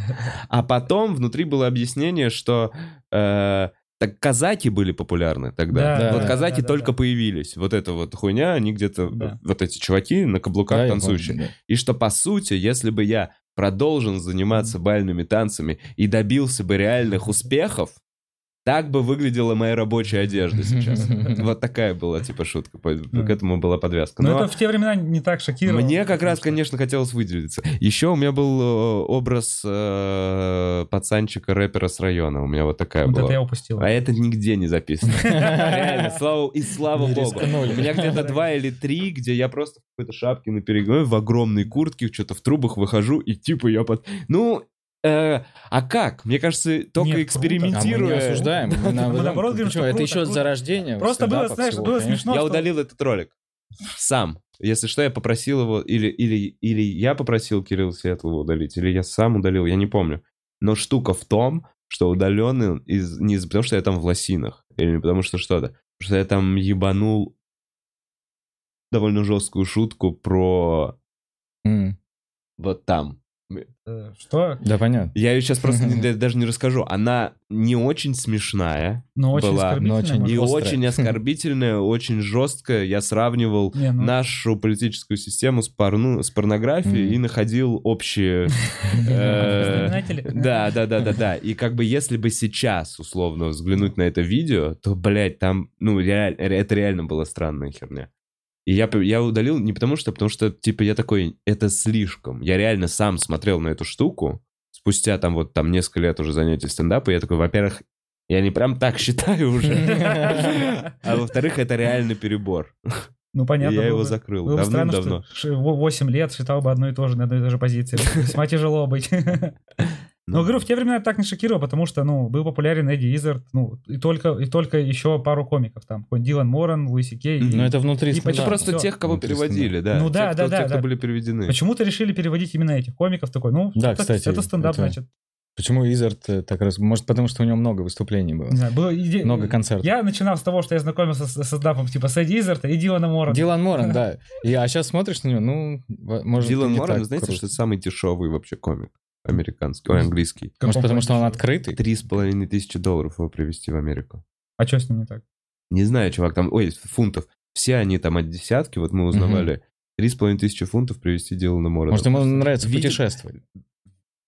[SPEAKER 1] А потом внутри было объяснение, что... э, так казаки были популярны тогда.
[SPEAKER 2] Да,
[SPEAKER 1] вот
[SPEAKER 3] да,
[SPEAKER 1] казаки
[SPEAKER 2] да, да,
[SPEAKER 1] только
[SPEAKER 2] да.
[SPEAKER 1] появились. Вот эта вот хуйня, они где-то...
[SPEAKER 2] Да.
[SPEAKER 1] Вот эти чуваки на каблуках
[SPEAKER 3] Да, я помню,
[SPEAKER 1] танцующие.
[SPEAKER 3] да. А
[SPEAKER 1] И что, по сути, если бы я продолжил заниматься бальными танцами и добился бы реальных успехов, так бы выглядела моя рабочая одежда сейчас. Вот такая была, типа, шутка. По- К этому была подвязка.
[SPEAKER 2] Но,
[SPEAKER 1] Но
[SPEAKER 2] Ну, это в те времена не так шокировало.
[SPEAKER 1] мне как раз,
[SPEAKER 2] Потому что-
[SPEAKER 1] конечно, хотелось выделиться. Еще у меня был э, образ э, пацанчика-рэпера с района. У меня вот такая
[SPEAKER 2] Вот это я
[SPEAKER 1] была.
[SPEAKER 2] упустил.
[SPEAKER 1] А это нигде не записано. Реально, слава, и слава
[SPEAKER 3] Не
[SPEAKER 1] богу.
[SPEAKER 3] рискнули.
[SPEAKER 1] У меня где-то два или три, где я просто в какой-то шапке на в огромной куртке, что-то в трубах выхожу, и типа я под... Ну, э, а как? Мне кажется, только
[SPEAKER 2] круто.
[SPEAKER 3] А мы не
[SPEAKER 1] экспериментируя...
[SPEAKER 3] осуждаем. мы наоборот
[SPEAKER 2] наоборот говорим,
[SPEAKER 3] Ты чё,
[SPEAKER 2] что
[SPEAKER 3] Это
[SPEAKER 2] круто,
[SPEAKER 3] еще от
[SPEAKER 2] круто.
[SPEAKER 3] зарождения.
[SPEAKER 2] Просто было,
[SPEAKER 3] стендапа
[SPEAKER 2] знаешь,
[SPEAKER 3] всего,
[SPEAKER 2] было
[SPEAKER 3] конечно.
[SPEAKER 2] смешно.
[SPEAKER 1] я
[SPEAKER 2] что-
[SPEAKER 1] удалил этот ролик. Сам. Если что, я попросил его, или, или, или я попросил Кирилла Светлого удалить, или я сам удалил, я не помню. Но штука в том, что удаленный из, не из, потому, что я там в лосинах, или не потому что что-то, потому что я там ебанул довольно жесткую шутку про
[SPEAKER 3] М,
[SPEAKER 1] вот там.
[SPEAKER 2] Э, Что?
[SPEAKER 3] Да, понятно.
[SPEAKER 1] Я ее сейчас просто не- да- даже не расскажу. Она не очень смешная
[SPEAKER 2] Ну, очень
[SPEAKER 1] Была,
[SPEAKER 2] оскорбительно,
[SPEAKER 3] но очень
[SPEAKER 2] может.
[SPEAKER 1] и
[SPEAKER 3] Острая.
[SPEAKER 1] очень оскорбительная, очень жесткая. Я сравнивал
[SPEAKER 2] Не, ну,
[SPEAKER 1] нашу политическую систему с, порну- с порнографией
[SPEAKER 3] Мгм.
[SPEAKER 1] и находил общие...
[SPEAKER 2] ну,
[SPEAKER 1] э,
[SPEAKER 2] знаменатели.
[SPEAKER 1] Да, да, да, да, да. И как бы если бы сейчас условно взглянуть на это видео, то, блядь, там, ну, реаль- ре- это реально была странная херня. И я, п- я удалил не потому что, потому что, типа, я такой, это слишком. Я реально сам смотрел на эту штуку, спустя там вот там несколько лет уже занятий стендапа, и я такой, во-первых, я не прям так считаю уже. А во-вторых, это реально перебор.
[SPEAKER 2] Ну,
[SPEAKER 1] И
[SPEAKER 2] понятно.
[SPEAKER 1] я его
[SPEAKER 2] было бы-
[SPEAKER 1] закрыл
[SPEAKER 2] было бы странно,
[SPEAKER 1] давным-давно.
[SPEAKER 2] что 8 лет считал бы одно и то же, на одной и той же позиции. Весьма тяжело быть.
[SPEAKER 3] Ну
[SPEAKER 2] Но говорю, Ну, в те времена это так не шокировало, потому что, ну, был популярен Эдди Изард, ну, и только, и только еще пару комиков, там, какой-нибудь Дилан Моран, Луиси Кей. и-
[SPEAKER 3] Но Ну, это внутри
[SPEAKER 2] И
[SPEAKER 1] Это
[SPEAKER 2] Да,
[SPEAKER 3] стандарта.
[SPEAKER 1] Ну, просто
[SPEAKER 2] всё.
[SPEAKER 1] тех, кого
[SPEAKER 3] Интересно,
[SPEAKER 1] переводили, да.
[SPEAKER 2] Ну да,
[SPEAKER 1] Те,
[SPEAKER 2] да,
[SPEAKER 1] кто-
[SPEAKER 2] да,
[SPEAKER 1] Те, кто
[SPEAKER 2] да.
[SPEAKER 1] были переведены.
[SPEAKER 2] Почему-то решили переводить именно этих комиков такой, ну,
[SPEAKER 3] Да,
[SPEAKER 2] это,
[SPEAKER 3] кстати,
[SPEAKER 2] это стендап,
[SPEAKER 3] это-
[SPEAKER 2] значит.
[SPEAKER 3] Почему Изард э, так раз... Может, потому что у него много выступлений было.
[SPEAKER 2] Не знаю, было иде-
[SPEAKER 3] Много концертов.
[SPEAKER 2] Я начинал с того, что я знакомился с, с стендапом типа Сэдди Изарта и Дилана Морана.
[SPEAKER 3] Дилан Моран, да. И, а сейчас смотришь на него, ну, во- может,
[SPEAKER 1] Дилан
[SPEAKER 3] не
[SPEAKER 1] Моран,
[SPEAKER 3] так
[SPEAKER 1] вы знаете,
[SPEAKER 3] круто.
[SPEAKER 1] что это самый дешевый вообще комик американский, ой, английский.
[SPEAKER 2] В каком
[SPEAKER 3] Может,
[SPEAKER 2] плане?
[SPEAKER 3] потому что он открытый?
[SPEAKER 1] Три с половиной тысячи долларов его привезти в Америку.
[SPEAKER 2] А что с ним не так?
[SPEAKER 1] Не знаю, чувак, там, ой, фунтов. Все они там от десятки, вот мы узнавали. Три с половиной тысячи фунтов привезти Дилана Морана.
[SPEAKER 3] Может, ему нравится
[SPEAKER 1] Видит-
[SPEAKER 3] путешествовать.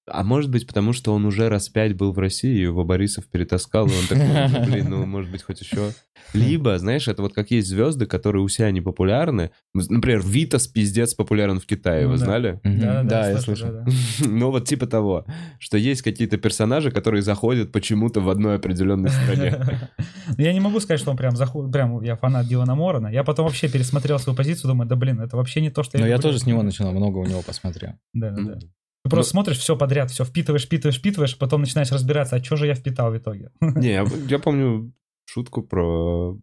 [SPEAKER 1] А может быть, потому что он уже раз пять был в России, его Борисов перетаскал, и он такой, «Ну, блин, ну, может быть, хоть еще. Либо, знаешь, это вот как есть звезды, которые у себя не популярны. Например, Витас, пиздец, популярен в Китае,
[SPEAKER 2] Ну
[SPEAKER 1] вы
[SPEAKER 2] да.
[SPEAKER 1] знали?
[SPEAKER 3] Мгм.
[SPEAKER 2] Да-да-да,
[SPEAKER 3] Да, я
[SPEAKER 2] слышал,
[SPEAKER 3] слышал.
[SPEAKER 2] да-да.
[SPEAKER 1] Ну, вот типа того, что есть какие-то персонажи, которые заходят почему-то в одной определенной стране.
[SPEAKER 2] Ну, Я не могу сказать, что он прям заход... прям я фанат Дилана Морана. Я потом вообще пересмотрел свою позицию, думаю, да блин, это вообще не то, что
[SPEAKER 3] Но я
[SPEAKER 2] люблю.
[SPEAKER 3] тоже с него Ну. начинал, много у него посмотрел.
[SPEAKER 2] Да,
[SPEAKER 1] Ну,
[SPEAKER 2] да, да. Ты просто смотришь все подряд, все впитываешь, впитываешь, впитываешь, потом начинаешь разбираться, а что же я впитал в итоге.
[SPEAKER 1] Не, я- я помню шутку про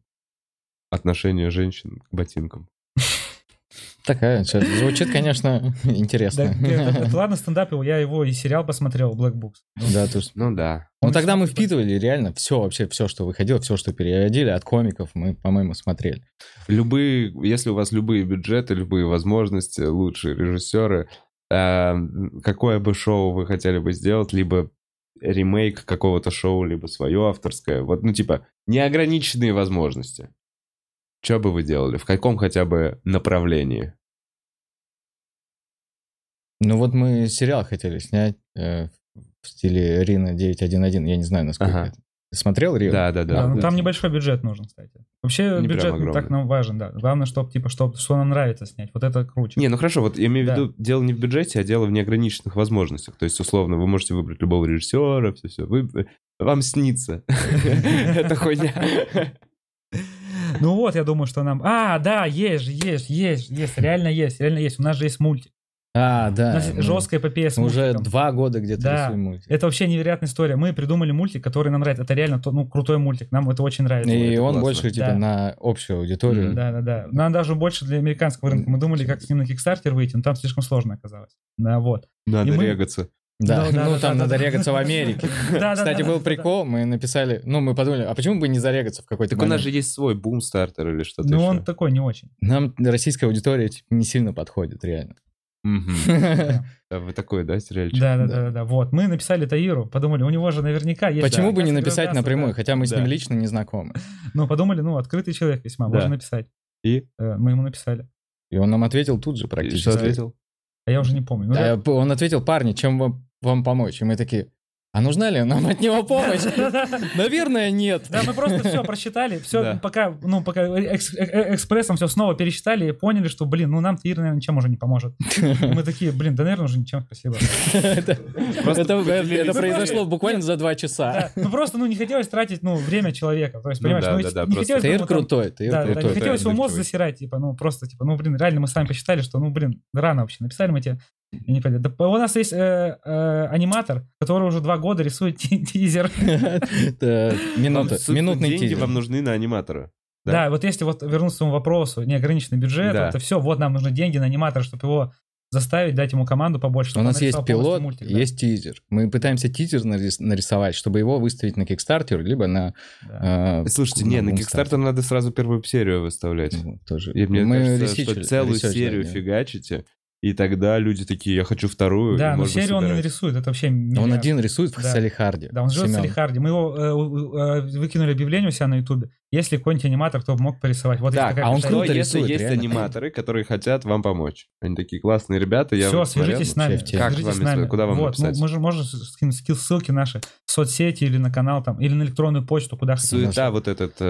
[SPEAKER 1] отношение женщин к ботинкам.
[SPEAKER 3] Такая, сейчас звучит, конечно,
[SPEAKER 2] Да,
[SPEAKER 3] интересно.
[SPEAKER 2] э, это- это Ладно, стендап, его- я его и сериал посмотрел, Black Books.
[SPEAKER 3] Да, то есть-
[SPEAKER 1] Ну да.
[SPEAKER 3] Ну
[SPEAKER 2] Он
[SPEAKER 3] тогда мы
[SPEAKER 2] смотрит.
[SPEAKER 3] впитывали реально все вообще, все, что выходило, все, что переводили от комиков, мы, по-моему, смотрели.
[SPEAKER 1] Любые, если у вас любые бюджеты, любые возможности, лучшие режиссеры, э, какое бы шоу вы хотели бы сделать, либо ремейк какого-то шоу, либо свое авторское, вот, ну, типа, неограниченные возможности. Что бы вы делали? В каком хотя бы направлении?
[SPEAKER 3] Ну вот мы сериал хотели снять э, в стиле Рина 911, я не знаю, насколько
[SPEAKER 1] Ага.
[SPEAKER 3] это. Ты смотрел Рио?
[SPEAKER 1] Да, да,
[SPEAKER 2] Да,
[SPEAKER 1] да.
[SPEAKER 2] ну, там небольшой бюджет нужен, кстати. Вообще
[SPEAKER 1] Не прям
[SPEAKER 2] бюджет не
[SPEAKER 1] огромный.
[SPEAKER 2] так нам важен, да. Главное, чтобы типа, чтоб, что нам нравится снять. Вот это круче.
[SPEAKER 1] Не, ну хорошо, вот я имею в
[SPEAKER 2] Да.
[SPEAKER 1] виду, дело не в бюджете, а дело в неограниченных возможностях. То есть, условно, вы можете выбрать любого режиссера, все-все. Вы... Вам снится. Это хуйня.
[SPEAKER 2] Ну вот, я думаю, что нам... А, да, есть же, есть, есть, есть, реально есть, реально есть. У нас же есть мультик.
[SPEAKER 3] А,
[SPEAKER 2] У
[SPEAKER 3] да.
[SPEAKER 2] нас есть
[SPEAKER 3] ну,
[SPEAKER 2] жесткая эпопея с
[SPEAKER 3] мы Уже
[SPEAKER 2] мультиком.
[SPEAKER 3] два года где-то
[SPEAKER 2] Да.
[SPEAKER 3] рисуем мультик.
[SPEAKER 2] Это вообще невероятная история. Мы придумали мультик, который нам нравится. Это реально то- ну, крутой мультик. Нам это очень нравится.
[SPEAKER 3] И
[SPEAKER 1] это
[SPEAKER 3] он
[SPEAKER 1] классно.
[SPEAKER 3] больше типа
[SPEAKER 2] Да.
[SPEAKER 3] на общую аудиторию.
[SPEAKER 1] Мгм.
[SPEAKER 2] Да, да, да. Нам даже больше для американского рынка. Мы думали, как с ним на Kickstarter выйти, но там слишком сложно оказалось. Да, вот.
[SPEAKER 1] Надо
[SPEAKER 2] И мы-
[SPEAKER 1] регаться.
[SPEAKER 3] Да,
[SPEAKER 2] Да, да,
[SPEAKER 3] ну
[SPEAKER 2] да,
[SPEAKER 3] там
[SPEAKER 2] да,
[SPEAKER 3] надо
[SPEAKER 2] да.
[SPEAKER 3] регаться в Америке.
[SPEAKER 2] Да, да,
[SPEAKER 3] Кстати,
[SPEAKER 2] да, да,
[SPEAKER 3] был
[SPEAKER 2] да.
[SPEAKER 3] прикол, мы написали, ну мы подумали, а почему бы не зарегаться в какой-то
[SPEAKER 1] Так у нас
[SPEAKER 3] момент?
[SPEAKER 1] же есть свой бумстартер или что-то
[SPEAKER 2] Но
[SPEAKER 1] еще.
[SPEAKER 2] Ну, он такой не очень.
[SPEAKER 3] Нам российская аудитория типа, не сильно подходит, реально.
[SPEAKER 1] Мгм. А Вы такой, да, сериальчик?
[SPEAKER 2] Да, да,
[SPEAKER 3] Да.
[SPEAKER 2] да, да, да. Вот. Мы написали Таиру, подумали, у него же наверняка есть.
[SPEAKER 3] Почему
[SPEAKER 2] да,
[SPEAKER 3] бы не
[SPEAKER 2] как
[SPEAKER 3] написать
[SPEAKER 2] связаться,
[SPEAKER 3] напрямую,
[SPEAKER 2] да.
[SPEAKER 3] хотя мы с
[SPEAKER 1] Да.
[SPEAKER 3] ним лично не знакомы.
[SPEAKER 2] Ну, подумали, ну, открытый человек весьма,
[SPEAKER 1] Да.
[SPEAKER 2] можно написать.
[SPEAKER 1] И?
[SPEAKER 2] Э, Мы ему написали.
[SPEAKER 3] И он нам ответил тут же
[SPEAKER 1] И Что
[SPEAKER 3] практически.
[SPEAKER 1] ответил?
[SPEAKER 2] А я уже не помню. Ну,
[SPEAKER 3] Да,
[SPEAKER 2] да.
[SPEAKER 3] п- Он ответил, парни, чем вам, вам помочь? И мы такие, а нужна ли нам от него помощь? Наверное, нет.
[SPEAKER 2] Да, мы просто все просчитали, все
[SPEAKER 1] Да.
[SPEAKER 2] пока, ну, пока экс- э- э- экспрессом все снова пересчитали и поняли, что, блин, ну нам Таир, наверное, ничем уже не поможет. И мы такие, блин, да, наверное, уже ничем, спасибо.
[SPEAKER 3] Это
[SPEAKER 1] Просто
[SPEAKER 3] это- это
[SPEAKER 1] поделились.
[SPEAKER 3] произошло буквально за два часа.
[SPEAKER 2] Да, Ну, просто, ну, не хотелось тратить, ну, время человека. То есть,
[SPEAKER 1] Ну
[SPEAKER 2] понимаешь,
[SPEAKER 1] да,
[SPEAKER 2] ну,
[SPEAKER 1] да,
[SPEAKER 2] ведь
[SPEAKER 1] да,
[SPEAKER 2] не
[SPEAKER 1] просто
[SPEAKER 2] хотелось бы
[SPEAKER 3] Тейр
[SPEAKER 2] ему там-
[SPEAKER 3] крутой, Тейр
[SPEAKER 2] Да, да,
[SPEAKER 1] это-
[SPEAKER 2] да,
[SPEAKER 3] крутой.
[SPEAKER 2] не
[SPEAKER 1] это
[SPEAKER 2] хотелось его мозг
[SPEAKER 1] отдых
[SPEAKER 2] засирать, типа, ну, просто, типа, ну, блин, реально мы сами посчитали, что, ну, блин, рано вообще, написали мы тебе, и не понятно. Да, у нас есть э, э, аниматор, который уже два года рисует ти- тизер.
[SPEAKER 3] Да,
[SPEAKER 1] Вам,
[SPEAKER 3] минута-
[SPEAKER 1] собственно,
[SPEAKER 3] Минутный
[SPEAKER 1] Деньги
[SPEAKER 3] тизер.
[SPEAKER 1] вам нужны на аниматора. Да.
[SPEAKER 2] Да. вот если вот вернуться к тому вопросу, неограниченный бюджет,
[SPEAKER 1] Да.
[SPEAKER 2] вот это все, вот нам нужны деньги на аниматора, чтобы его заставить, дать ему команду побольше.
[SPEAKER 3] У
[SPEAKER 2] чтобы он
[SPEAKER 3] нас есть
[SPEAKER 2] нарисовал полностью
[SPEAKER 3] пилот,
[SPEAKER 2] мультик, да.
[SPEAKER 3] есть тизер. Мы пытаемся тизер нарис- нарисовать, чтобы его выставить на Kickstarter, либо на...
[SPEAKER 2] Да.
[SPEAKER 3] э,
[SPEAKER 1] Слушайте, не, на
[SPEAKER 3] Boomstar.
[SPEAKER 1] Kickstarter надо сразу первую серию выставлять.
[SPEAKER 3] Вот, ну, тоже.
[SPEAKER 1] И мне
[SPEAKER 3] Мы
[SPEAKER 1] кажется, что
[SPEAKER 3] ресичили-
[SPEAKER 1] целую
[SPEAKER 3] ресерчили
[SPEAKER 1] серию
[SPEAKER 3] на него.
[SPEAKER 1] фигачите, и тогда люди такие, я хочу вторую.
[SPEAKER 2] Да,
[SPEAKER 1] и
[SPEAKER 2] но
[SPEAKER 1] можно
[SPEAKER 2] серию он не
[SPEAKER 1] собирать.
[SPEAKER 2] нарисует, это вообще
[SPEAKER 3] Но Он
[SPEAKER 2] миллиард.
[SPEAKER 3] один рисует в
[SPEAKER 2] Да.
[SPEAKER 3] Салли Харди.
[SPEAKER 2] Да, он живет в
[SPEAKER 3] Семён.
[SPEAKER 2] Салихарде. Мы его э, у- у- э, выкинули объявление у себя на Ютубе. Если какой-нибудь аниматор, кто бы мог порисовать. Вот есть
[SPEAKER 1] Так,
[SPEAKER 2] такая
[SPEAKER 3] а он
[SPEAKER 2] писатель.
[SPEAKER 1] Что,
[SPEAKER 3] круто
[SPEAKER 1] если
[SPEAKER 3] рисует,
[SPEAKER 1] есть
[SPEAKER 3] реально.
[SPEAKER 1] аниматоры, которые хотят вам помочь? Они такие классные ребята, я...
[SPEAKER 2] Все,
[SPEAKER 1] вот смотрел,
[SPEAKER 2] свяжитесь с нами.
[SPEAKER 3] вообще в теме.
[SPEAKER 1] Как вам
[SPEAKER 2] свяжитесь с нами.
[SPEAKER 1] это? Куда вам
[SPEAKER 2] вот,
[SPEAKER 1] написать?
[SPEAKER 2] Мы, мы же можем скинуть скилл- ссылки наши в соцсети или на канал там, или на электронную почту, куда хотите.
[SPEAKER 1] Суета вот этот э,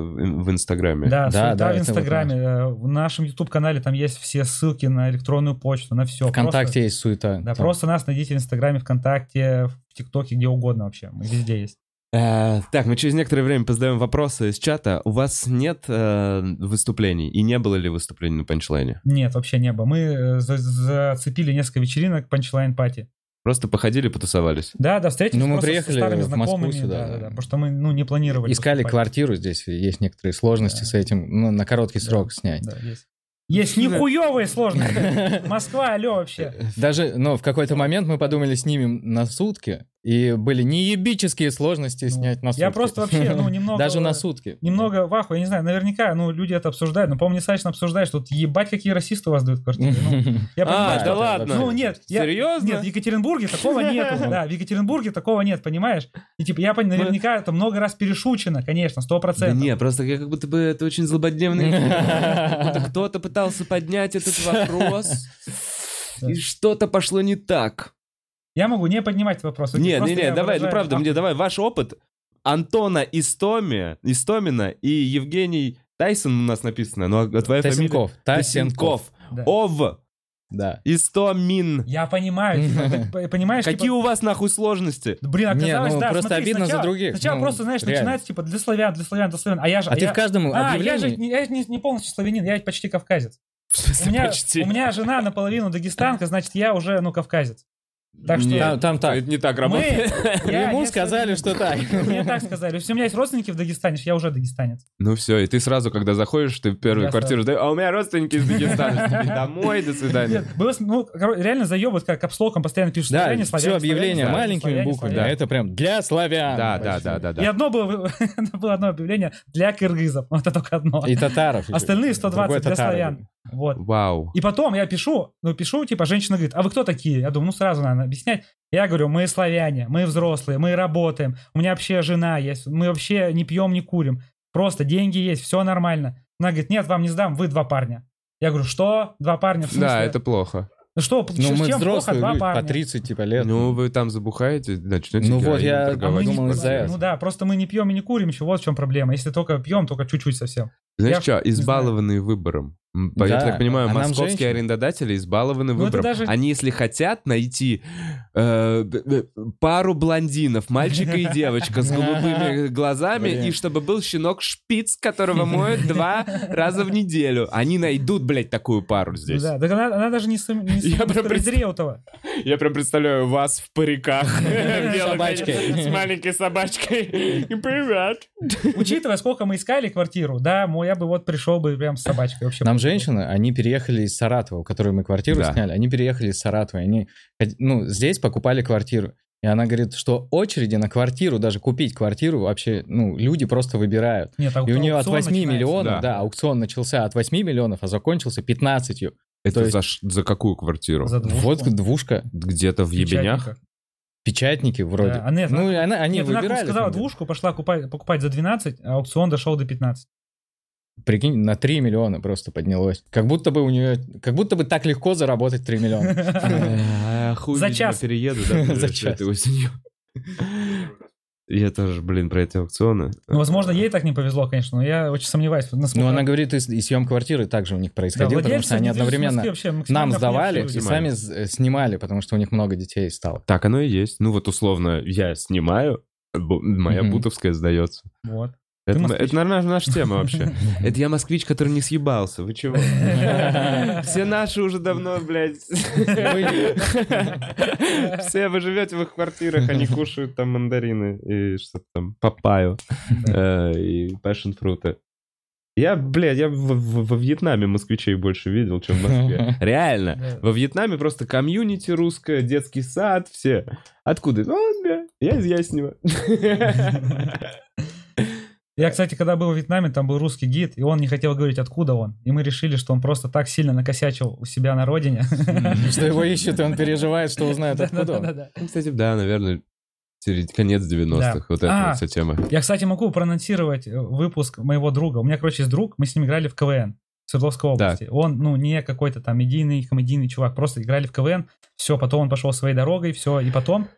[SPEAKER 1] в в Инстаграме.
[SPEAKER 2] Да,
[SPEAKER 3] Да,
[SPEAKER 2] суета
[SPEAKER 3] да,
[SPEAKER 2] в
[SPEAKER 3] это вот
[SPEAKER 2] Инстаграме, э, в нашем YouTube-канале там есть все ссылки на электронную почту, на все.
[SPEAKER 3] Вконтакте есть суета.
[SPEAKER 2] Да,
[SPEAKER 3] Там.
[SPEAKER 2] просто нас найдите в Инстаграме, ВКонтакте, в ТикТоке, где угодно вообще. Мы везде есть.
[SPEAKER 1] Э, Так, мы через некоторое время позадаем вопросы из чата. У вас нет э, выступлений? И не было ли выступлений на панчлайне?
[SPEAKER 2] Нет, вообще не было. Мы э, за- зацепили несколько вечеринок панчлайн пати.
[SPEAKER 1] Просто походили, потусовались.
[SPEAKER 2] Да, да, встретились
[SPEAKER 3] Ну, мы
[SPEAKER 2] просто
[SPEAKER 3] приехали
[SPEAKER 2] со старыми
[SPEAKER 3] в Москву
[SPEAKER 2] знакомыми.
[SPEAKER 3] сюда,
[SPEAKER 2] да, да,
[SPEAKER 3] да.
[SPEAKER 2] да, потому что мы, ну, не планировали.
[SPEAKER 3] Искали
[SPEAKER 2] поступать.
[SPEAKER 3] квартиру здесь, есть некоторые сложности
[SPEAKER 2] Да.
[SPEAKER 3] с этим, ну, на короткий
[SPEAKER 2] Да.
[SPEAKER 3] срок снять.
[SPEAKER 2] Да, есть. Есть нихуевые сложности. Москва, алло, вообще.
[SPEAKER 3] Даже, ну, в какой-то момент мы подумали, снимем на сутки, и были неебические сложности
[SPEAKER 2] Ну,
[SPEAKER 3] снять на сутки.
[SPEAKER 2] Я просто вообще, ну, немного...
[SPEAKER 3] Даже на сутки.
[SPEAKER 2] Немного в ахуе, я не знаю, наверняка, ну, люди это обсуждают, но, по-моему, недостаточно обсуждают, что тут ебать, какие расисты у вас дают в квартире. Ну, я понимаю,
[SPEAKER 1] А, да
[SPEAKER 2] что-
[SPEAKER 1] ладно.
[SPEAKER 2] Ну, нет, я,
[SPEAKER 1] Серьезно?
[SPEAKER 2] Нет, в Екатеринбурге такого нет. Да, в Екатеринбурге такого нет, понимаешь? И типа я пон- наверняка это много раз перешучено, конечно, сто
[SPEAKER 1] Да
[SPEAKER 2] процентов.
[SPEAKER 1] не, просто я как будто бы это очень злободневный. Будто кто-то пытался поднять этот вопрос, и что-то пошло не так.
[SPEAKER 2] Я могу не поднимать вопрос. типа,
[SPEAKER 1] Не, не,
[SPEAKER 2] Просто
[SPEAKER 1] не,
[SPEAKER 2] я
[SPEAKER 1] давай, ну
[SPEAKER 2] выражаю-
[SPEAKER 1] правда,
[SPEAKER 2] А,
[SPEAKER 1] мне давай ваш опыт. Антона Истоми, Истомина и Евгений Тайсон у нас написано, но а твоя фамилия?
[SPEAKER 3] Тасенков. Тасенков.
[SPEAKER 1] Тасенков.
[SPEAKER 2] да.
[SPEAKER 1] Ов
[SPEAKER 3] Да.
[SPEAKER 1] Истомин.
[SPEAKER 2] Я понимаю, типа, ты п- понимаешь,
[SPEAKER 1] Какие
[SPEAKER 2] типа,
[SPEAKER 1] у вас нахуй сложности?
[SPEAKER 2] Блин,
[SPEAKER 3] Не,
[SPEAKER 2] оказалось,
[SPEAKER 3] ну,
[SPEAKER 2] да,
[SPEAKER 3] просто
[SPEAKER 2] смотри,
[SPEAKER 3] обидно за
[SPEAKER 2] сначала-
[SPEAKER 3] других,
[SPEAKER 2] Сначала
[SPEAKER 3] ну,
[SPEAKER 2] просто, знаешь,
[SPEAKER 3] реально.
[SPEAKER 2] начинается, типа, для славян, для славян, для славян. А я же...
[SPEAKER 3] А ты
[SPEAKER 2] я-
[SPEAKER 3] в каждом
[SPEAKER 2] А, я же,
[SPEAKER 3] объявлении...
[SPEAKER 2] не- я же не, не полностью славянин, я ведь почти кавказец.
[SPEAKER 1] В смысле,
[SPEAKER 2] У меня,
[SPEAKER 1] почти?
[SPEAKER 2] у меня жена наполовину дагестанка, значит, я уже, ну, кавказец. Так что...
[SPEAKER 3] Там, там так.
[SPEAKER 1] Это не так
[SPEAKER 2] Мы-
[SPEAKER 1] работает.
[SPEAKER 2] я-
[SPEAKER 3] Ему
[SPEAKER 2] я
[SPEAKER 3] сказали,
[SPEAKER 2] славянин.
[SPEAKER 3] что так.
[SPEAKER 2] Мне так сказали. Если у меня есть родственники в Дагестане, я уже дагестанец.
[SPEAKER 1] Ну все, и ты сразу, когда заходишь, ты в первую
[SPEAKER 2] Я
[SPEAKER 1] квартиру, сдаешь, а у меня родственники из Дагестана, что ли, домой, до свидания.
[SPEAKER 2] Нет, было, с- ну, коро- реально заебывают, как капслоком постоянно пишут
[SPEAKER 3] Да,
[SPEAKER 2] «славяне,
[SPEAKER 3] все
[SPEAKER 2] славяне,
[SPEAKER 3] объявление
[SPEAKER 2] славяне,
[SPEAKER 3] маленькими
[SPEAKER 2] славяне,
[SPEAKER 3] буквами.
[SPEAKER 2] славяне».
[SPEAKER 3] Это прям для славян.
[SPEAKER 1] Да, да, да, да,
[SPEAKER 2] И
[SPEAKER 1] да.
[SPEAKER 2] одно было, было одно объявление для кыргызов. Вот это только одно.
[SPEAKER 3] И татаров. еще.
[SPEAKER 2] Остальные 120
[SPEAKER 3] Другой
[SPEAKER 2] для
[SPEAKER 3] татары
[SPEAKER 2] славян.
[SPEAKER 3] были.
[SPEAKER 2] Вот.
[SPEAKER 1] Вау.
[SPEAKER 2] И потом я пишу, ну, пишу, типа, женщина говорит, а вы кто такие? Я думаю, ну, сразу надо объяснять. Я говорю, мы славяне, мы взрослые, мы работаем, у меня вообще жена есть, мы вообще не пьем, не курим. Просто деньги есть, все нормально. Она говорит, нет, вам не сдам, вы два парня. Я говорю, что? Два парня? В смысле?
[SPEAKER 1] Да, это плохо.
[SPEAKER 2] Ну Что,
[SPEAKER 3] Ну,
[SPEAKER 2] чем
[SPEAKER 3] мы
[SPEAKER 2] плохо
[SPEAKER 3] взрослые
[SPEAKER 2] два
[SPEAKER 3] люди, по
[SPEAKER 2] парня?
[SPEAKER 3] 30 типа лет.
[SPEAKER 1] Ну, вы там забухаете, начнете
[SPEAKER 3] Ну вот,
[SPEAKER 1] героином
[SPEAKER 3] я-
[SPEAKER 2] А мы
[SPEAKER 1] торговать.
[SPEAKER 2] не
[SPEAKER 3] думал,
[SPEAKER 2] пьем.
[SPEAKER 3] из-за этого.
[SPEAKER 2] Ну да, просто мы не пьем и не курим еще, вот в чем проблема. Если только пьем, только чуть-чуть совсем.
[SPEAKER 1] Знаешь
[SPEAKER 2] Я
[SPEAKER 1] что, избалованные выбором. М, по- Я
[SPEAKER 3] Да,
[SPEAKER 1] так понимаю,
[SPEAKER 3] а нам
[SPEAKER 1] московские
[SPEAKER 3] женщины.
[SPEAKER 1] арендодатели избалованы
[SPEAKER 2] Ну, это
[SPEAKER 1] выбором.
[SPEAKER 2] даже-
[SPEAKER 1] Они, если хотят найти э, б- б- пару блондинов, мальчика и девочка с голубыми глазами,
[SPEAKER 3] Блин.
[SPEAKER 1] и чтобы был щенок-шпиц, которого моют два раза в неделю, они найдут, блядь, такую пару здесь.
[SPEAKER 2] Да, так она, она даже не, сам, не
[SPEAKER 1] Я
[SPEAKER 2] сам-
[SPEAKER 1] прям
[SPEAKER 2] Виктора
[SPEAKER 1] представ-
[SPEAKER 2] Зреутова.
[SPEAKER 1] Я прям представляю вас в париках. в белых
[SPEAKER 3] собачкой.
[SPEAKER 1] очках, С маленькой собачкой. И привет.
[SPEAKER 2] Учитывая, сколько мы искали квартиру, да, мой, я бы вот пришел бы прям с собачкой вообще.
[SPEAKER 3] Нам женщины, они переехали из Саратова, у которой мы квартиру
[SPEAKER 1] Да.
[SPEAKER 3] сняли, они переехали из Саратова, и они, хот- ну, здесь покупали квартиру. И она говорит, что очереди на квартиру, даже купить квартиру вообще, ну, люди просто выбирают.
[SPEAKER 2] Нет, а
[SPEAKER 3] И у нее от
[SPEAKER 2] аукцион
[SPEAKER 3] 8
[SPEAKER 2] начинается.
[SPEAKER 3] миллионов,
[SPEAKER 1] Да.
[SPEAKER 3] да. аукцион начался от 8 миллионов, а закончился 15. То
[SPEAKER 1] Это
[SPEAKER 3] есть-
[SPEAKER 1] за ш- за какую квартиру?
[SPEAKER 2] За двушку.
[SPEAKER 3] Вот двушка,
[SPEAKER 1] Где-то в Ебенях?
[SPEAKER 2] Печатника.
[SPEAKER 3] печатники вроде.
[SPEAKER 2] Да, а нет,
[SPEAKER 3] ну, и она, они
[SPEAKER 2] Нет, она
[SPEAKER 3] выбирали.
[SPEAKER 2] как сказала
[SPEAKER 3] там,
[SPEAKER 2] двушку, пошла купать- покупать за 12, а аукцион дошел до 15.
[SPEAKER 3] Прикинь, на 3 миллиона просто поднялось. Как будто бы у нее, как будто бы так легко заработать 3 миллиона.
[SPEAKER 1] Э, Хуй
[SPEAKER 2] За
[SPEAKER 1] видно,
[SPEAKER 2] час.
[SPEAKER 1] перееду, да,
[SPEAKER 3] За
[SPEAKER 1] блядь,
[SPEAKER 3] час.
[SPEAKER 1] этой осенью. Я тоже, блин, про эти аукционы.
[SPEAKER 2] Ну, возможно, ей так не повезло, конечно, но я очень сомневаюсь.
[SPEAKER 3] Ну,
[SPEAKER 2] насколько-
[SPEAKER 3] она говорит, и, с- и съем квартиры также у них
[SPEAKER 2] Да,
[SPEAKER 3] происходил, потому
[SPEAKER 2] владельцы
[SPEAKER 3] что они
[SPEAKER 2] недвижимости
[SPEAKER 3] одновременно
[SPEAKER 2] вообще максимально
[SPEAKER 3] нам сдавали и
[SPEAKER 2] охуевшие люди.
[SPEAKER 3] сами с- э, снимали, потому что у них много детей стало.
[SPEAKER 1] Так оно и есть. Ну, вот условно, я снимаю, бу- моя
[SPEAKER 3] Мгм.
[SPEAKER 1] бутовская сдается.
[SPEAKER 2] Вот.
[SPEAKER 1] Это, м-
[SPEAKER 2] москвич.
[SPEAKER 1] это, наверное, наша тема вообще. Это я москвич, который не съебался. Вы чего? Все наши уже давно, блядь. Все, вы живете в их квартирах, они кушают там мандарины и что-то там, папаю э, и passion фруты. Я, блядь, я в- в- во Вьетнаме москвичей больше видел, чем в Москве. Реально.
[SPEAKER 2] Да.
[SPEAKER 1] Во Вьетнаме просто комьюнити русское, детский сад, все. Откуда? Ну, он, бля, я из Яснева.
[SPEAKER 2] Я, кстати, когда был в Вьетнаме, там был русский гид, и он не хотел говорить, откуда он. И мы решили, что он просто так сильно накосячил у себя на родине.
[SPEAKER 3] Что его ищут, и он переживает, что узнают Хм. откуда он.
[SPEAKER 2] Да-да-да-да.
[SPEAKER 1] Ну, Кстати, да, наверное, серед- конец 90-х,
[SPEAKER 2] Да.
[SPEAKER 1] вот эта
[SPEAKER 2] А.
[SPEAKER 1] вот вся тема.
[SPEAKER 2] Я, кстати, могу проанонсировать э, выпуск моего друга. У меня, короче, есть друг, мы с ним играли в КВН в Свердловской области. Он, ну, не какой-то там медийный, комедийный чувак, просто играли в КВН, все, потом он пошел своей дорогой, все, и потом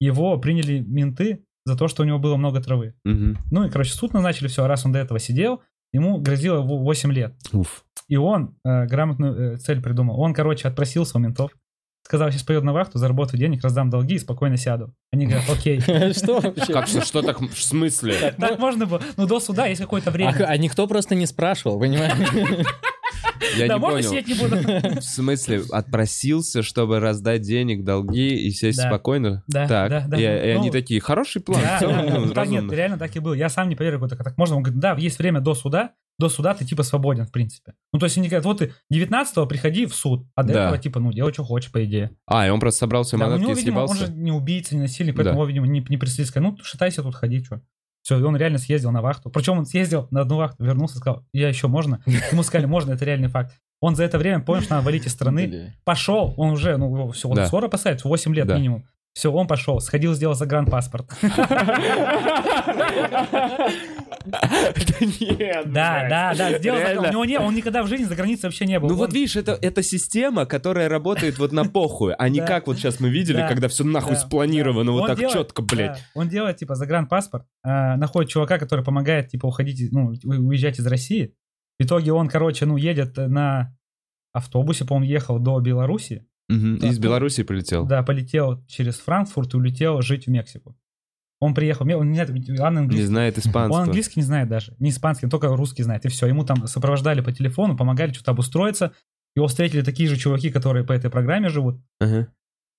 [SPEAKER 2] его приняли менты за то, что у него было много травы.
[SPEAKER 1] Мгм.
[SPEAKER 2] Ну и, короче, суд назначили, все, раз он до этого сидел, ему грозило 8 лет.
[SPEAKER 1] Уф.
[SPEAKER 2] И он э, грамотную э, цель придумал. Он, короче, отпросился у ментов. Сказал, сейчас поеду на вахту, заработаю денег, раздам долги и спокойно сяду. Они говорят, окей.
[SPEAKER 3] Что вообще?
[SPEAKER 1] Как что, что так, в смысле?
[SPEAKER 2] Так можно было. Ну, до суда есть какое-то
[SPEAKER 3] А,
[SPEAKER 2] время.
[SPEAKER 3] а никто просто не спрашивал, понимаешь?
[SPEAKER 4] Я
[SPEAKER 2] да,
[SPEAKER 4] не
[SPEAKER 2] можно
[SPEAKER 4] понял.
[SPEAKER 2] сидеть не буду?
[SPEAKER 1] В смысле, отпросился, чтобы раздать денег, долги и сесть
[SPEAKER 2] Да.
[SPEAKER 1] спокойно?
[SPEAKER 2] Да,
[SPEAKER 1] так,
[SPEAKER 2] да, да.
[SPEAKER 1] и, и они
[SPEAKER 2] Ну,
[SPEAKER 1] такие, хороший план,
[SPEAKER 2] Да,
[SPEAKER 1] в целом,
[SPEAKER 2] да,
[SPEAKER 1] ну,
[SPEAKER 2] да. Да нет,
[SPEAKER 1] разумно.
[SPEAKER 2] реально так и было. Я сам не поверил, как так можно. Он говорит, да, есть время до суда, до суда ты типа свободен, в принципе. Ну, то есть они говорят, вот ты 19-го приходи в суд, а до
[SPEAKER 1] Да.
[SPEAKER 2] этого типа, ну, делай, что хочешь, по идее.
[SPEAKER 1] А, и он просто собрал
[SPEAKER 2] Да, у
[SPEAKER 1] самолетки
[SPEAKER 2] него,
[SPEAKER 1] и
[SPEAKER 2] видимо, он
[SPEAKER 1] съебался?
[SPEAKER 2] же не убийца, не насильник, поэтому
[SPEAKER 1] Да.
[SPEAKER 2] его, видимо, не, не преследили. Сказали, ну, шатайся тут, ходи, что. Все, и он реально съездил на вахту. Причем он съездил на одну вахту, вернулся, сказал, я еще можно. Ему сказали, можно, это реальный факт. Он за это время, помнишь, надо валить из страны,
[SPEAKER 3] Блин.
[SPEAKER 2] пошел, он уже, ну, все, он
[SPEAKER 1] Да.
[SPEAKER 2] скоро посадит, 8 лет
[SPEAKER 1] Да.
[SPEAKER 2] минимум. Все, он пошел, сходил, сделал загранпаспорт. Да, да, да, сделал загран-
[SPEAKER 1] Реально?
[SPEAKER 2] У него не, он никогда в жизни за границей вообще не был.
[SPEAKER 1] Ну
[SPEAKER 2] Он-
[SPEAKER 1] вот видишь, это, это система, которая работает вот на похуй, а не
[SPEAKER 2] Да.
[SPEAKER 1] как вот сейчас мы видели,
[SPEAKER 2] Да.
[SPEAKER 1] когда все нахуй
[SPEAKER 2] Да,
[SPEAKER 1] спланировано,
[SPEAKER 2] да.
[SPEAKER 1] вот
[SPEAKER 2] Он
[SPEAKER 1] так
[SPEAKER 2] делает-
[SPEAKER 1] четко, блядь.
[SPEAKER 2] да, он делает, типа, загранпаспорт, а, находит чувака, который помогает, типа, уходить, из- ну, у- уезжать из России. В итоге он, короче, ну, едет на автобусе, по-моему, ехал до Беларуси.
[SPEAKER 1] Мгм,
[SPEAKER 2] Да.
[SPEAKER 1] Из Беларуси прилетел.
[SPEAKER 2] Да, полетел через Франкфурт и улетел жить в Мексику. Он приехал, мне- он не знает, он
[SPEAKER 1] Не
[SPEAKER 2] английский,
[SPEAKER 1] знает
[SPEAKER 2] он
[SPEAKER 1] испанского.
[SPEAKER 2] английский не знает даже, не испанский, он только русский знает, и все. Ему там сопровождали по телефону, помогали что-то обустроиться. Его встретили такие же чуваки, которые по этой программе живут.
[SPEAKER 1] Ага.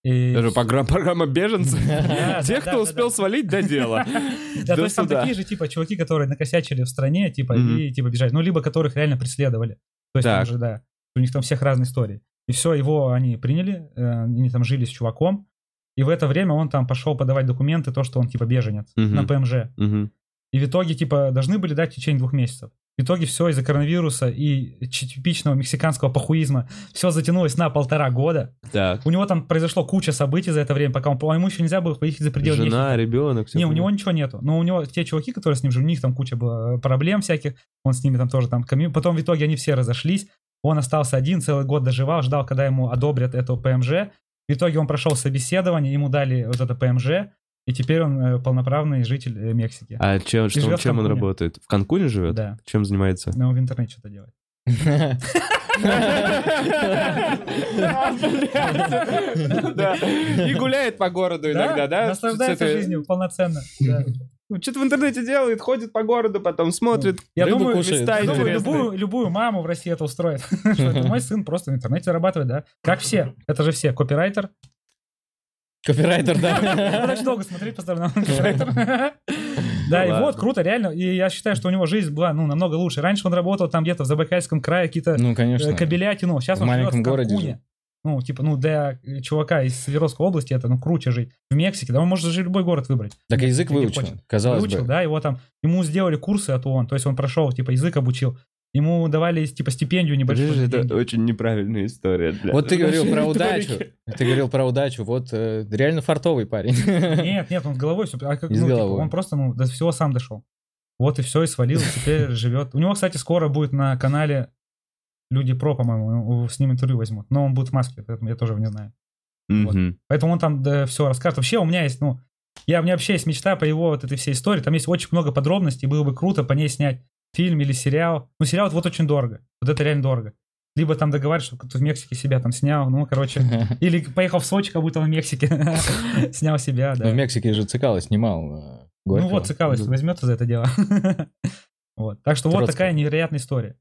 [SPEAKER 2] И
[SPEAKER 1] Это же программа, программа беженцев.
[SPEAKER 2] Да,
[SPEAKER 1] Тех,
[SPEAKER 2] да,
[SPEAKER 1] кто
[SPEAKER 2] да,
[SPEAKER 1] успел
[SPEAKER 2] да.
[SPEAKER 1] свалить, до дела. До
[SPEAKER 2] Да, то есть там
[SPEAKER 1] суда.
[SPEAKER 2] такие же, типа, чуваки, которые накосячили в стране, типа, и,
[SPEAKER 1] Мгм.
[SPEAKER 2] типа, бежали. Ну, либо которых реально преследовали. То есть там
[SPEAKER 1] Так.
[SPEAKER 2] же, да, у них там всех разные истории. И все, его они приняли, э, они там жили с чуваком, и в это время он там пошел подавать документы, то, что он, типа, беженец
[SPEAKER 1] Мгм.
[SPEAKER 2] на ПМЖ.
[SPEAKER 1] Мгм.
[SPEAKER 2] И в итоге, типа, должны были дать в течение двух месяцев. В итоге все из-за коронавируса и чи- типичного мексиканского похуизма все затянулось на полтора года.
[SPEAKER 1] Так.
[SPEAKER 2] У него там произошло куча событий за это время, пока он... Ему еще нельзя было выехать за пределы Мексики.
[SPEAKER 1] Жена, ребенок. всё
[SPEAKER 2] Не, у
[SPEAKER 1] хуйня.
[SPEAKER 2] него ничего нету. Но у него те чуваки, которые с ним жили, у них там куча было э, проблем всяких. Он с ними там тоже там комью. Потом в итоге они все разошлись. Он остался один, целый год доживал, ждал, когда ему одобрят эту ПМЖ. В итоге он прошел собеседование, ему дали вот это ПМЖ, и теперь он э, полноправный житель э, Мексики.
[SPEAKER 1] А чем, что-
[SPEAKER 2] живёт в
[SPEAKER 1] чем он
[SPEAKER 2] Канкуне.
[SPEAKER 1] работает? В Канкуне живет?
[SPEAKER 2] Да.
[SPEAKER 1] Чем занимается? А,
[SPEAKER 2] Но он в интернете что-то делает.
[SPEAKER 1] Ну И гуляет по
[SPEAKER 3] Ну,
[SPEAKER 1] городу
[SPEAKER 2] Наслаждается жизнью полноценно. да.
[SPEAKER 1] ну, Что-то в интернете делает, ходит по городу, потом смотрит.
[SPEAKER 2] Ну, Я
[SPEAKER 3] Рыбу
[SPEAKER 2] думаю,
[SPEAKER 3] кушает.
[SPEAKER 1] места
[SPEAKER 2] Я думаю,
[SPEAKER 1] интересные.
[SPEAKER 2] любую, любую маму в России это устроит. Что это мой сын просто в интернете зарабатывает, да? Как все. Это же все. Копирайтер.
[SPEAKER 3] Копирайтер,
[SPEAKER 2] Надо
[SPEAKER 3] да. Ну
[SPEAKER 2] очень долго смотреть по сторонам. Копирайтер. Да, и
[SPEAKER 1] ладно.
[SPEAKER 2] вот, круто, реально. И я считаю, что у него жизнь была, ну, намного лучше. Раньше он работал там где-то в Забайкальском крае, какие-то
[SPEAKER 3] Ну,
[SPEAKER 2] э,
[SPEAKER 3] конечно.
[SPEAKER 2] кабеля тянул. Сейчас
[SPEAKER 3] В
[SPEAKER 2] он живет
[SPEAKER 3] маленьком
[SPEAKER 2] в
[SPEAKER 3] городе
[SPEAKER 2] Канкуне.
[SPEAKER 3] же.
[SPEAKER 2] Ну, типа, ну, для чувака из Свердловской области это, ну, круче жить. В Мексике, да, он может даже любой город выбрать.
[SPEAKER 3] Так и язык
[SPEAKER 2] Если
[SPEAKER 3] выучил,
[SPEAKER 2] хочет.
[SPEAKER 3] казалось
[SPEAKER 2] выучил,
[SPEAKER 3] бы.
[SPEAKER 2] да, его там, ему сделали курсы от ООН, то есть он прошел, типа, язык обучил, ему давали, типа, стипендию небольшую.
[SPEAKER 1] Подожди,
[SPEAKER 2] за
[SPEAKER 1] это
[SPEAKER 2] деньги.
[SPEAKER 1] очень неправильная история. для
[SPEAKER 3] Вот ты говорил про
[SPEAKER 1] нашей
[SPEAKER 3] удачу.
[SPEAKER 1] риторики.
[SPEAKER 3] Ты говорил про удачу. Вот э, реально фартовый парень.
[SPEAKER 2] Нет, нет, он с головой все, а как,
[SPEAKER 3] И с
[SPEAKER 2] ну, типа,
[SPEAKER 3] головой.
[SPEAKER 2] он просто, ну, до всего сам дошел. Вот и все, и свалил, и теперь живет. У него, кстати, скоро будет на канале Люди Про, по-моему, ну, с ним интервью возьмут, но он будет в маске, поэтому я тоже его не знаю.
[SPEAKER 1] Мгм.
[SPEAKER 2] Поэтому он там все расскажет. Вообще у меня есть, ну, я, у меня вообще есть мечта по его вот этой всей истории. Там есть очень много подробностей, было бы круто по ней снять фильм или сериал. Ну, сериал вот очень дорого. Вот это реально дорого. Либо там договариваешься, чтобы кто-то в Мексике себя там снял, ну, короче. Или поехал в Сочи, как будто он в Мексике. Снял себя,
[SPEAKER 3] Ну, В
[SPEAKER 2] да.
[SPEAKER 3] Мексике же Цикало снимал. э,
[SPEAKER 2] Ну
[SPEAKER 3] Горького.
[SPEAKER 2] вот, Цикало, если возьмется за это дело. Вот. Так что вот
[SPEAKER 3] Троцкого.
[SPEAKER 2] такая невероятная история.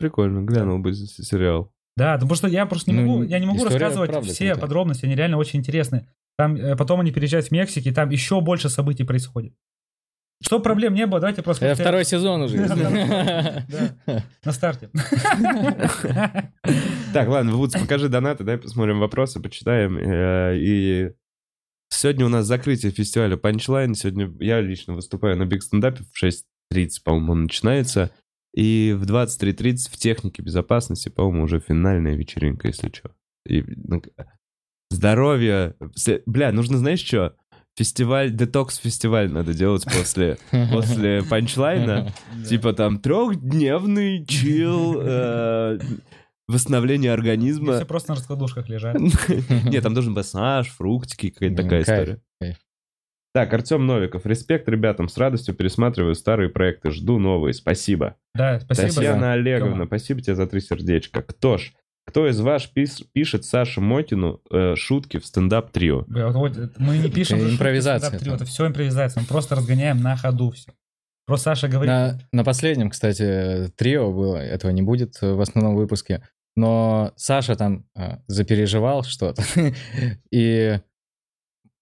[SPEAKER 1] Прикольно, глянул бы с- сериал.
[SPEAKER 2] Да, да, потому что я просто не
[SPEAKER 3] Ну,
[SPEAKER 2] могу, я не могу
[SPEAKER 3] история
[SPEAKER 2] рассказывать
[SPEAKER 3] правда
[SPEAKER 2] все
[SPEAKER 3] крутая.
[SPEAKER 2] подробности, они реально очень интересны. Там э, потом они переезжают в Мексику, и там еще больше событий происходит. Что проблем не было, давайте просто
[SPEAKER 3] Э,
[SPEAKER 2] хотя-
[SPEAKER 3] Второй сезон уже.
[SPEAKER 2] Да. на старте.
[SPEAKER 1] Так, ладно, Вудс, покажи донаты, дай посмотрим вопросы, почитаем. э, И сегодня у нас закрытие фестиваля Punchline. Сегодня я лично выступаю на биг стендапе в 6.30, по-моему, он начинается. И в 23.30 в технике безопасности, по-моему, уже финальная вечеринка, если что. И, ну, здоровье. Все- Бля, нужно, знаешь что? Фестиваль, детокс-фестиваль надо делать после, после панчлайна. Типа там трехдневный чил, э, восстановление
[SPEAKER 2] И Все
[SPEAKER 1] организма.
[SPEAKER 2] просто на раскладушках лежат.
[SPEAKER 1] Нет, там должен массаж, фруктики, какая-то
[SPEAKER 3] Блин,
[SPEAKER 1] такая
[SPEAKER 3] кайф,
[SPEAKER 1] история.
[SPEAKER 3] кайф.
[SPEAKER 1] Так, Артем Новиков. Респект ребятам, с радостью пересматриваю старые проекты, жду новые. Спасибо.
[SPEAKER 2] Да, спасибо.
[SPEAKER 1] Татьяна
[SPEAKER 2] за-
[SPEAKER 1] Олеговна,
[SPEAKER 2] Тёма.
[SPEAKER 1] спасибо тебе за три сердечка. Кто ж, кто из вас пис- пишет Саше Мотину э, шутки в стендап-трио?
[SPEAKER 2] Бля, вот- вот Мы не пишем.
[SPEAKER 3] Это
[SPEAKER 2] же шутки,
[SPEAKER 3] импровизация
[SPEAKER 2] стендап-трио,
[SPEAKER 3] там.
[SPEAKER 2] Это все импровизация. Мы просто разгоняем на ходу все. Просто Саша говорит,
[SPEAKER 3] На, на последнем, кстати, трио было, этого не будет в основном выпуске. Но Саша там а, запереживал что-то. И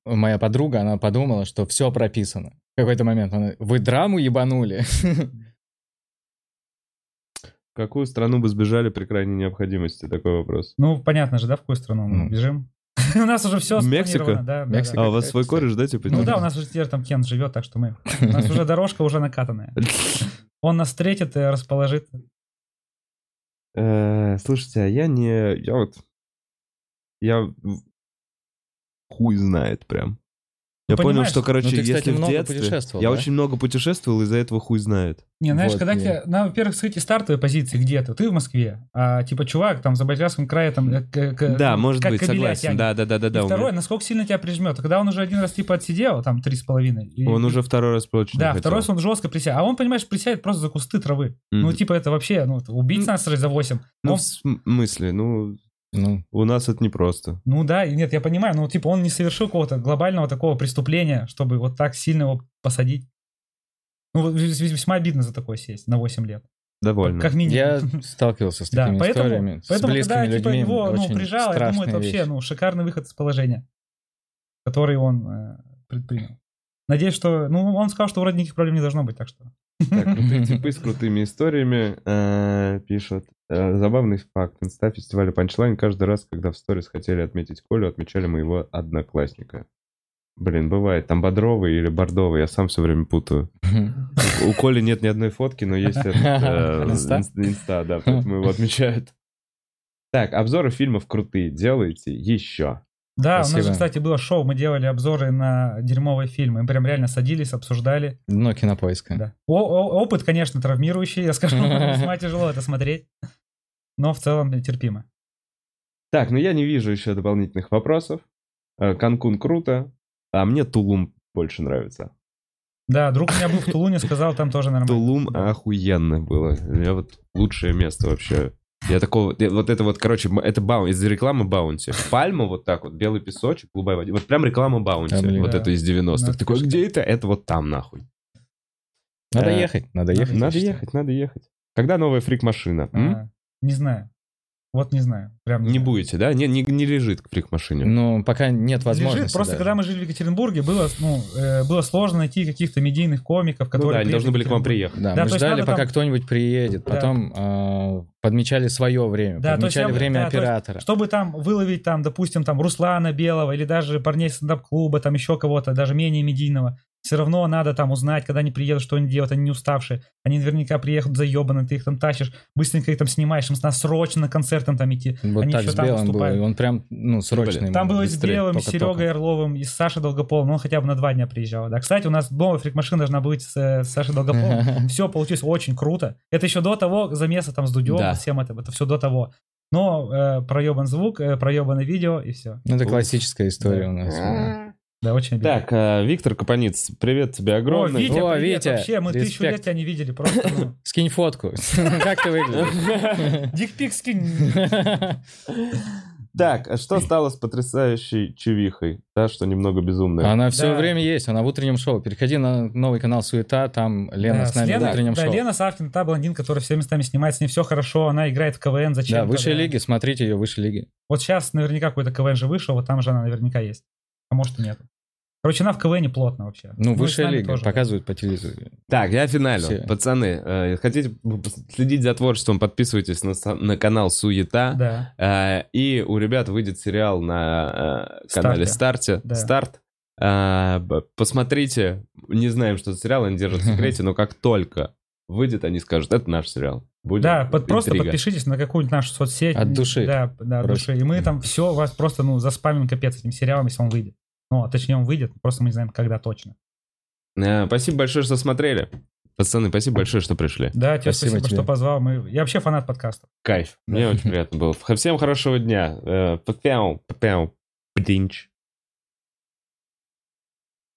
[SPEAKER 3] моя подруга, она подумала, что все прописано. В какой-то момент она, вы драму ебанули.
[SPEAKER 1] В какую страну бы сбежали при крайней необходимости? Такой вопрос.
[SPEAKER 2] ну, понятно же, да, в какую страну мы
[SPEAKER 3] Ну.
[SPEAKER 2] бежим? У нас уже все
[SPEAKER 1] Мексика?
[SPEAKER 2] Да, да,
[SPEAKER 3] Мексика.
[SPEAKER 2] да.
[SPEAKER 1] А, у вас свой кореш, да, типа?
[SPEAKER 2] Ну да, у нас уже теперь там Кен живет, так что мы... У нас уже дорожка уже накатанная. Он нас встретит и расположит.
[SPEAKER 1] Э, Слушайте, а я не... Я вот... Я... в- Хуй знает прям. Я понял,
[SPEAKER 2] понимаешь,
[SPEAKER 1] что, короче,
[SPEAKER 3] ну ты, кстати,
[SPEAKER 1] если в
[SPEAKER 3] много
[SPEAKER 1] детстве...
[SPEAKER 3] путешествовал,
[SPEAKER 1] Я
[SPEAKER 3] да?
[SPEAKER 1] очень много путешествовал, из-за этого хуй знает.
[SPEAKER 2] Не, знаешь,
[SPEAKER 3] Вот,
[SPEAKER 2] когда
[SPEAKER 3] не.
[SPEAKER 2] тебе... Надо, во-первых, сойти стартовой позиции где-то. Ты в Москве, а типа чувак там в Забайкальском крае там... э, к- к-
[SPEAKER 1] Да,
[SPEAKER 2] как
[SPEAKER 1] может быть,
[SPEAKER 2] кабеля
[SPEAKER 1] согласен.
[SPEAKER 2] тянет.
[SPEAKER 1] Да, да, да, да,
[SPEAKER 2] И
[SPEAKER 1] да. у меня-
[SPEAKER 2] второе, насколько сильно тебя прижмет. Когда он уже один раз типа отсидел, там три с половиной. и-
[SPEAKER 1] Он уже второй раз получил.
[SPEAKER 2] Да, второй раз он жестко присядет. А он, понимаешь, присядет просто за кусты травы. Ну, типа, это вообще, ну, это убить нас за 8.
[SPEAKER 1] Ну,
[SPEAKER 2] Ну,
[SPEAKER 1] в смысле, ну,
[SPEAKER 3] Ну,
[SPEAKER 1] у нас это непросто.
[SPEAKER 2] ну да, и нет, я понимаю, ну, типа, он не совершил какого-то глобального такого преступления, чтобы вот так сильно его посадить. Ну, вот вес- вес- весьма обидно за такое сесть на 8 лет.
[SPEAKER 1] Довольно.
[SPEAKER 2] Как минимум.
[SPEAKER 3] я сталкивался с
[SPEAKER 2] Да,
[SPEAKER 3] такими историями,
[SPEAKER 2] поэтому,
[SPEAKER 3] с
[SPEAKER 2] поэтому
[SPEAKER 3] близкими
[SPEAKER 2] когда типа,
[SPEAKER 3] людьми.
[SPEAKER 2] его ну,
[SPEAKER 3] очень
[SPEAKER 2] прижало, я думаю, это
[SPEAKER 3] страшная
[SPEAKER 2] вообще
[SPEAKER 3] вещь.
[SPEAKER 2] ну, шикарный выход из положения, который он э, предпринял. Надеюсь, что... Ну, он сказал, что вроде никаких проблем не должно быть, так что...
[SPEAKER 1] Так, крутые типы с крутыми историями э, пишут. Э, Забавный факт. Инста фестиваля Панчлайн каждый раз, когда в сторис хотели отметить Колю, отмечали моего одноклассника. Блин, бывает. Там Бодровый или Бордовый, я сам все время путаю.
[SPEAKER 2] ну,
[SPEAKER 1] У Коли нет ни одной фотки, но есть этот, э,
[SPEAKER 3] Инста?
[SPEAKER 1] инс- инста, да, поэтому его отмечают. Так, обзоры фильмов крутые. Делайте еще.
[SPEAKER 2] Да, у нас же,
[SPEAKER 3] Спасибо.
[SPEAKER 2] кстати, было шоу, мы делали обзоры на дерьмовые фильмы. Мы прям реально садились, обсуждали.
[SPEAKER 3] Дно кинопоиска.
[SPEAKER 2] Да. О- о- опыт, конечно, травмирующий, я скажу, весьма тяжело это смотреть. Но в целом терпимо.
[SPEAKER 1] Так, ну я не вижу еще дополнительных вопросов. Э, Канкун круто, а мне Тулум больше нравится.
[SPEAKER 2] Да, друг у меня был в Тулуне, сказал, там тоже нормально.
[SPEAKER 1] Тулум охуенно было. Я вот лучшее место вообще. Я такого, я- вот это вот, короче, м- это бау, из рекламы Баунти. Пальма вот так вот, белый песочек, голубая вода. Вот прям реклама Баунти.
[SPEAKER 3] А, блин.
[SPEAKER 1] вот
[SPEAKER 2] Да.
[SPEAKER 1] это из 90-х.
[SPEAKER 2] Надо
[SPEAKER 1] Такой,
[SPEAKER 2] сказать.
[SPEAKER 1] где это? Это вот там нахуй.
[SPEAKER 3] Надо
[SPEAKER 1] Э,
[SPEAKER 3] ехать,
[SPEAKER 2] надо
[SPEAKER 3] надо ехать. я
[SPEAKER 1] Надо
[SPEAKER 3] считаю.
[SPEAKER 1] ехать, надо ехать. Когда новая фрик-машина? м?
[SPEAKER 2] А, ну Не знаю. Вот не знаю. Прям
[SPEAKER 1] Не
[SPEAKER 2] знаю.
[SPEAKER 1] будете, да? Не, не, не лежит к фрик-машине.
[SPEAKER 3] Ну, пока нет возможности.
[SPEAKER 2] Лежит, просто
[SPEAKER 3] даже.
[SPEAKER 2] когда мы жили в Екатеринбурге, было, ну, э, было сложно найти каких-то медийных комиков,
[SPEAKER 1] Ну
[SPEAKER 2] которые...
[SPEAKER 1] да, они
[SPEAKER 2] приедут
[SPEAKER 1] должны
[SPEAKER 2] в
[SPEAKER 1] были к вам
[SPEAKER 2] Екатеринбург.
[SPEAKER 1] приехать.
[SPEAKER 3] Да,
[SPEAKER 2] Да,
[SPEAKER 3] мы
[SPEAKER 2] то есть
[SPEAKER 3] ждали,
[SPEAKER 2] надо
[SPEAKER 3] пока
[SPEAKER 2] там-
[SPEAKER 3] кто-нибудь приедет.
[SPEAKER 2] Да.
[SPEAKER 3] Потом э, подмечали свое время,
[SPEAKER 2] Да, то есть
[SPEAKER 3] подмечали
[SPEAKER 2] я-
[SPEAKER 3] время
[SPEAKER 2] да, то есть
[SPEAKER 3] оператора.
[SPEAKER 2] Чтобы там выловить, там, допустим, там Руслана Белого или даже парней стендап-клуба, там еще кого-то, даже менее медийного, все равно надо там узнать, когда они приедут, что они делают, они не уставшие. Они наверняка приедут заебаны, ты их там тащишь, быстренько их там снимаешь, им надо срочно на концерт там, там идти.
[SPEAKER 3] вот
[SPEAKER 2] они
[SPEAKER 3] так
[SPEAKER 2] еще
[SPEAKER 3] с
[SPEAKER 2] там
[SPEAKER 3] Белым было,
[SPEAKER 2] выступают.
[SPEAKER 3] и он прям, ну, срочно ему
[SPEAKER 2] Там было и с
[SPEAKER 3] быстрее,
[SPEAKER 2] Белым, с
[SPEAKER 3] только-только.
[SPEAKER 2] Серегой Орловым, и с Сашей Долгополом, но он хотя бы на два дня приезжал. Да, кстати, у нас новая фрик-машина должна быть с, э, с Сашей Долгополом. Все получилось очень круто. Это еще до того замеса там с Дудем,
[SPEAKER 1] Да.
[SPEAKER 2] всем это, это все до того. Но э, проебан звук, э, проебано видео и все.
[SPEAKER 3] Ну, это
[SPEAKER 1] Уф.
[SPEAKER 3] классическая история у нас.
[SPEAKER 1] А.
[SPEAKER 2] Да, очень обидно.
[SPEAKER 1] Так, а, Виктор Капонец, привет тебе
[SPEAKER 2] О,
[SPEAKER 1] огромный.
[SPEAKER 2] Витя,
[SPEAKER 3] О,
[SPEAKER 2] привет,
[SPEAKER 3] Витя,
[SPEAKER 2] вообще, мы тысячу
[SPEAKER 3] респект.
[SPEAKER 2] лет тебя не видели, просто, ну,
[SPEAKER 3] Скинь фотку. Как ты выглядишь?
[SPEAKER 2] дикпик скинь.
[SPEAKER 1] Так, а что стало с потрясающей чувихой? Да, что немного безумная.
[SPEAKER 3] Она все
[SPEAKER 2] Да.
[SPEAKER 3] время есть, она в утреннем шоу. Переходи на новый канал Суета, там Лена
[SPEAKER 2] Да,
[SPEAKER 3] с нами в
[SPEAKER 2] Леной-
[SPEAKER 3] утреннем
[SPEAKER 2] да,
[SPEAKER 3] шоу.
[SPEAKER 2] Лена Савкин, та блондинка, которая всеми местами снимает, с ней все хорошо, она играет в КВН, зачем?
[SPEAKER 3] Да, высшей лиги, смотрите ее, высшей лиги.
[SPEAKER 2] Вот сейчас наверняка какой-то КВН же вышел, вот там же она наверняка есть. А может и нет. Короче, она в КВНе плотно вообще.
[SPEAKER 3] Ну,
[SPEAKER 2] и с
[SPEAKER 3] высшая
[SPEAKER 2] нами
[SPEAKER 3] лига,
[SPEAKER 2] тоже.
[SPEAKER 3] показывают по телевизору.
[SPEAKER 1] Так, я финалю.
[SPEAKER 3] Все.
[SPEAKER 1] Пацаны, э, хотите следить за творчеством, подписывайтесь на, са- на канал Суета.
[SPEAKER 2] Да.
[SPEAKER 1] Э, и у ребят выйдет сериал на э, канале Старте.
[SPEAKER 2] Да.
[SPEAKER 1] Старт. Э, б- посмотрите. Не знаем, что за сериал, они держат в секрете, но как только выйдет, они скажут, это наш сериал. Будет
[SPEAKER 2] Да, под- просто
[SPEAKER 1] интрига.
[SPEAKER 2] подпишитесь на какую-нибудь нашу соцсеть.
[SPEAKER 3] От души.
[SPEAKER 2] Да, да, от
[SPEAKER 3] Просто.
[SPEAKER 2] души. И мы там все, вас просто, ну, заспамим капец этим сериалом, если он выйдет. Ну, а точнее, он выйдет, просто мы не знаем, когда точно.
[SPEAKER 1] Э, спасибо большое, что смотрели. Пацаны, спасибо большое, что пришли.
[SPEAKER 2] Да, тебе
[SPEAKER 3] Спасибо
[SPEAKER 2] спасибо,
[SPEAKER 3] тебе.
[SPEAKER 2] что позвал. Мы... Я вообще фанат подкастов.
[SPEAKER 1] Кайф. Мне
[SPEAKER 3] Да.
[SPEAKER 1] очень приятно было. Всем хорошего дня. Э, Папяу, папяу, бдинч.